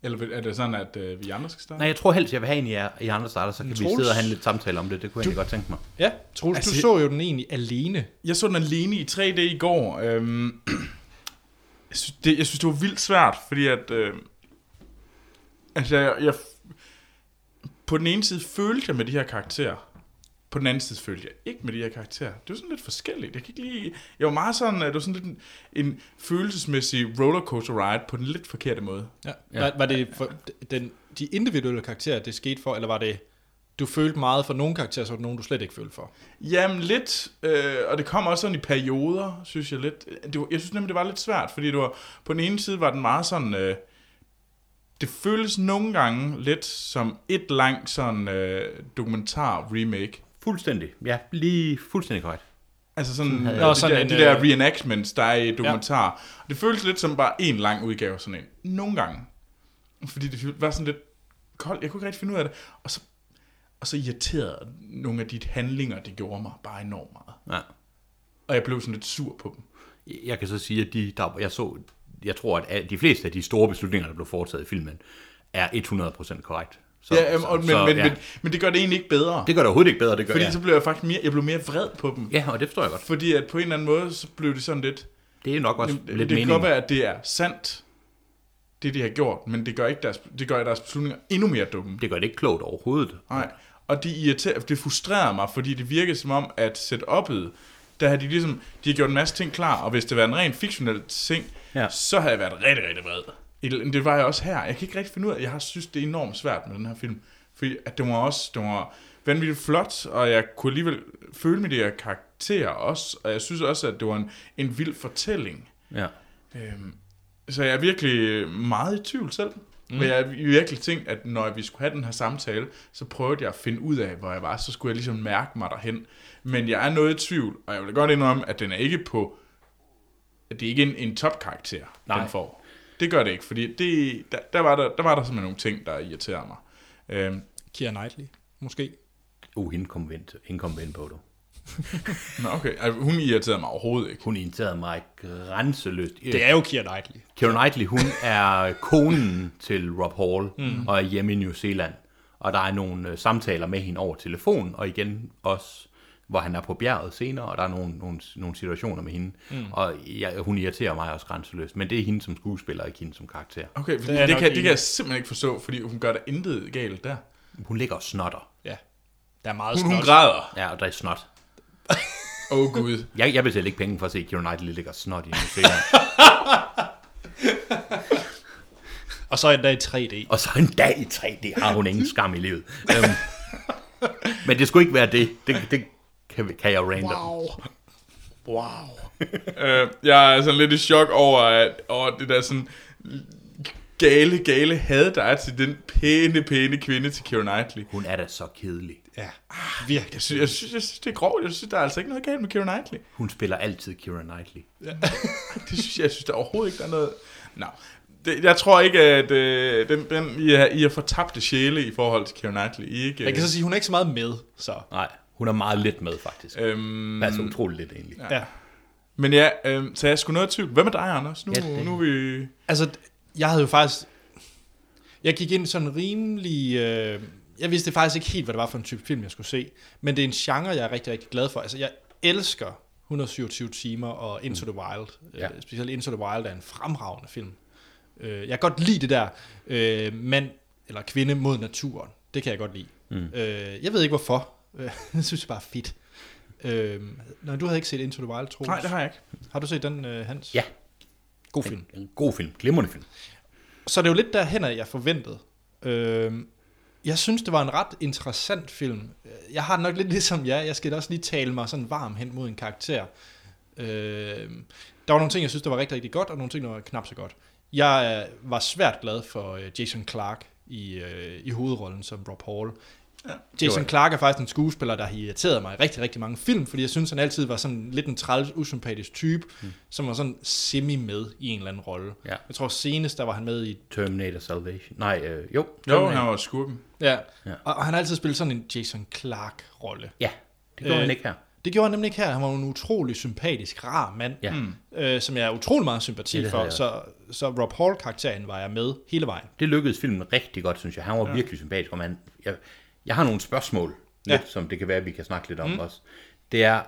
S2: Eller er det sådan, at øh, vi andre skal starte?
S3: Nej, jeg tror helst, jeg vil have en i, jer, I andre starter, så kan vi
S1: Troels.
S3: sidde og have en lidt samtale om det. Det kunne jeg egentlig godt tænke mig.
S1: Ja, Troels, altså,
S2: Altså,
S1: du
S2: det-
S1: så jo den egentlig alene.
S2: Jeg så den alene i 3D i går. Øhm, jeg, synes, det, jeg synes, det var vildt svært, fordi at... Øh, altså, jeg, jeg... På den ene side følte jeg med de her karakterer. På den anden side følte jeg ikke med de her karakterer. Det var sådan lidt forskelligt. Jeg kan ikke lige... Jeg var meget sådan... øh, Det var sådan lidt en, en følelsesmæssig rollercoaster ride på den lidt forkerte måde.
S1: Ja. Var, var det for, den, de individuelle karakterer, det skete for, eller var det, du følte meget for nogle karakterer, så var der nogen, du slet ikke følte for?
S2: Jamen lidt, øh, og det kom også sådan i perioder, synes jeg lidt. Det var, jeg synes nemlig, det var lidt svært, fordi det var, på den ene side var den meget sådan... Øh, det føles nogle gange lidt som et langt sådan øh, dokumentar-remake.
S3: Fuldstændig. Ja, lige fuldstændig korrekt.
S2: Altså sådan, øh,
S1: Nå,
S2: de,
S1: sådan
S2: der,
S1: en,
S2: de der
S1: øh,
S2: reenactments, der er i dokumentar. Ja. Det føles lidt som bare en lang udgave af sådan en. Nogle gange. Fordi det føl- var sådan lidt koldt. Jeg kunne ikke rigtig finde ud af det. Og så, og så irriterede nogle af de handlinger, det gjorde mig bare enormt meget.
S3: Ja.
S2: Og jeg blev sådan lidt sur på dem.
S3: Jeg kan så sige, at de, der, jeg så, jeg tror, at al- de fleste af de store beslutninger, der blev foretaget i filmen, er 100% korrekt. Så,
S2: Ja, øhm, og, men, men,
S3: ja.
S2: Men, men det gør det egentlig ikke bedre.
S3: det gør det overhovedet ikke bedre, det gør
S2: fordi
S3: jeg.
S2: så blev jeg faktisk mere, jeg blev mere vred på dem.
S3: Ja, og det forstår jeg godt.
S2: Fordi at på en eller anden måde, så blev det sådan lidt...
S3: Det er nok også
S2: Jamen, det,
S3: lidt
S2: det kan godt
S3: meningen.
S2: være, at det er sandt, det de har gjort, men det gør, ikke deres, det gør deres beslutninger endnu mere dumme.
S3: Det gør det ikke klogt overhovedet.
S2: Nej. Og det, irriterer, det frustrerer mig, fordi det virkede som om, at setup'et, der har de ligesom, de har gjort en masse ting klar, og hvis det var en ren fiktionel ting,
S3: Ja.
S2: ja. så havde jeg været rigtig, rigtig vred. Et- Det var jeg også her. Jeg kan ikke rigtig finde ud af, jeg har synes, det er enormt svært med den her film. Fordi at den var også, den var vanvittigt flot, og jeg kunne alligevel føle med de her karakterer også, og jeg synes også, at det var en, en vild fortælling.
S3: Ja.
S2: Øhm, så jeg er virkelig øh, meget i tvivl selv. Mm. Men jeg har virkelig tænkt, at når vi skulle have den her samtale, så prøvede jeg at finde ud af, hvor jeg var. Så skulle jeg ligesom mærke mig derhen. Men jeg er noget i tvivl, og jeg vil godt indrømme, at den er ikke på... At det er ikke en, en topkarakter,
S3: Nej.
S2: den får. Det gør det ikke, fordi det, der, der, var der, der var der simpelthen nogle ting, der irriterer mig. Øhm,
S1: Keira Knightley, måske.
S3: Uh, hende kom vi ind, hende kom vi ind på, du.
S2: nå okay, altså, hun irriterede mig overhovedet ikke.
S3: Hun irriterede mig grænseløst.
S1: Det er jo Keira Knightley.
S3: Keira Knightley, hun er konen til Rob Hall mm. og er hjemme i New Zealand. Og der er nogle øh, samtaler med hende over telefon, og igen også, hvor han er på bjerget senere, og der er nogle, nogle, nogle situationer med hende. Mm. Og jeg, hun irriterer mig også grænseløst, men det er hende som skuespiller, ikke hende som karakter.
S2: Okay, fordi
S1: er
S2: det,
S1: jeg
S2: det,
S1: nok
S2: kan, det
S1: enig.
S2: kan jeg simpelthen ikke forstå, fordi hun gør der intet galt der.
S3: Hun ligger og snotter.
S1: Ja. Der er meget
S2: Hun, hun
S1: snot.
S2: græder.
S3: Ja, og der er snot.
S2: Åh oh, gud.
S3: Jeg, jeg betaler ikke penge for at se Keira Knightley ligger og snot i New Zealand.
S1: Og så endda i 3D.
S3: Og så en dag i 3D har hun ingen skam i livet. Um, men det skulle ikke være det. Det, det kan, vi- kan jeg random. Wow.
S1: Wow.
S2: Øh, jeg er sådan lidt i chok over, at, over det der sådan gale, gale had, der er til den pæne, pæne kvinde til Keira Knightley.
S3: Hun er da så kedelig.
S1: Ja, virkelig.
S2: Jeg synes, jeg, synes, jeg synes, det er grovt. Jeg synes, der er altså ikke noget galt med Keira Knightley.
S3: Hun spiller altid Keira Knightley.
S2: Det synes jeg, jeg synes, der overhovedet ikke der er noget... Nå. Det, jeg tror ikke, at øh, den, den, I, er, I er fortabte sjæle i forhold til Keira Knightley. I er ikke,
S1: Jeg
S2: øh,
S1: kan så sige, hun er ikke så meget med, så.
S3: Nej, hun er meget lidt med, faktisk. Øh,
S2: øhm,
S3: altså utroligt lidt, egentlig. Ja.
S1: Ja.
S2: men ja, øh, så jeg skulle noget i tvivl. Hvad med dig, Anders? Nu,
S3: Ja, det-
S2: nu er vi...
S1: Altså, jeg havde jo faktisk... Jeg gik ind sådan rimelig... Øh, jeg vidste faktisk ikke helt, hvad det var for en type film, jeg skulle se. Men det er en genre, jeg er rigtig, rigtig glad for. Altså, jeg elsker 127 timer og Into the Wild.
S3: Ja.
S1: Ja. Øh, specielt Into the Wild er en fremragende film. Øh, jeg kan godt lide det der øh, mand eller kvinde mod naturen. Det kan jeg godt lide. Mm. Øh, jeg ved ikke hvorfor. Øh, jeg synes det bare er fedt. Øh, nej, du havde ikke set Into the Wild, Troels.
S2: Nej, det har jeg ikke.
S1: Har du set den, øh, Hans?
S3: ja,
S1: God film.
S3: en god film. Glimrende film.
S1: Så det er jo lidt derhen, jeg forventede. Øhm, jeg synes, det var en ret interessant film. Jeg har det nok lidt ligesom jer. Jeg skal da også lige tale mig sådan varm hen mod en karakter. Øhm, der var nogle ting, jeg synes, der var rigtig, rigtig godt, og nogle ting, der var knap så godt. Jeg øh, var svært glad for øh, Jason Clark i, øh, i hovedrollen som Rob Hall. Jason Clark er faktisk en skuespiller, der har irriteret mig i rigtig, rigtig mange film, fordi jeg synes, han altid var sådan lidt en træls, usympatisk type, mm. som var sådan semi med i en eller anden rolle.
S3: Ja.
S1: Jeg tror senest, der var han med i
S3: Terminator Salvation. Nej, øh, jo.
S2: Jo,
S3: Terminator.
S2: han var skurken.
S1: Ja.
S3: Ja.
S1: ja. Og, og han har altid spillet sådan en Jason Clark-rolle.
S3: Ja, det gjorde
S1: Øh,
S3: han ikke her.
S1: Det gjorde han nemlig ikke her. Han var en utrolig sympatisk, rar mand,
S3: Ja. Mm.
S1: øh, som jeg er utrolig meget sympati
S3: Ja, det
S1: for.
S3: havde jeg
S1: Så, så Rob Hall-karakteren var jeg med hele vejen.
S3: Det lykkedes filmen rigtig godt, synes jeg. Han var ja. virkelig sympatisk, og man, jeg, jeg har nogle spørgsmål, ja.
S1: Ja.
S3: lidt, som det kan være, vi kan snakke lidt om mm. også. Det er,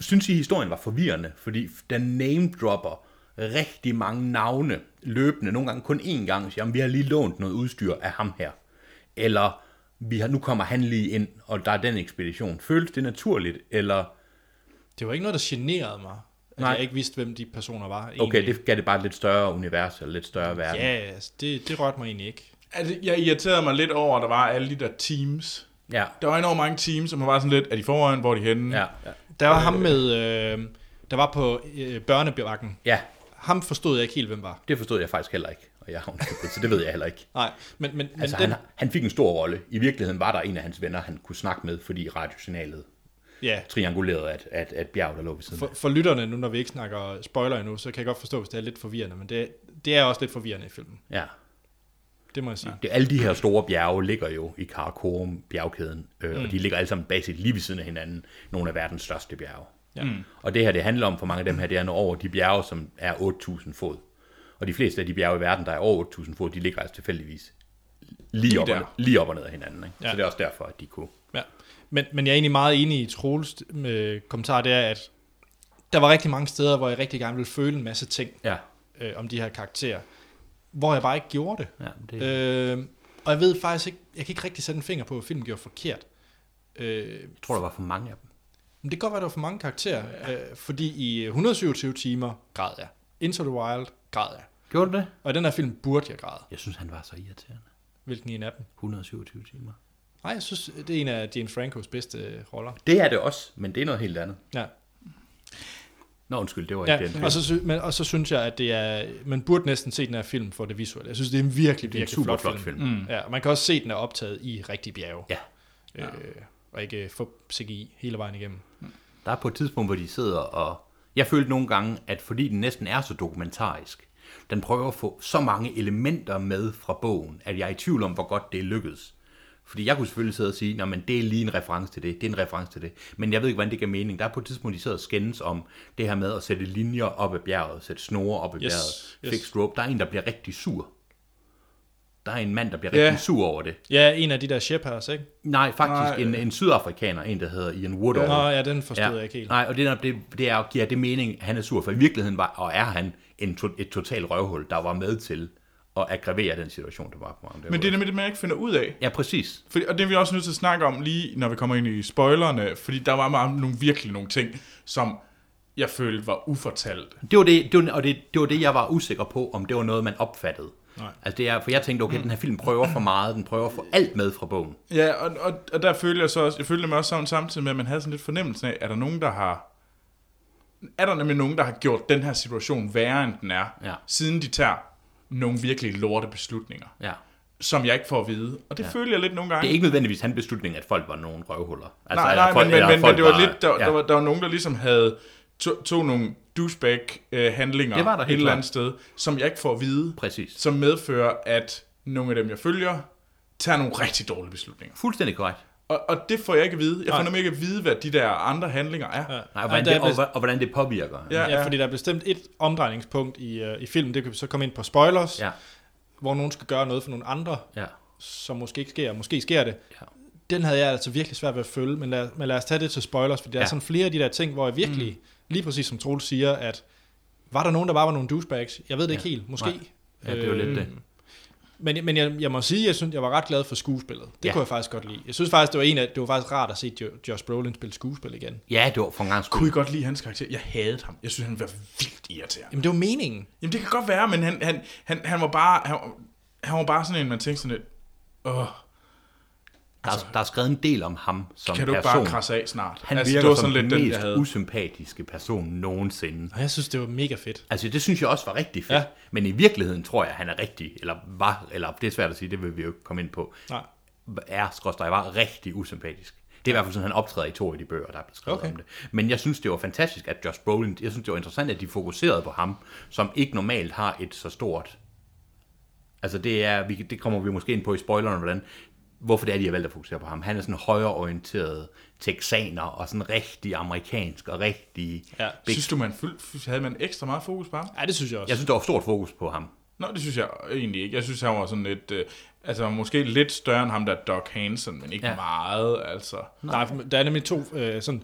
S3: synes I, historien var forvirrende, fordi den name-dropper rigtig mange navne løbende, nogle gange kun én gang, og siger, "Jamen, vi har lige lånt noget udstyr af ham her. Eller, vi har, nu kommer han lige ind, og der er den ekspedition. Føles det naturligt, eller
S1: Det var ikke noget, der generede mig, at
S3: Nej.
S1: Nej. jeg ikke vidste, hvem de personer var. Egentlig.
S3: okay, det gav det bare et lidt større univers, eller lidt større verden?
S1: Ja, altså, det, det rørte mig egentlig ikke.
S2: Altså, jeg irriterede mig lidt over, at der var alle de der teams.
S3: Ja.
S2: Der var enormt mange teams, som var sådan lidt, er de foran, hvor er de henne?
S3: Ja. ja.
S1: Der var ham med, øh, der var på øh, børnebakken.
S3: ja.
S1: Ham forstod jeg ikke helt, hvem var.
S3: Det forstod jeg faktisk heller ikke, og jeg har undskyld, så det ved jeg heller ikke.
S1: Nej, men, men, men
S3: Altså,
S1: den,
S3: han, han fik en stor rolle. I virkeligheden var der en af hans venner, han kunne snakke med, fordi radiosignalet
S1: ja,
S3: triangulerede at, at, at bjerg, der lå ved siden
S1: for,
S3: af.
S1: for lytterne, nu når vi ikke snakker spoiler endnu, så kan jeg godt forstå, hvis det er lidt forvirrende, men det, det er også lidt forvirrende i filmen.
S3: Ja.
S1: Det må jeg sige.
S3: Det, alle de her store bjerge ligger jo i Karakorum bjergkæden, øh, mm. og de ligger alle sammen basic lige ved siden af hinanden. Nogle af verdens største bjerge.
S1: Ja. Mm.
S3: Og det her, det handler om for mange af dem her, det er at nå over de bjerge, som er 8.000 fod. Og de fleste af de bjerge i verden, der er over 8.000 fod, de ligger altså tilfældigvis lige, op, og,
S2: der.
S3: lige op og ned af hinanden. Ikke? Ja.
S1: Ja.
S3: Så det er også derfor, at de kunne...
S1: Ja. Men, men jeg er egentlig meget enig i Troels øh, kommentar, det er, at der var rigtig mange steder, hvor jeg rigtig gerne ville føle en masse ting
S3: Ja,
S1: øh, om de her karakterer, hvor jeg bare ikke gjorde det.
S3: ja det...
S1: Øh, og jeg ved faktisk ikke, jeg kan ikke rigtig sætte en finger på, at filmen gjorde forkert. Øh,
S3: jeg tror, der var for mange af dem.
S1: men det kan godt være, at der var for mange karakterer, ja. øh, fordi i 127 timer græd jeg. Into the Wild græd jeg.
S3: Gjorde du det?
S1: Og i den her film burde jeg græde.
S3: Jeg synes, han var så irriterende.
S1: Hvilken en af dem?
S3: 127 timer.
S1: Nej, jeg synes, det er en af James Francos bedste øh, roller.
S3: Det er det også, men det er noget helt andet.
S1: Ja.
S3: Nå, undskyld, det var ikke den.
S1: Ja, og, så, sy- men, og så synes jeg, at det er, man burde næsten se den her film for det visuelle. Jeg synes, det er en virkelig,
S3: Det er en
S1: virkelig
S3: super
S1: flot,
S3: flot
S1: film.
S3: film.
S1: Mm. Ja, og man kan også se, at den er optaget i rigtig bjerge.
S3: Ja.
S1: Øh, og ikke få CGI hele vejen igennem.
S3: Der er på et tidspunkt, hvor de sidder og... Jeg følte nogle gange, at fordi den næsten er så dokumentarisk, den prøver at få så mange elementer med fra bogen, at jeg er i tvivl om, hvor godt det er lykkedes. Fordi jeg kunne selvfølgelig sidde og sige, at det er lige en reference til det, det er en reference til det. Men jeg ved ikke, hvordan det giver mening. Der er på et tidspunkt, de sidder og skændes om det her med at sætte linjer op ad bjerget, sætte snore op ad yes,
S1: Yes,
S3: bjerget, yes.
S1: yes.
S3: fixed rope. Der er en, der bliver rigtig sur. Der er en mand, der bliver
S2: Ja.
S3: rigtig sur over det.
S1: Ja, en af de der Shepherds, ikke?
S3: Nej, faktisk
S2: Nej,
S3: en, en sydafrikaner, en der hedder Ian Woodall.
S1: Nå, ja, den forstod jeg ikke helt.
S3: Nej, og det, er- det, det er, giver det mening, at han er sur, for i virkeligheden var, og er han en to, et totalt røvhul, der var med til at aggravere den situation, der var på ham.
S2: Men det er nemlig det, man ikke finder ud af.
S3: Ja, præcis.
S2: Fordi, og det er vi også nødt til at snakke om lige, når vi kommer ind i spoilerne, fordi der var meget, nogle, virkelig nogle ting, som jeg følte var ufortalt.
S3: Det var det, det var, og det, det var det, jeg var usikker på, om det var noget, man opfattede.
S1: Nej.
S3: Altså det er, for jeg tænkte, okay, den her film prøver for meget, den prøver for alt med fra bogen.
S2: Ja, og, og, og der følte jeg så også, jeg følte mig også sådan samtidig med, at man havde sådan lidt fornemmelsen af, er der nogen, der har er der nemlig nogen, der har gjort den her situation værre, end den er,
S3: Ja.
S2: siden de tager nogle virkelig lorte beslutninger,
S3: Ja.
S2: som jeg ikke får at vide. Og det ja. følte jeg lidt nogle gange.
S3: Det er ikke nødvendigvis hans beslutning, at folk var nogle røvhuller. Altså,
S2: nej,
S3: eller
S2: nej,
S3: folk,
S2: men, men,
S3: eller
S2: men, men
S3: folk
S2: det var
S3: var-
S2: lidt, der, ja.
S3: ja.
S2: der, var, der var nogen, der ligesom havde to, tog nogle douchebag-handlinger
S3: Det var der
S2: et
S3: helt
S2: eller
S3: klart.
S2: andet sted, som jeg ikke får at vide,
S3: Præcis.
S2: som medfører, at nogle af dem, jeg følger, tager nogle rigtig dårlige beslutninger.
S3: Fuldstændig korrekt.
S2: Og, og det får jeg ikke at vide. Jeg får
S1: Nej.
S2: nemlig ikke at vide, hvad de der andre handlinger er. Ja.
S3: Nej, og, hvordan
S1: der
S3: det,
S1: er
S3: og,
S1: vist-
S3: og hvordan det påvirker.
S2: Ja,
S1: Ja, fordi der er bestemt et omdrejningspunkt i, øh, i filmen, det kan vi så komme ind på spoilers,
S3: ja.
S1: hvor nogen skal gøre noget for nogle andre,
S3: ja.
S1: som måske ikke sker, og måske sker det.
S3: Ja.
S1: Den havde jeg altså virkelig svært ved at følge, men lad, men lad os tage det til spoilers, for der ja.
S3: Ja.
S1: er sådan flere af de der ting, hvor jeg virkelig, mm. lige præcis som Troels siger, at var der nogen, der bare var nogle douchebags? Jeg ved det ja. ikke helt, måske. Øh,
S3: Nej. ja, det var lidt det.
S1: Men, men jeg, jeg må sige, jeg synes, jeg var ret glad for skuespillet. Det
S3: Ja.
S1: ja. kunne jeg faktisk godt lide. Jeg synes faktisk, det var, en af, det var faktisk rart at se jo, Josh Brolin spille skuespil igen.
S3: Ja, det var for en gang
S2: Kunne I godt lide hans karakter? Jeg hadede ham. Jeg synes, han var vildt irriterende.
S1: Jamen, det var meningen.
S2: Jamen, det kan godt være, men han, han, han, han var bare... Han, var- han var bare sådan en, man tænkte sådan lidt... Åh,
S3: Der, altså, der er skrevet en del om ham som
S2: kan du ikke
S3: person.
S2: bare krasse af snart?
S3: Han altså,
S2: det
S3: virker
S2: var
S3: som
S2: sådan
S3: den
S2: lidt den, jeg
S3: mest
S2: havde.
S3: usympatiske person nogensinde.
S1: Og jeg synes, det var mega fedt.
S3: Altså, det synes jeg også var rigtig fedt. Ja.
S1: Ja.
S3: Men i virkeligheden tror jeg, han er rigtig, eller var, eller det er svært at sige, det vil vi jo ikke komme ind på,
S1: Nej.
S3: er, skråstrej, var rigtig usympatisk. Det er i hvert fald sådan, han optræder i to af de bøger, der er blevet skrevet okay.
S1: Okay.
S3: om det. Men jeg synes, det var fantastisk, at Josh Brolin, jeg synes, det var interessant, at de fokuserede på ham, som ikke normalt har et så stort... Altså, det, er, vi, det kommer vi måske ind på i spoileren, hvordan hvorfor det er, de har valgt at fokusere på ham. Han er sådan højreorienteret texaner, og sådan rigtig amerikansk, og rigtig...
S1: Ja.
S3: big-
S2: Synes du, man fyldt, havde man ekstra meget fokus på ham?
S1: Ja, det synes jeg også.
S3: Jeg synes, der var stort fokus på ham.
S2: Nå, det synes jeg egentlig ikke. Jeg synes, han var sådan lidt... Øh, altså, måske lidt større end ham, der er Doc Hansen, men ikke
S3: Ja.
S2: ja. meget, altså.
S1: Nej, for der er nemlig to øh, sådan...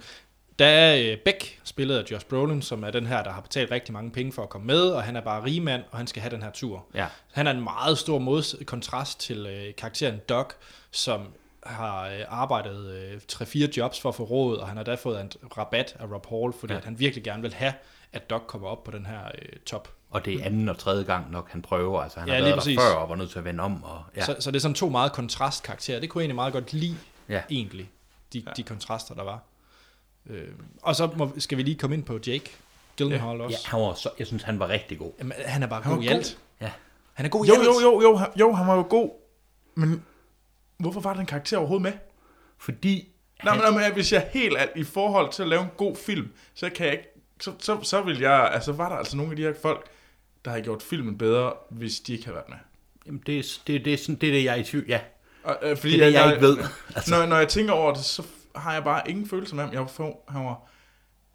S1: Der er øh, Beck, spillet af Josh Brolin, som er den her, der har betalt rigtig mange penge for at komme med, og han er bare rigmand, og han skal have den her tur.
S3: Ja.
S1: Han er en meget stor mods- kontrast til øh, karakteren Doc, som har øh, arbejdet øh, 3-4 jobs for at få råd, og han har da fået en rabat af Rob Hall, fordi ja. at han virkelig gerne vil have, at Doc kommer op på den her øh, top.
S3: Og det er anden og tredje gang nok, han prøver. Altså, han
S1: Ja,
S3: har
S1: lige
S3: været
S1: præcis.
S3: der før og var nødt til at vende om. Og, ja.
S1: Ja. Så, så det er sådan to meget kontrastkarakterer. Det kunne jeg egentlig meget godt lide,
S3: Ja.
S1: ja. egentlig, de, ja. de kontraster, der var. Øh, og så må, skal vi lige komme ind på Jake Gyllenhaal ja.
S3: ja,
S1: også. Ja.
S3: han var så, jeg synes, han var rigtig god.
S1: Jamen, han er bare
S2: Han
S1: han
S2: var
S1: god i
S2: god.
S1: alt.
S3: Ja.
S1: Han er god i
S2: Jo,
S1: alt.
S2: jo, jo, jo, han- jo, han var jo god, men hvorfor var den karakter overhovedet med?
S3: Fordi
S2: Nej, men, nej, men hvis jeg er helt alt i forhold til at lave en god film, så kan jeg ikke, så, så, så vil jeg, altså var der altså nogle af de her folk, der har gjort filmen bedre, hvis de ikke havde været med.
S3: jamen, det, er- det, det, er sådan, det er det, jeg er i tvivl. Ja,
S2: Og, øh, fordi
S3: Det er det, jeg
S2: når-
S3: ikke ved. Altså.
S2: Altså. Når, når jeg tænker over det, så har jeg bare ingen følelse med ham. Jeg var for, han, var,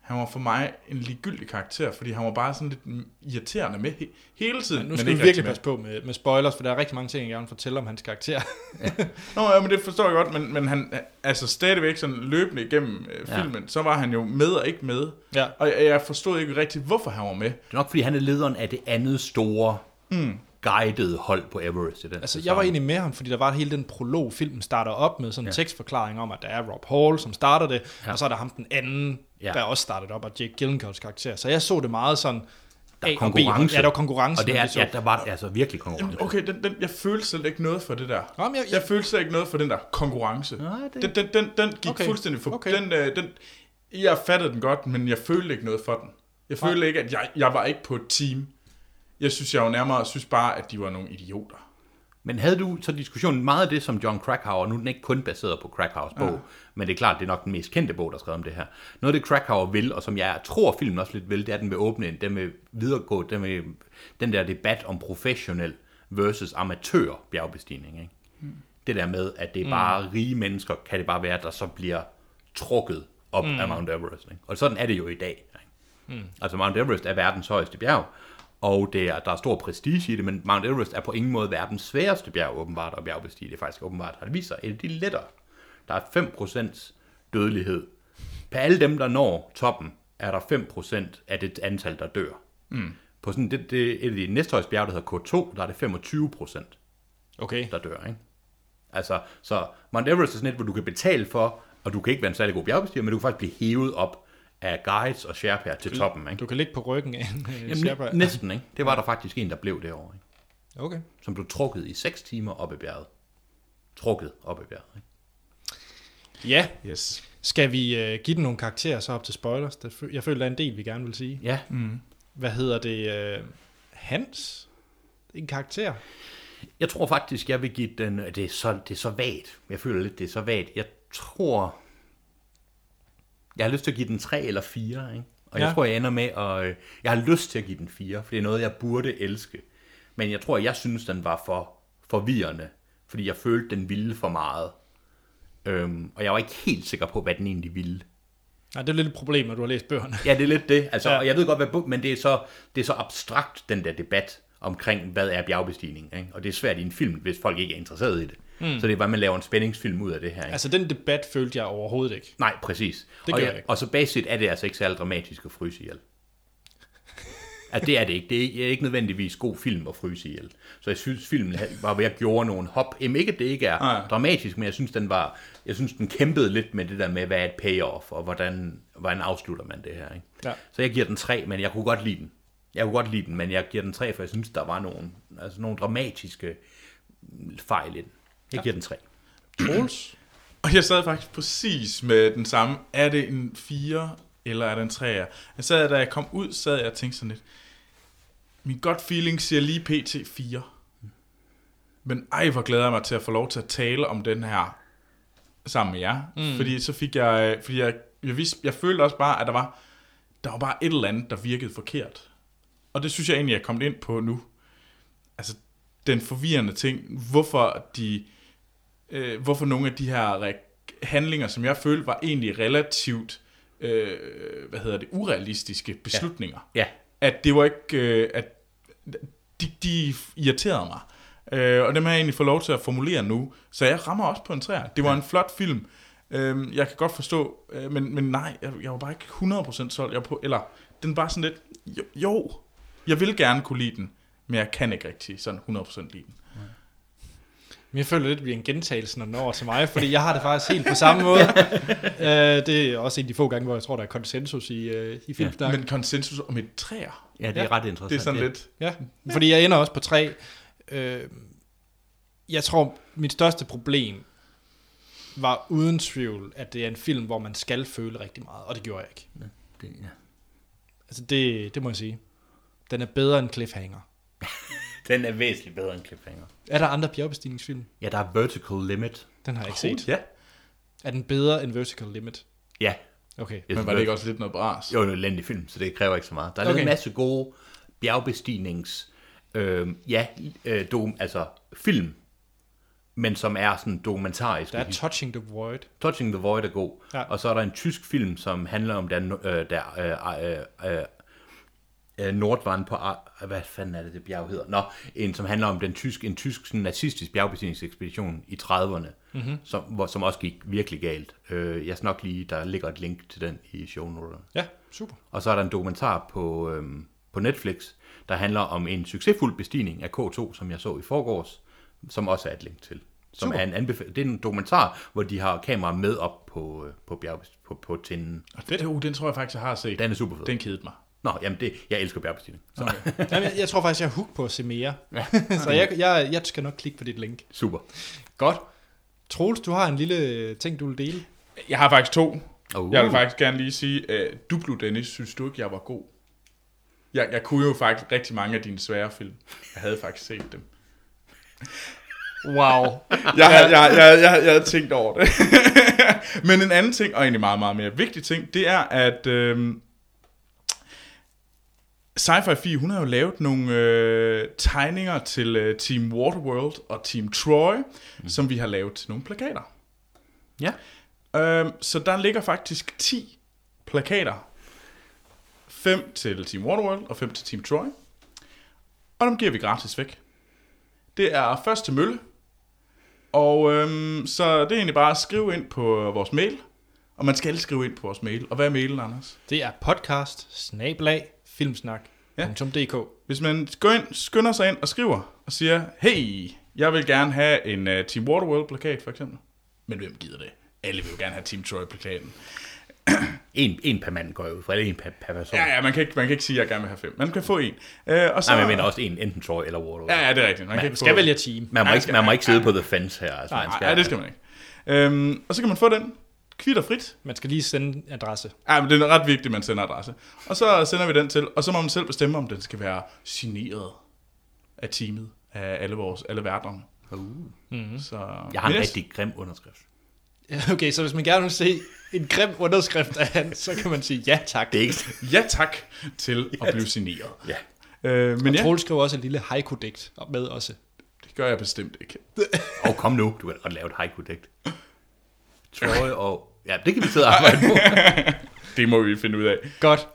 S2: han var for mig en ligegyldig karakter, fordi han var bare sådan lidt irriterende med he, hele tiden.
S1: Nu
S2: men
S1: skal vi
S2: ikke
S1: virkelig
S2: rigtig
S1: passe på med, med spoilers, for der er rigtig mange ting, jeg gerne vil fortælle om hans karakter.
S2: Nå, ja, men det forstår jeg godt, men, men han, altså stadigvæk sådan løbende igennem øh,
S3: Ja.
S2: filmen, så var han jo med og ikke med.
S1: Ja.
S2: Og jeg, jeg forstod ikke rigtig, hvorfor han var med.
S3: det er nok, fordi han er lederen af det andet store mm. guidede hold på Everest. I den
S1: Altså, jeg
S3: sæson.
S1: var egentlig med ham, fordi der var hele den prolog, filmen starter op med, sådan en ja. tekstforklaring om, at der er Rob Hall, som starter det, ja. og så er der ham den anden,
S3: Ja.
S1: ja. der også startede op, og Jake Gyllenhaals karakter. Så jeg så det meget sådan,
S3: der
S1: A og
S3: er
S1: B.
S3: konkurrence.
S1: Ja, der var konkurrence.
S3: Og det
S1: men
S3: er,
S1: vi så-
S3: ja, der var altså virkelig konkurrence.
S2: Okay, den, den, jeg følte slet ikke noget for det der.
S1: Nå, men jeg-
S2: jeg følte slet ikke noget for den der konkurrence.
S3: Nej,
S2: Den,
S3: det-
S2: den, den, den gik
S1: Okay.
S2: fuldstændig for...
S1: Okay.
S2: Den, øh, den, jeg fattede den godt, men jeg følte ikke noget for den. Jeg følte ikke, at jeg, jeg var ikke på et team. Jeg synes, jeg var nærmere synes bare, at de var nogle idioter.
S3: Men havde du så diskussionen meget af det, som John Krakauer, nu er den ikke kun baseret på Krakauers bog, ja. men det er klart, det er nok den mest kendte bog, der er skrevet om det her. Noget af det, Krakauer vil, og som jeg tror, filmen også lidt vil, det er, at den vil åbne, en- den vil videregå, den, vil, den der debat om professionel versus amatør bjergbestigning. Ikke? Det der med, at det er bare rige mennesker, kan det bare være, der så bliver trukket op mm. af Mount Everest. Ikke? Og sådan er det jo i dag. Ikke? Altså Mount Everest er verdens højeste bjerg, og det er, der er stor prestige i det, men Mount Everest er på ingen måde verdens sværeste bjerg, åbenbart, og bjergbestige det er faktisk åbenbart, har det vist sig, et af de lettere. Der er 5% dødelighed. På alle dem, der når toppen, er der 5% af det antal, der dør. Mm. På sådan det, det, et af de næsthøjeste bjerge, der hedder K2, der er det 25%
S1: Okay.
S3: der dør, ikke? Altså, så Mount Everest er sådan et, hvor du kan betale for, og du kan ikke være en særlig god bjergbestiger, men du kan faktisk blive hævet op af guides og sherpaer til toppen, ikke?
S1: Du kan ligge på ryggen af en øh,
S3: Jamen,
S1: Sherpa.
S3: næ- næsten, ikke? Det var der faktisk en, der blev derovre, ikke?
S1: Okay.
S3: som blev trukket i 6 timer op ad bjerget. Trukket op ad bjerget. Ikke?
S1: Ja,
S2: Yes.
S1: skal vi øh, give den nogle karakterer så op til spoilers? Der fø- Jeg føler, der er en del, vi gerne vil sige.
S3: Ja, mm.
S1: Hvad hedder det? Øh, Hans? En karakter?
S3: jeg tror faktisk, jeg vil give den... øh, Det er så, det er så vagt. Jeg føler lidt, det er så vagt. Jeg tror... Jeg har lyst til at give den 3 eller 4, ikke? Og ja.
S1: Ja.
S3: jeg tror, jeg ender med at... øh, Jeg har lyst til at give den 4, for det er noget, jeg burde elske. Men jeg tror, jeg synes, den var for forvirrende, fordi jeg følte, den ville for meget. Øhm, og jeg var ikke helt sikker på, hvad den egentlig ville.
S1: Nej, det er lidt et problem, at du har læst bøgerne.
S3: Ja, det er lidt det. Altså,
S1: Ja.
S3: ja. jeg ved godt, hvad bog, men det er, så, det er så abstrakt, den der debat omkring, hvad er bjergbestigning. Ikke? Og det er svært i en film, hvis folk ikke er interesseret i det. Mm. Så det er bare, man laver en spændingsfilm ud af det her. Ikke?
S1: Altså, den debat følte jeg overhovedet ikke.
S3: Nej, præcis.
S1: Det
S3: og,
S1: gør jeg ikke.
S3: og så basisk er det altså ikke særlig dramatisk at fryse ihjel. Altså, det er det ikke. Det er ikke- ikke nødvendigvis god film at fryse ihjel. Så jeg synes, filmen havde- var ved at gøre nogle hop. Jamen ikke, at det ikke er
S2: Nej.
S3: dramatisk, men jeg synes, den var, jeg synes, den kæmpede lidt med det der med, hvad er et payoff, og hvordan, hvordan afslutter man det her. Ikke?
S1: Ja.
S3: Så jeg giver den tre, men jeg kunne godt lide den. Jeg kunne godt lide den, men jeg giver den tre, for jeg synes, der var nogle, altså nogle dramatiske fejl i den. Jeg giver den tre.
S1: Troels?
S2: Og jeg sad faktisk præcis med den samme. Er det en 4, eller er det en 3'er? Jeg sad, da jeg kom ud, sad jeg og tænkte sådan lidt, min gut feeling siger lige pt. 4. Men ej, hvor glæder jeg mig til at få lov til at tale om den her sammen med jer. Mm. Fordi så fik jeg, fordi jeg, jeg, vidste, jeg følte også bare, at der var, der var bare et eller andet, der virkede forkert. Og det synes jeg egentlig, jeg er kommet ind på nu. Altså, den forvirrende ting, hvorfor de øh, hvorfor nogle af de her re- handlinger, som jeg følte var egentlig relativt, øh, hvad hedder det, urealistiske beslutninger.
S3: Ja.
S2: At det var ikke, øh, at de, de irriterede mig. Øh, og dem har jeg egentlig fået lov til at formulere nu, så jeg rammer også på en træer. Det var ja. en flot film. Øh, jeg kan godt forstå, øh, men, men nej, jeg, jeg var bare ikke 100% solgt. Jeg var på, eller den var sådan lidt, jo, jo, jeg vil gerne kunne lide den, men jeg kan ikke rigtig sådan 100% lide den.
S1: Men jeg føler lidt, det bliver en gentagelse, når den er over til mig, fordi jeg har det faktisk helt på samme måde. øh, det er også en af de få gange, hvor jeg tror, der er konsensus i, øh, i filmsnak.
S2: Men konsensus om et træer,
S3: Ja, det er ret interessant.
S2: det er sådan lidt...
S1: Ja, fordi jeg ender også på tre. Øh, jeg tror, mit største problem var uden tvivl, at det er en film, hvor man skal føle rigtig meget, og det gjorde jeg ikke.
S3: Det, ja.
S1: Altså, det, det må jeg sige. Den er bedre end Cliffhanger.
S3: Den er væsentligt bedre end Cliffhanger.
S1: Er der andre bjergbestigningsfilm?
S3: Ja, der er Vertical Limit.
S1: Den har jeg ikke set.
S2: Ja,
S1: Er den bedre end Vertical Limit?
S3: Ja.
S1: Okay.
S3: Jeg
S2: men var det ikke også lidt noget bras?
S3: Jo, en elendig film, så det kræver ikke så meget. Der er
S1: Okay.
S3: okay. en masse gode bjergbestignings... Øh, ja, øh, dom, altså film, men som er sådan dokumentarisk.
S1: Der er Touching the Void.
S3: Touching the Void er god.
S1: Ja.
S3: Ja. Og så er der en tysk film, som handler om, der, øh, der øh, øh, øh, øh, Nordvand på... Ar- hvad fanden er det, det bjerg hedder? Nå, en, som handler om den tysk, en tysk sådan, nazistisk bjergbestigningsekspedition i 30'erne, mm-hmm. som, hvor, som også gik virkelig galt. Øh, jeg skal nok lige, der ligger et link til den i shownoterne.
S1: Ja, super.
S3: Og så er der en dokumentar på, øhm, på Netflix, der handler om en succesfuld bestigning af K2, som jeg så i forgårs, som også er et link til. Som er en anbef- det er en dokumentar, hvor de har kameraer med op på, øh, på, bjerg, på, på tinden.
S2: Og den, uh, den tror jeg faktisk, jeg har set.
S3: Den er super fed.
S2: Den kedede mig.
S3: Nå, jamen det, jeg elsker bjergbestigning. Så,
S1: Jamen, jeg- jeg tror faktisk, jeg er hooked på at se mere. Så jeg, jeg, jeg skal nok klikke på dit link.
S3: super.
S1: Godt. Troels, du har en lille øh, ting, du vil dele.
S2: Jeg har faktisk to.
S3: Uh.
S2: Jeg vil faktisk gerne lige sige, at du blev Dennis, synes du ikke, jeg var god? Jeg, jeg kunne jo faktisk rigtig mange af dine svære film. Jeg havde faktisk set dem.
S1: Wow.
S2: Jeg, jeg, jeg, jeg, jeg, jeg havde tænkt over det. Men en anden ting, og egentlig meget, meget mere vigtig ting, det er, at øh, Sci-Fi 4, hun har jo lavet nogle øh, tegninger til øh, Team Waterworld og Team Troy, mm. som vi har lavet til nogle plakater.
S3: Ja.
S2: Øhm, så der ligger faktisk 10 plakater. 5 til Team Waterworld og 5 til Team Troy. Og dem giver vi gratis væk. Det er først til Mølle. Og øhm, så det er egentlig bare at skrive ind på vores mail. Og man skal skrive ind på vores mail. Og hvad er mailen, Anders?
S1: Det er podcast snablag filmsnak.dk.
S2: Hvis man går ind, skynder sig ind og skriver og siger, hey, jeg vil gerne have en uh, Team Waterworld-plakat, for eksempel. Men hvem gider det? Alle vil jo gerne have Team Troy-plakaten.
S3: En, en per mand går jeg ud fra, eller en per, per person.
S2: Ja, ja, man kan ikke, man kan ikke sige, at jeg gerne vil have fem. Man kan få en. Øh, og så,
S3: Nej, men jeg mener også en, enten Troy eller Warlord.
S2: Ja, ja, det er rigtigt. Man, man kan ikke
S1: Man
S2: få
S1: skal vælge team.
S3: Man, må
S2: Ja,
S3: ikke, man må ikke sidde på the fence her. Altså, man
S2: Nej, nej, det skal man ikke. Øhm, og så kan man få den kvitt og frit.
S1: Man skal lige sende en adresse.
S2: Ja, men det er ret vigtigt, at man sender adresse. Og så sender vi den til, og så må man selv bestemme, om den skal være signeret af teamet, af alle vores, alle værterne. Uh. Mm-hmm. Så,
S3: Jeg har en
S2: Men
S3: rigtig grim underskrift.
S1: Okay, så hvis man gerne vil se en grim underskrift af hans, så kan man sige ja tak.
S3: Det er ikke...
S2: Ja tak til at blive signeret.
S3: Ja.
S2: Øh, men ja,
S1: Troels skriver også et lille haiku-digt med også.
S2: det gør jeg bestemt ikke.
S3: Og kom nu, du kan da godt lave et haiku-digt. Troy og... Ja, det kan vi sidde og arbejde på.
S2: Det må vi finde ud af.
S1: Godt.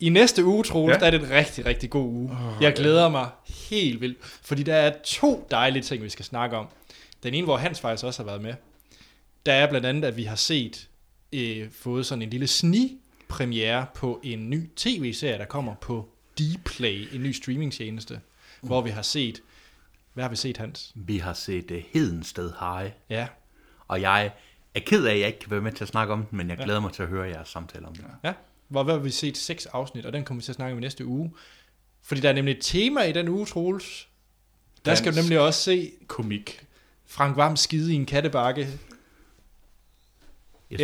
S1: I næste uge, Troels, ja.
S2: Ja.
S1: der er det en rigtig, rigtig god uge. Oh, jeg glæder ja. mig helt vildt, fordi der er to dejlige ting, vi skal snakke om. Den ene, hvor Hans faktisk også har været med, der er blandt andet, at vi har set, øh, fået sådan en lille sni-premiere på en ny tv-serie, der kommer på Dplay, en ny streamingtjeneste, mm. hvor vi har set, hvad har vi set, Hans?
S3: Vi har set uh, Hedensted High,
S1: Ja,
S3: og jeg er ked af, at jeg ikke kan være med til at snakke om den, men jeg glæder mig til at høre jeres samtale om den.
S1: Ja, hvor hvad har vi set seks afsnit, og den kommer vi til at snakke om i næste uge. Fordi der er nemlig et tema i den uge, Troels. Der
S2: Dans.
S1: skal du nemlig også se
S2: Komik.
S1: Frank Vam skide i en kattebakke.
S3: Jeg synes,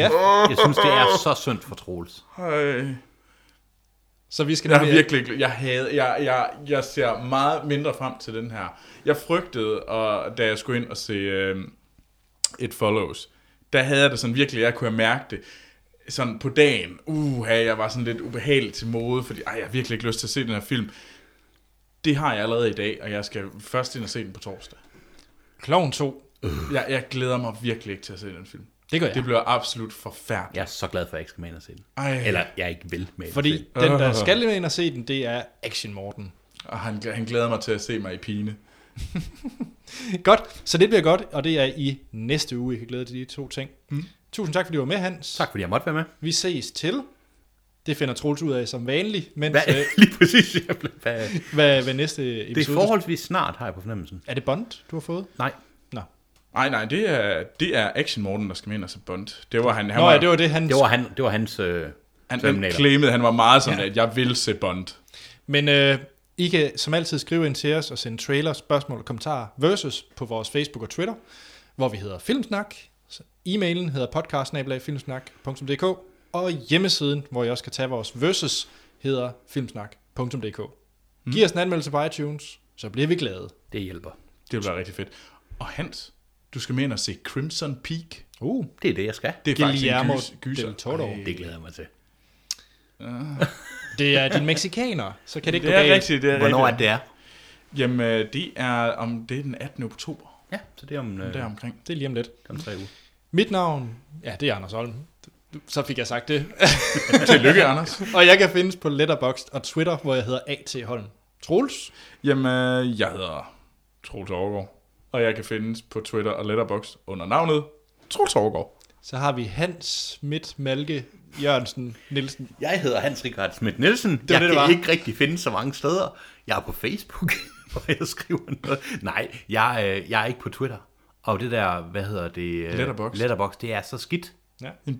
S3: jeg synes det er så synd for Troels.
S2: Hej.
S1: Så vi skal
S2: Jeg har
S1: nemlig...
S2: virkelig ikke- jeg, havde, jeg, jeg, jeg ser meget mindre frem til den her. Jeg frygtede, og, da jeg skulle ind og se øh, It Follows, der havde jeg det sådan virkelig, jeg kunne have mærket det sådan på dagen. Uh, jeg var sådan lidt ubehagelig til mode, fordi ej, jeg har virkelig ikke lyst til at se den her film. Det har jeg allerede i dag, og jeg skal først ind og se den på torsdag.
S1: Kloven 2.
S2: Jeg, jeg glæder mig virkelig ikke til at se den film.
S1: Det gør jeg.
S2: Det bliver absolut forfærdeligt.
S3: Jeg er så glad for, at jeg ikke skal med ind og se den.
S2: Ej.
S3: Eller jeg ikke vil med ind og
S1: Fordi
S3: se den.
S1: den, der skal ind og se den, det er Action Morten.
S2: Og han, han glæder mig til at se mig i pine.
S1: Godt, så det bliver godt, og det er i næste uge, I kan glæde jer til de to ting. Mm. Tusind tak, fordi du var med, Hans.
S3: Tak fordi jeg måtte være med.
S1: Vi ses til. Det finder Troels ud af som vanligt, mens,
S3: Hvad,
S1: hvad,
S3: lige præcis. Jeg blev, hvad,
S1: hvad, hvad næste
S3: det
S1: episode...
S3: er forholdsvis snart, har jeg på fornemmelsen.
S1: Er det Bond, du har fået?
S3: Nej,
S1: Nå,
S2: Nej, nej, det er, det er Action Morten, der skal med ind og så Bond. Det var han, han
S1: Nå
S2: var,
S1: ja, det var det, han...
S3: det var, han, det var hans øh,
S2: han, han
S3: Terminator.
S2: claimede, han var meget sådan, ja. at jeg vil se Bond.
S1: Men øh, I kan som altid skrive ind til os og sende trailer, spørgsmål og kommentarer versus på vores Facebook og Twitter, hvor vi hedder Filmsnak. Så E-mailen hedder podcast-filmsnak.dk og hjemmesiden, hvor I også kan tage vores versus, hedder filmsnak.dk.
S2: Hmm.
S1: Giv os en anmeldelse på iTunes, så bliver vi glade.
S3: det hjælper.
S2: Det bliver rigtig fedt. Og Hans, du skal med ind og se Crimson Peak.
S1: Uh,
S3: Det er det, jeg skal.
S2: Det er
S1: Guillermo
S2: faktisk en gys,
S1: del Toro.
S2: Ej,
S3: Det glæder jeg mig til.
S1: Det er din mexikaner, så kan det ikke
S2: Det
S1: gå
S2: er
S1: galt.
S2: rigtigt, det er
S3: Hvornår er
S2: rigtigt.
S3: det er?
S2: det? Jamen, øh, det er, om, det er den 18. oktober,
S3: Ja, så det er om, øh,
S2: der omkring.
S1: Det er lige om lidt.
S3: om tre uger.
S1: Mit navn, ja, det er Anders Holm. Så fik jeg sagt det.
S2: Tillykke, Anders.
S1: og jeg kan findes på Letterboxd og Twitter, hvor jeg hedder A.T. Holm. Troels?
S2: Jamen, øh, jeg hedder Troels Overgaard, og jeg kan findes på Twitter og Letterboxd under navnet Troels Overgaard.
S1: Så har vi Hans Schmidt Malke Jørgensen Nielsen.
S3: Jeg hedder Hans Richard Schmidt Nielsen. Det
S1: var
S3: jeg
S1: det, det
S3: kan
S1: var.
S3: ikke rigtig finde så mange steder. Jeg er på Facebook, hvor jeg skriver noget. Nej, jeg, øh, jeg er ikke på Twitter. Og det der, hvad hedder det?
S2: Letterboxd.
S3: Letterbox, det er så skidt.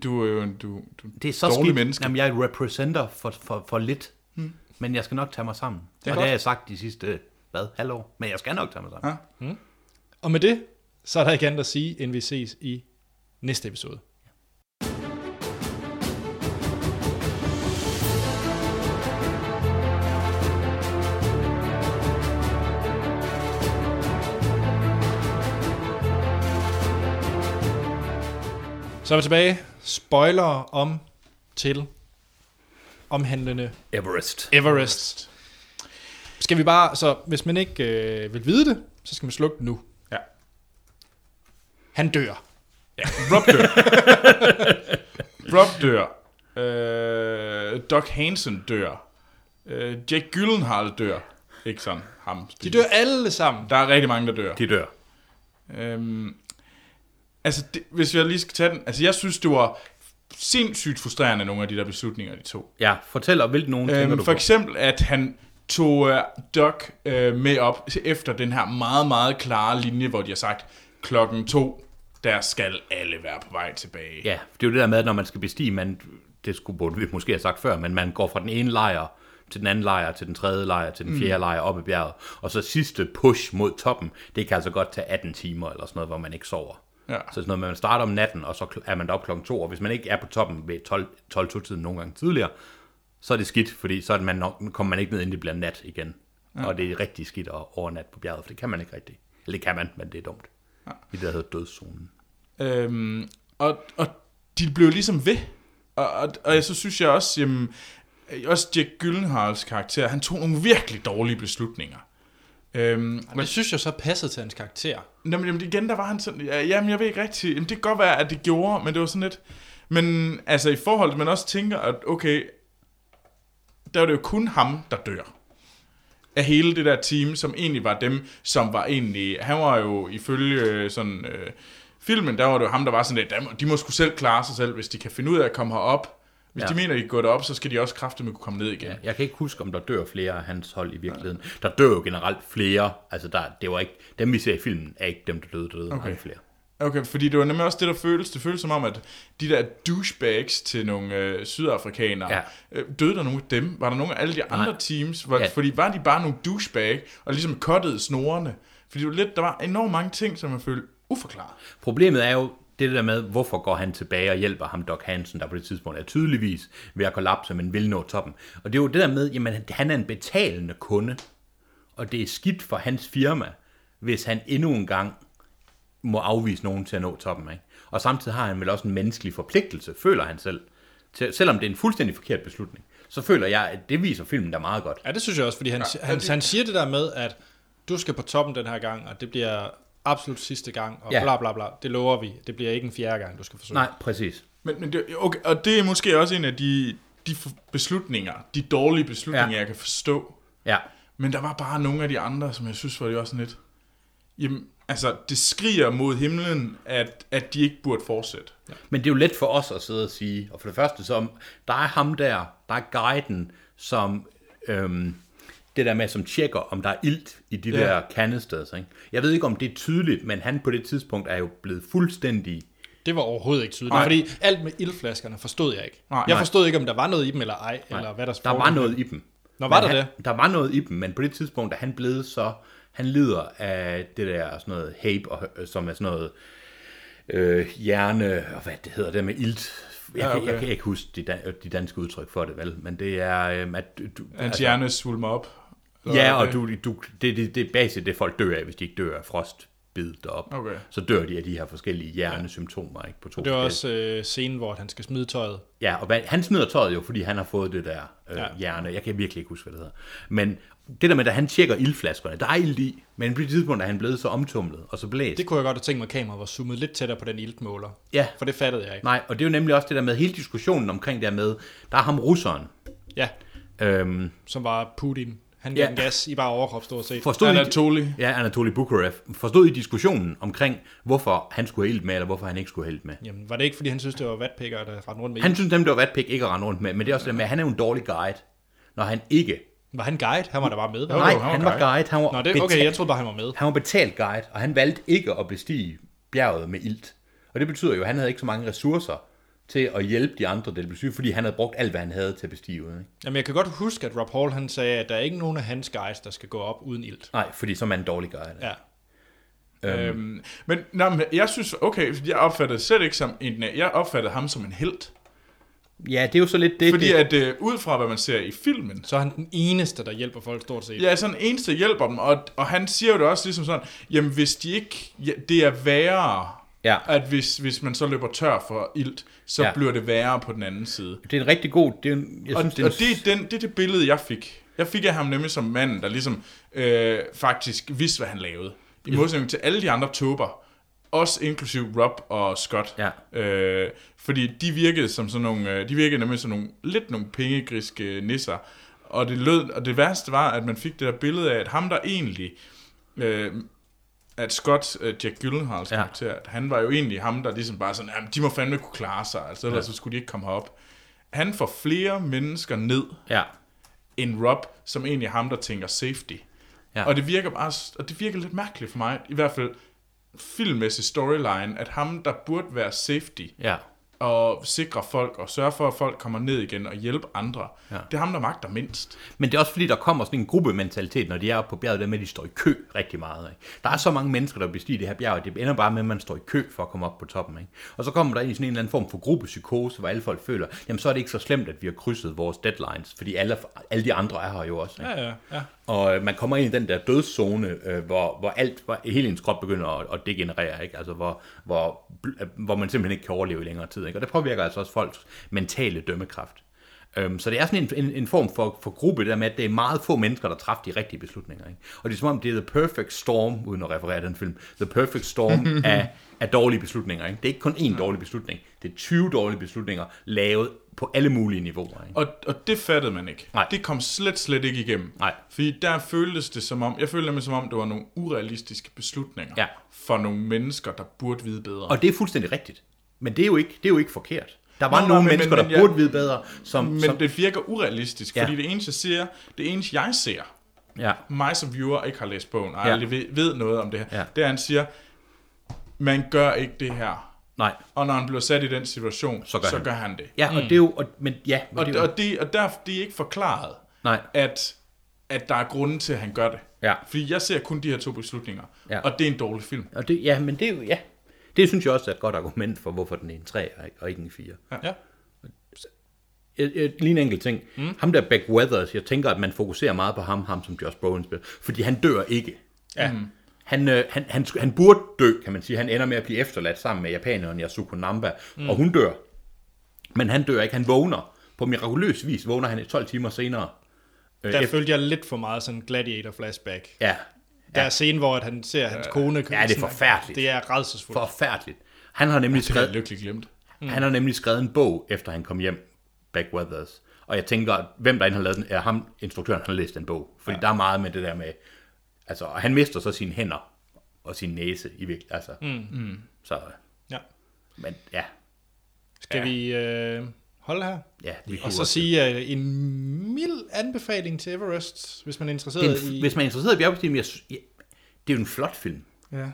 S2: Du er jo en du, du,
S3: Det er så
S2: dårlig
S3: skidt.
S2: menneske.
S3: Jamen, jeg er repræsenter for, for, for lidt. Hmm. Men jeg skal nok tage mig sammen. Det og
S1: godt.
S3: det har jeg sagt de sidste, øh, hvad, halvår. Men jeg skal nok tage mig sammen.
S2: Ja.
S1: Og med det, så er der ikke andet at sige, end vi ses i næste episode. Så er vi tilbage. Spoiler om til omhandlende
S3: Everest.
S1: Everest. Skal vi bare, så hvis man ikke øh, vil vide det, så skal man slukke den nu.
S2: Ja.
S1: Han dør.
S2: Rob dør. Rob dør. Øh, Doc Hansen dør. Øh, Jack Gyllenhaal dør. Ikke sådan ham.
S1: De dør alle sammen.
S2: Der er rigtig mange, der dør.
S3: De dør.
S2: Øhm, altså, det, hvis jeg lige skal tage den. Altså, jeg synes, det var sindssygt frustrerende, nogle af de der beslutninger, de tog.
S3: Ja, fortæl om, hvilken nogen øhm, tænker
S2: Øhm,
S3: du
S2: for
S3: på?
S2: eksempel, at han tog uh, Doc uh, med op efter den her meget, meget klare linje, hvor de har sagt, klokken to, der skal alle være på vej tilbage.
S3: Øh, Ja, det er jo det der med, at når man skal bestige, man, det skulle burde vi måske have sagt før, men man går fra den ene lejr til den anden lejr, til den tredje lejr, til den fjerde mm. lejr op i bjerget. Og så sidste push mod toppen, det kan altså godt tage 18 timer eller sådan noget, hvor man ikke sover.
S2: Ja.
S3: Så sådan noget med, at man starter om natten, og så kl- er man deroppe klokken to, og hvis man ikke er på toppen ved 12 12-tiden nogle gange tidligere, så er det skidt, fordi så er man nok, kommer man ikke ned, inden det bliver nat igen. Ja. Og det er rigtig skidt at overnatte på bjerget, for det kan man ikke rigtig. Eller det kan man, men det er dumt. Ja. Det der hedder dødszonen.
S2: Øhm, og, og de blev ligesom ved. Og, og, og jeg- så synes jeg også, jamen, øh, også Jack Gyllenhaals karakter, han tog nogle virkelig dårlige beslutninger. Øhm,
S1: Men det synes jeg så passede til hans karakter.
S2: Nå, men jamen, igen, der var han sådan, ja, jamen, jeg ved ikke rigtigt, jamen, det kan godt være, at det gjorde, men det var sådan lidt, men altså i forhold til, man også tænker, at okay, der var det jo kun ham, der dør. Af hele det der team, som egentlig var dem, som var egentlig, han var jo ifølge øh, sådan øh, filmen, der var det jo ham, der var sådan lidt, "Der må- de må skulle selv klare sig selv, hvis de kan finde ud af at komme herop. Hvis ja.
S3: Ja.
S2: de mener, de kan gå derop, så skal de også kræfte med kunne komme ned igen.
S3: Ja, jeg kan ikke huske, om der dør flere af hans hold i virkeligheden. Ja. Der dør jo generelt flere. Altså, der, det var ikke, dem vi ser i filmen, er ikke dem, der døde, der døde
S2: Okay.
S3: okay. flere.
S2: Okay, fordi det var nemlig også det, der føles. Det føles som om, at de der douchebags til nogle øh, sydafrikanere, ja.
S3: Ja.
S2: øh, døde der nogle af dem? Var der nogle af alle de andre Nej.
S3: Nej.
S2: teams? Var, ja.
S3: Ja.
S2: Fordi var de bare nogle douchebag, og ligesom kottede snorene? Fordi det var lidt, der var enormt mange ting, som jeg følte uforklaret.
S3: Problemet er jo det der med, hvorfor går han tilbage og hjælper ham, Doc Hansen, der på det tidspunkt er tydeligvis ved at kollapse, men vil nå toppen. Og det er jo det der med, jamen han er en betalende kunde, og det er skidt for hans firma, hvis han endnu en gang må afvise nogen til at nå toppen. Ikke? Og samtidig har han vel også en menneskelig forpligtelse, føler han selv. Til, selvom det er en fuldstændig forkert beslutning, så føler jeg, at det viser filmen der meget godt.
S1: Ja, det synes jeg også, fordi han, ja, han,
S2: det-
S1: han siger det der med, at du skal på toppen den her gang, og det bliver absolut sidste gang, og
S3: Ja.
S1: ja. bla bla bla, det lover vi. Det bliver ikke en fjerde gang, du skal forsøge.
S3: Nej, præcis.
S2: Men, men det, okay, og det er måske også en af de, de f- beslutninger, de dårlige beslutninger,
S3: Ja.
S2: ja. jeg kan forstå.
S3: Ja,
S2: Men der var bare nogle af de andre, som jeg synes var det også sådan lidt... Jamen, altså, det skriger mod himlen, at, at de ikke burde fortsætte. Ja.
S3: men det er jo let for os at sidde og sige, og for det første, så, der er ham der, der er guiden, som øhm, det der med, som tjekker, om der er ilt i de ja.
S2: Ja.
S3: der canisters. Ikke? Jeg ved ikke, om det er tydeligt, men han på det tidspunkt er jo blevet fuldstændig...
S1: Det var overhovedet ikke tydeligt,
S2: Nej.
S1: fordi alt med ildflaskerne forstod jeg ikke.
S2: Nej,
S1: jeg
S2: nej.
S1: forstod ikke, om der var noget i dem eller ej, nej. eller hvad der
S3: der var noget i dem.
S1: Nå, var
S3: Men
S1: der
S3: han, Der var noget i dem, men på det tidspunkt er han blevet så... Han lider af det der sådan noget hape, og, som er sådan noget øh, hjerne, og hvad det hedder, det med ilt. Jeg, ja,
S2: Ja,
S3: okay.
S2: okay.
S3: jeg, jeg kan ikke huske de, dan- de danske udtryk for det, vel? Men det er, øh, at du... du-
S2: Hans altså, hjerne svulmer op. Eller
S3: Ja,
S2: hvad?
S3: og du, du, det, det, det er basisk det, folk dør af, hvis de ikke dør af frostbid deroppe.
S2: Okay.
S3: Så dør de af de her forskellige hjernesymptomer, ikke? På to
S1: Det var
S3: forskellige-
S1: også øh, scenen, hvor han skal smide tøjet.
S3: Ja, og hvad, han smider tøjet jo, fordi han har fået det der øh, ja.
S1: Ja.
S3: hjerne. Jeg kan virkelig ikke huske, hvad det hedder. Men det der med, at han tjekker ildflaskerne, der er ild i, men på det tidspunkt er han blevet så omtumlet og så blæst.
S1: Det kunne jeg godt have tænkt mig, at kameraet var zoomet lidt tættere på den iltmåler.
S3: Ja.
S1: For det fattede jeg ikke.
S3: Nej, og det er jo nemlig også det der med hele diskussionen omkring det der med, der er ham russeren.
S1: Ja,
S3: Øhm,
S1: som var Putin. Han gav
S3: Ja.
S1: ja. den gas i bare overkrop, stort set.
S3: forstod
S2: Anatoly.
S3: I, ja, Anatoly Bukharev. Forstod I diskussionen omkring, hvorfor han skulle have ild med, eller hvorfor han ikke skulle have ild med?
S1: Jamen, var det ikke, fordi han synes, det var vatpikker, der rendte rundt med
S3: Han
S1: ild?
S3: synes nemlig, det var vatpik ikke at rende rundt med, men det er også det der med, at han er jo en dårlig guide, når han ikke...
S1: Var han guide? Han var der bare med.
S3: Nej,
S1: Nej.
S2: han var
S3: han var
S2: guide.
S3: guide. Han var
S1: Nå, det,
S3: betalt-
S1: okay, jeg troede bare, han var med.
S3: Han var betalt guide, og han valgte ikke at bestige bjerget med ilt. Og det betyder jo, at han havde ikke så mange ressourcer til at hjælpe de andre, der blev syge, fordi han havde brugt alt, hvad han havde til at bestige. uden, Ikke?
S1: Jamen, jeg kan godt huske, at Rob Hall han sagde, at der er ikke nogen af hans guides, der skal gå op uden ilt.
S3: Nej, fordi så er man en dårlig guide.
S1: Ja.
S2: Øhm, men, nej, men jeg synes, okay, fordi jeg opfattede slet ikke som en, jeg opfattede ham som en held.
S3: ja det er jo så lidt det.
S2: Fordi
S3: det,
S2: at øh, ud fra, hvad man ser i filmen,
S1: Så er han den eneste, der hjælper folk stort set.
S2: Ja, sådan eneste hjælper dem, og, og han siger jo det også ligesom sådan, jamen hvis de ikke, ja, det er værre,
S3: Ja.
S2: at hvis, hvis man så løber tør for ilt, så
S3: Ja.
S2: ja. bliver det værre på den anden side.
S3: det er en rigtig god... Det er en, jeg
S2: Og,
S3: synes, det er
S2: og
S3: en,
S2: det, er den, det er det billede, jeg fik. Jeg fik af ham nemlig som manden, der ligesom øh, faktisk vidste, hvad han lavede. I modsætning til alle de andre tober, også inklusiv Rob og Scott.
S3: Ja.
S2: Øh, fordi de virkede som sådan nogle, øh, de virkede nemlig som nogle, lidt nogle pengegriske nisser. Og det, lød, og det værste var, at man fik det der billede af, at ham der egentlig, øh, at Scott, øh, Jack Gyllenhaals
S3: Ja.
S2: ja. karakter, at han var jo egentlig ham, der ligesom bare sådan, "Jamen, de må fandme kunne klare sig, altså ellers så skulle de ikke komme herop. Han får flere mennesker ned,
S3: Ja.
S2: end Rob, som egentlig er ham, der tænker safety.
S3: Ja.
S2: Ja. Og det virker bare, og det virker lidt mærkeligt for mig, i hvert fald filmmæssig storyline, at ham, der burde være safety,
S3: Ja.
S2: og sikre folk, og sørge for, at folk kommer ned igen og hjælpe andre, ja. det er ham, der magter mindst.
S3: Men det er også fordi, der kommer sådan en gruppementalitet, når de er oppe på bjerget, der med, at de står i kø rigtig meget. Ikke? Der er så mange mennesker, der bestiger det her bjerg, at det ender bare med, at man står i kø for at komme op på toppen. Ikke? Og så kommer der ind i sådan en eller anden form for gruppepsykose, hvor alle folk føler, jamen så er det ikke så slemt, at vi har krydset vores deadlines, fordi alle, alle de andre er her jo også. Ikke?
S1: Ja, ja, ja.
S3: Og øh, man kommer ind i den der dødszone, øh, hvor, hvor alt, hvor hele ens krop begynder at, at degenerere, ikke? Altså, hvor, hvor, bl- øh, hvor man simpelthen ikke kan overleve i længere tid. Ikke? Og det påvirker altså også folks mentale dømmekraft. Øhm, så det er sådan en, en, en form for, for gruppe, det der med, at det er meget få mennesker, der træffer de rigtige beslutninger. Ikke? Og det er som om, det er The Perfect Storm, uden at referere den film, The Perfect Storm af, af dårlige beslutninger. Ikke? Det er ikke kun én dårlig beslutning, det er 20 dårlige beslutninger, lavet på alle mulige niveauer. Ikke?
S2: Og, og det fattede man ikke.
S3: Nej.
S2: Det kom slet, slet ikke igennem.
S3: Nej.
S2: Fordi der føltes det som om, jeg følte nemlig som om, det var nogle urealistiske beslutninger
S3: Ja.
S2: for nogle mennesker, der burde vide bedre.
S3: Og det er fuldstændig rigtigt. Men det er jo ikke, det er jo ikke forkert. Der var
S2: Nå,
S3: nogle
S2: nej, men-
S3: mennesker,
S2: men-
S3: der
S2: men jeg-
S3: burde vide bedre, som... som
S2: Men det virker urealistisk,
S3: Ja.
S2: fordi det eneste, jeg ser, det eneste, jeg ser,
S3: ja,
S2: mig som viewer ikke har læst bogen, og
S3: Ja.
S2: ja. aldrig ved, ved noget om det her,
S3: Ja.
S2: ja. det er, han siger, man gør ikke det her.
S3: nej.
S2: Og når han bliver sat i den situation, så
S3: gør
S2: gør, så
S3: han.
S2: han. Gør han det.
S3: Ja, og det er jo... Og, men ja, og,
S2: Mm. Og,
S3: det er jo,
S2: og, det, og der, det er ikke forklaret,
S3: Nej.
S2: At, at der er grunden til, at han gør det.
S3: Ja.
S2: Fordi jeg ser kun de her to beslutninger,
S3: Ja.
S2: og det er en dårlig film.
S3: og det, ja, men det er jo... Ja. Det synes jeg også er et godt argument for, hvorfor den er en 3 og ikke en 4.
S1: ja.
S3: Jeg, jeg, lige en enkelt ting. Mm. Ham der Beck Weathers, jeg tænker, at man fokuserer meget på ham, ham som Josh Brolin spiller, fordi han dør ikke.
S1: ja. Mm.
S3: Han, øh, han, han, sk- han burde dø, kan man sige. Han ender med at blive efterladt sammen med japaneren Yasuko Namba, mm. og hun dør. Men han dør ikke, han vågner. På mirakuløs vis vågner han 12 timer senere. Øh,
S1: Der
S3: efter-
S1: følte jeg lidt for meget sådan gladiator flashback.
S3: Ja.
S1: Der er scene, hvor at han ser hans kone
S3: Ja, det er forfærdeligt.
S1: Det er redselsfuldt.
S3: Forfærdeligt. Han har nemlig
S2: Det er
S3: skrevet,
S2: lykkeligt glemt.
S1: Mm.
S3: han har nemlig skrevet en bog, efter han kom hjem, Back Weathers. Og jeg tænker, at hvem der end har lavet den, er ham, instruktøren, han har læst den bog. Fordi ja. der er meget med det der med, altså, og han mister så sine hænder og sin næse i virkelig, altså. Mm. Så,
S1: Ja.
S3: men ja,
S1: Skal
S3: Ja.
S1: vi øh, holde her?
S3: ja vi
S1: Og
S3: kunne
S1: så
S3: også-
S1: sige øh, en mild anbefaling til Everest, hvis man er
S3: det er
S1: interesseret
S3: en,
S1: i...
S3: hvis man er interesseret i bjergbestigning, jeg, sy- ja, det er jo en flot film.
S1: Ja.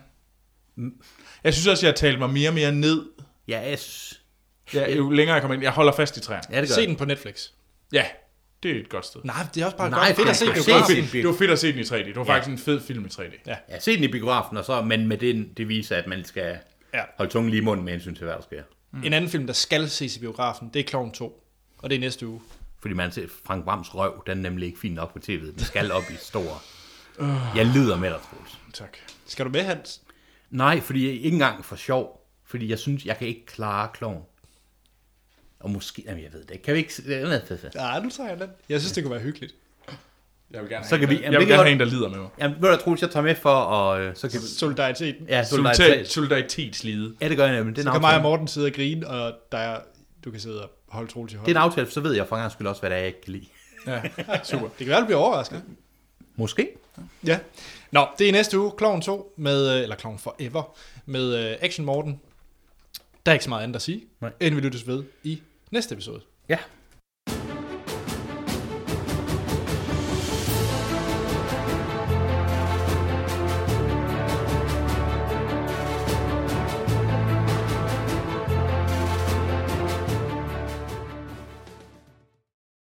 S2: Jeg synes også, jeg har talt mig mere og mere ned,
S3: Ja, jeg, s-
S2: ja, jo længere jeg kommer ind. Jeg holder fast i træerne.
S3: ja det gør
S1: Se
S3: jeg.
S1: den på Netflix.
S2: Ja, det er et godt sted.
S1: Nej, det er også bare
S3: Nej,
S1: godt. fedt at se
S3: det er
S1: det.
S3: fedt.
S1: bare.
S3: Se
S2: Det, det var fedt at se den i 3D. Det var ja. faktisk en fed film i 3D.
S1: Ja.
S3: Ja, se den i biografen, og så, men med den devise, at man skal
S1: Ja.
S3: ja. holde tungen lige i munden med hensyn til, hvad der sker.
S1: En anden film, der skal ses i biografen, det er Klovn 2. Og det er næste uge.
S3: Fordi man ser Frank Brams røv, den er nemlig ikke fin nok på tv'et. Den skal op i stor. Jeg lider med dig, Troels.
S2: Tak.
S1: Skal du med, Hans?
S3: Nej, fordi jeg ikke engang for sjov. Fordi jeg synes, jeg kan ikke klare kloven. Og måske... Jamen, jeg ved det ikke. Kan vi ikke...
S1: Ja, nu tager jeg den. Jeg synes, det kunne være hyggeligt.
S2: Jeg vil gerne,
S3: Så
S2: have,
S3: kan
S2: en,
S3: vi-
S2: der-
S3: jamen,
S2: jeg vil
S3: det kan
S2: gerne
S3: godt-
S2: have en, der lider med mig.
S3: Jamen, ved du, hvad, Troels, jeg tager med for, og øh, så kan vi...
S1: Solidariteten.
S3: Ja,
S2: Solidaritet.
S3: solidaritet.
S2: Solidaritet slide.
S3: Ja, det gør jeg nemlig. Det er
S1: Så
S3: en
S1: kan mig og
S3: aftale.
S1: Morten sidde og grine, og der er, du kan sidde og holde Troels i
S3: Det er
S1: hånden.
S3: en aftale, for så ved jeg for en gang skyld også, hvad det er, jeg ikke kan lide.
S1: Super. Det kan være, du bliver overrasket.
S3: Måske.
S1: Ja. Nå, det er næste uge, Kloven 2, med, øh, eller Kloven Forever, med øh, Action Morten. Der er ikke så meget andet at sige,
S3: Nej.
S1: end vi lyttes ved i næste episode.
S3: Ja.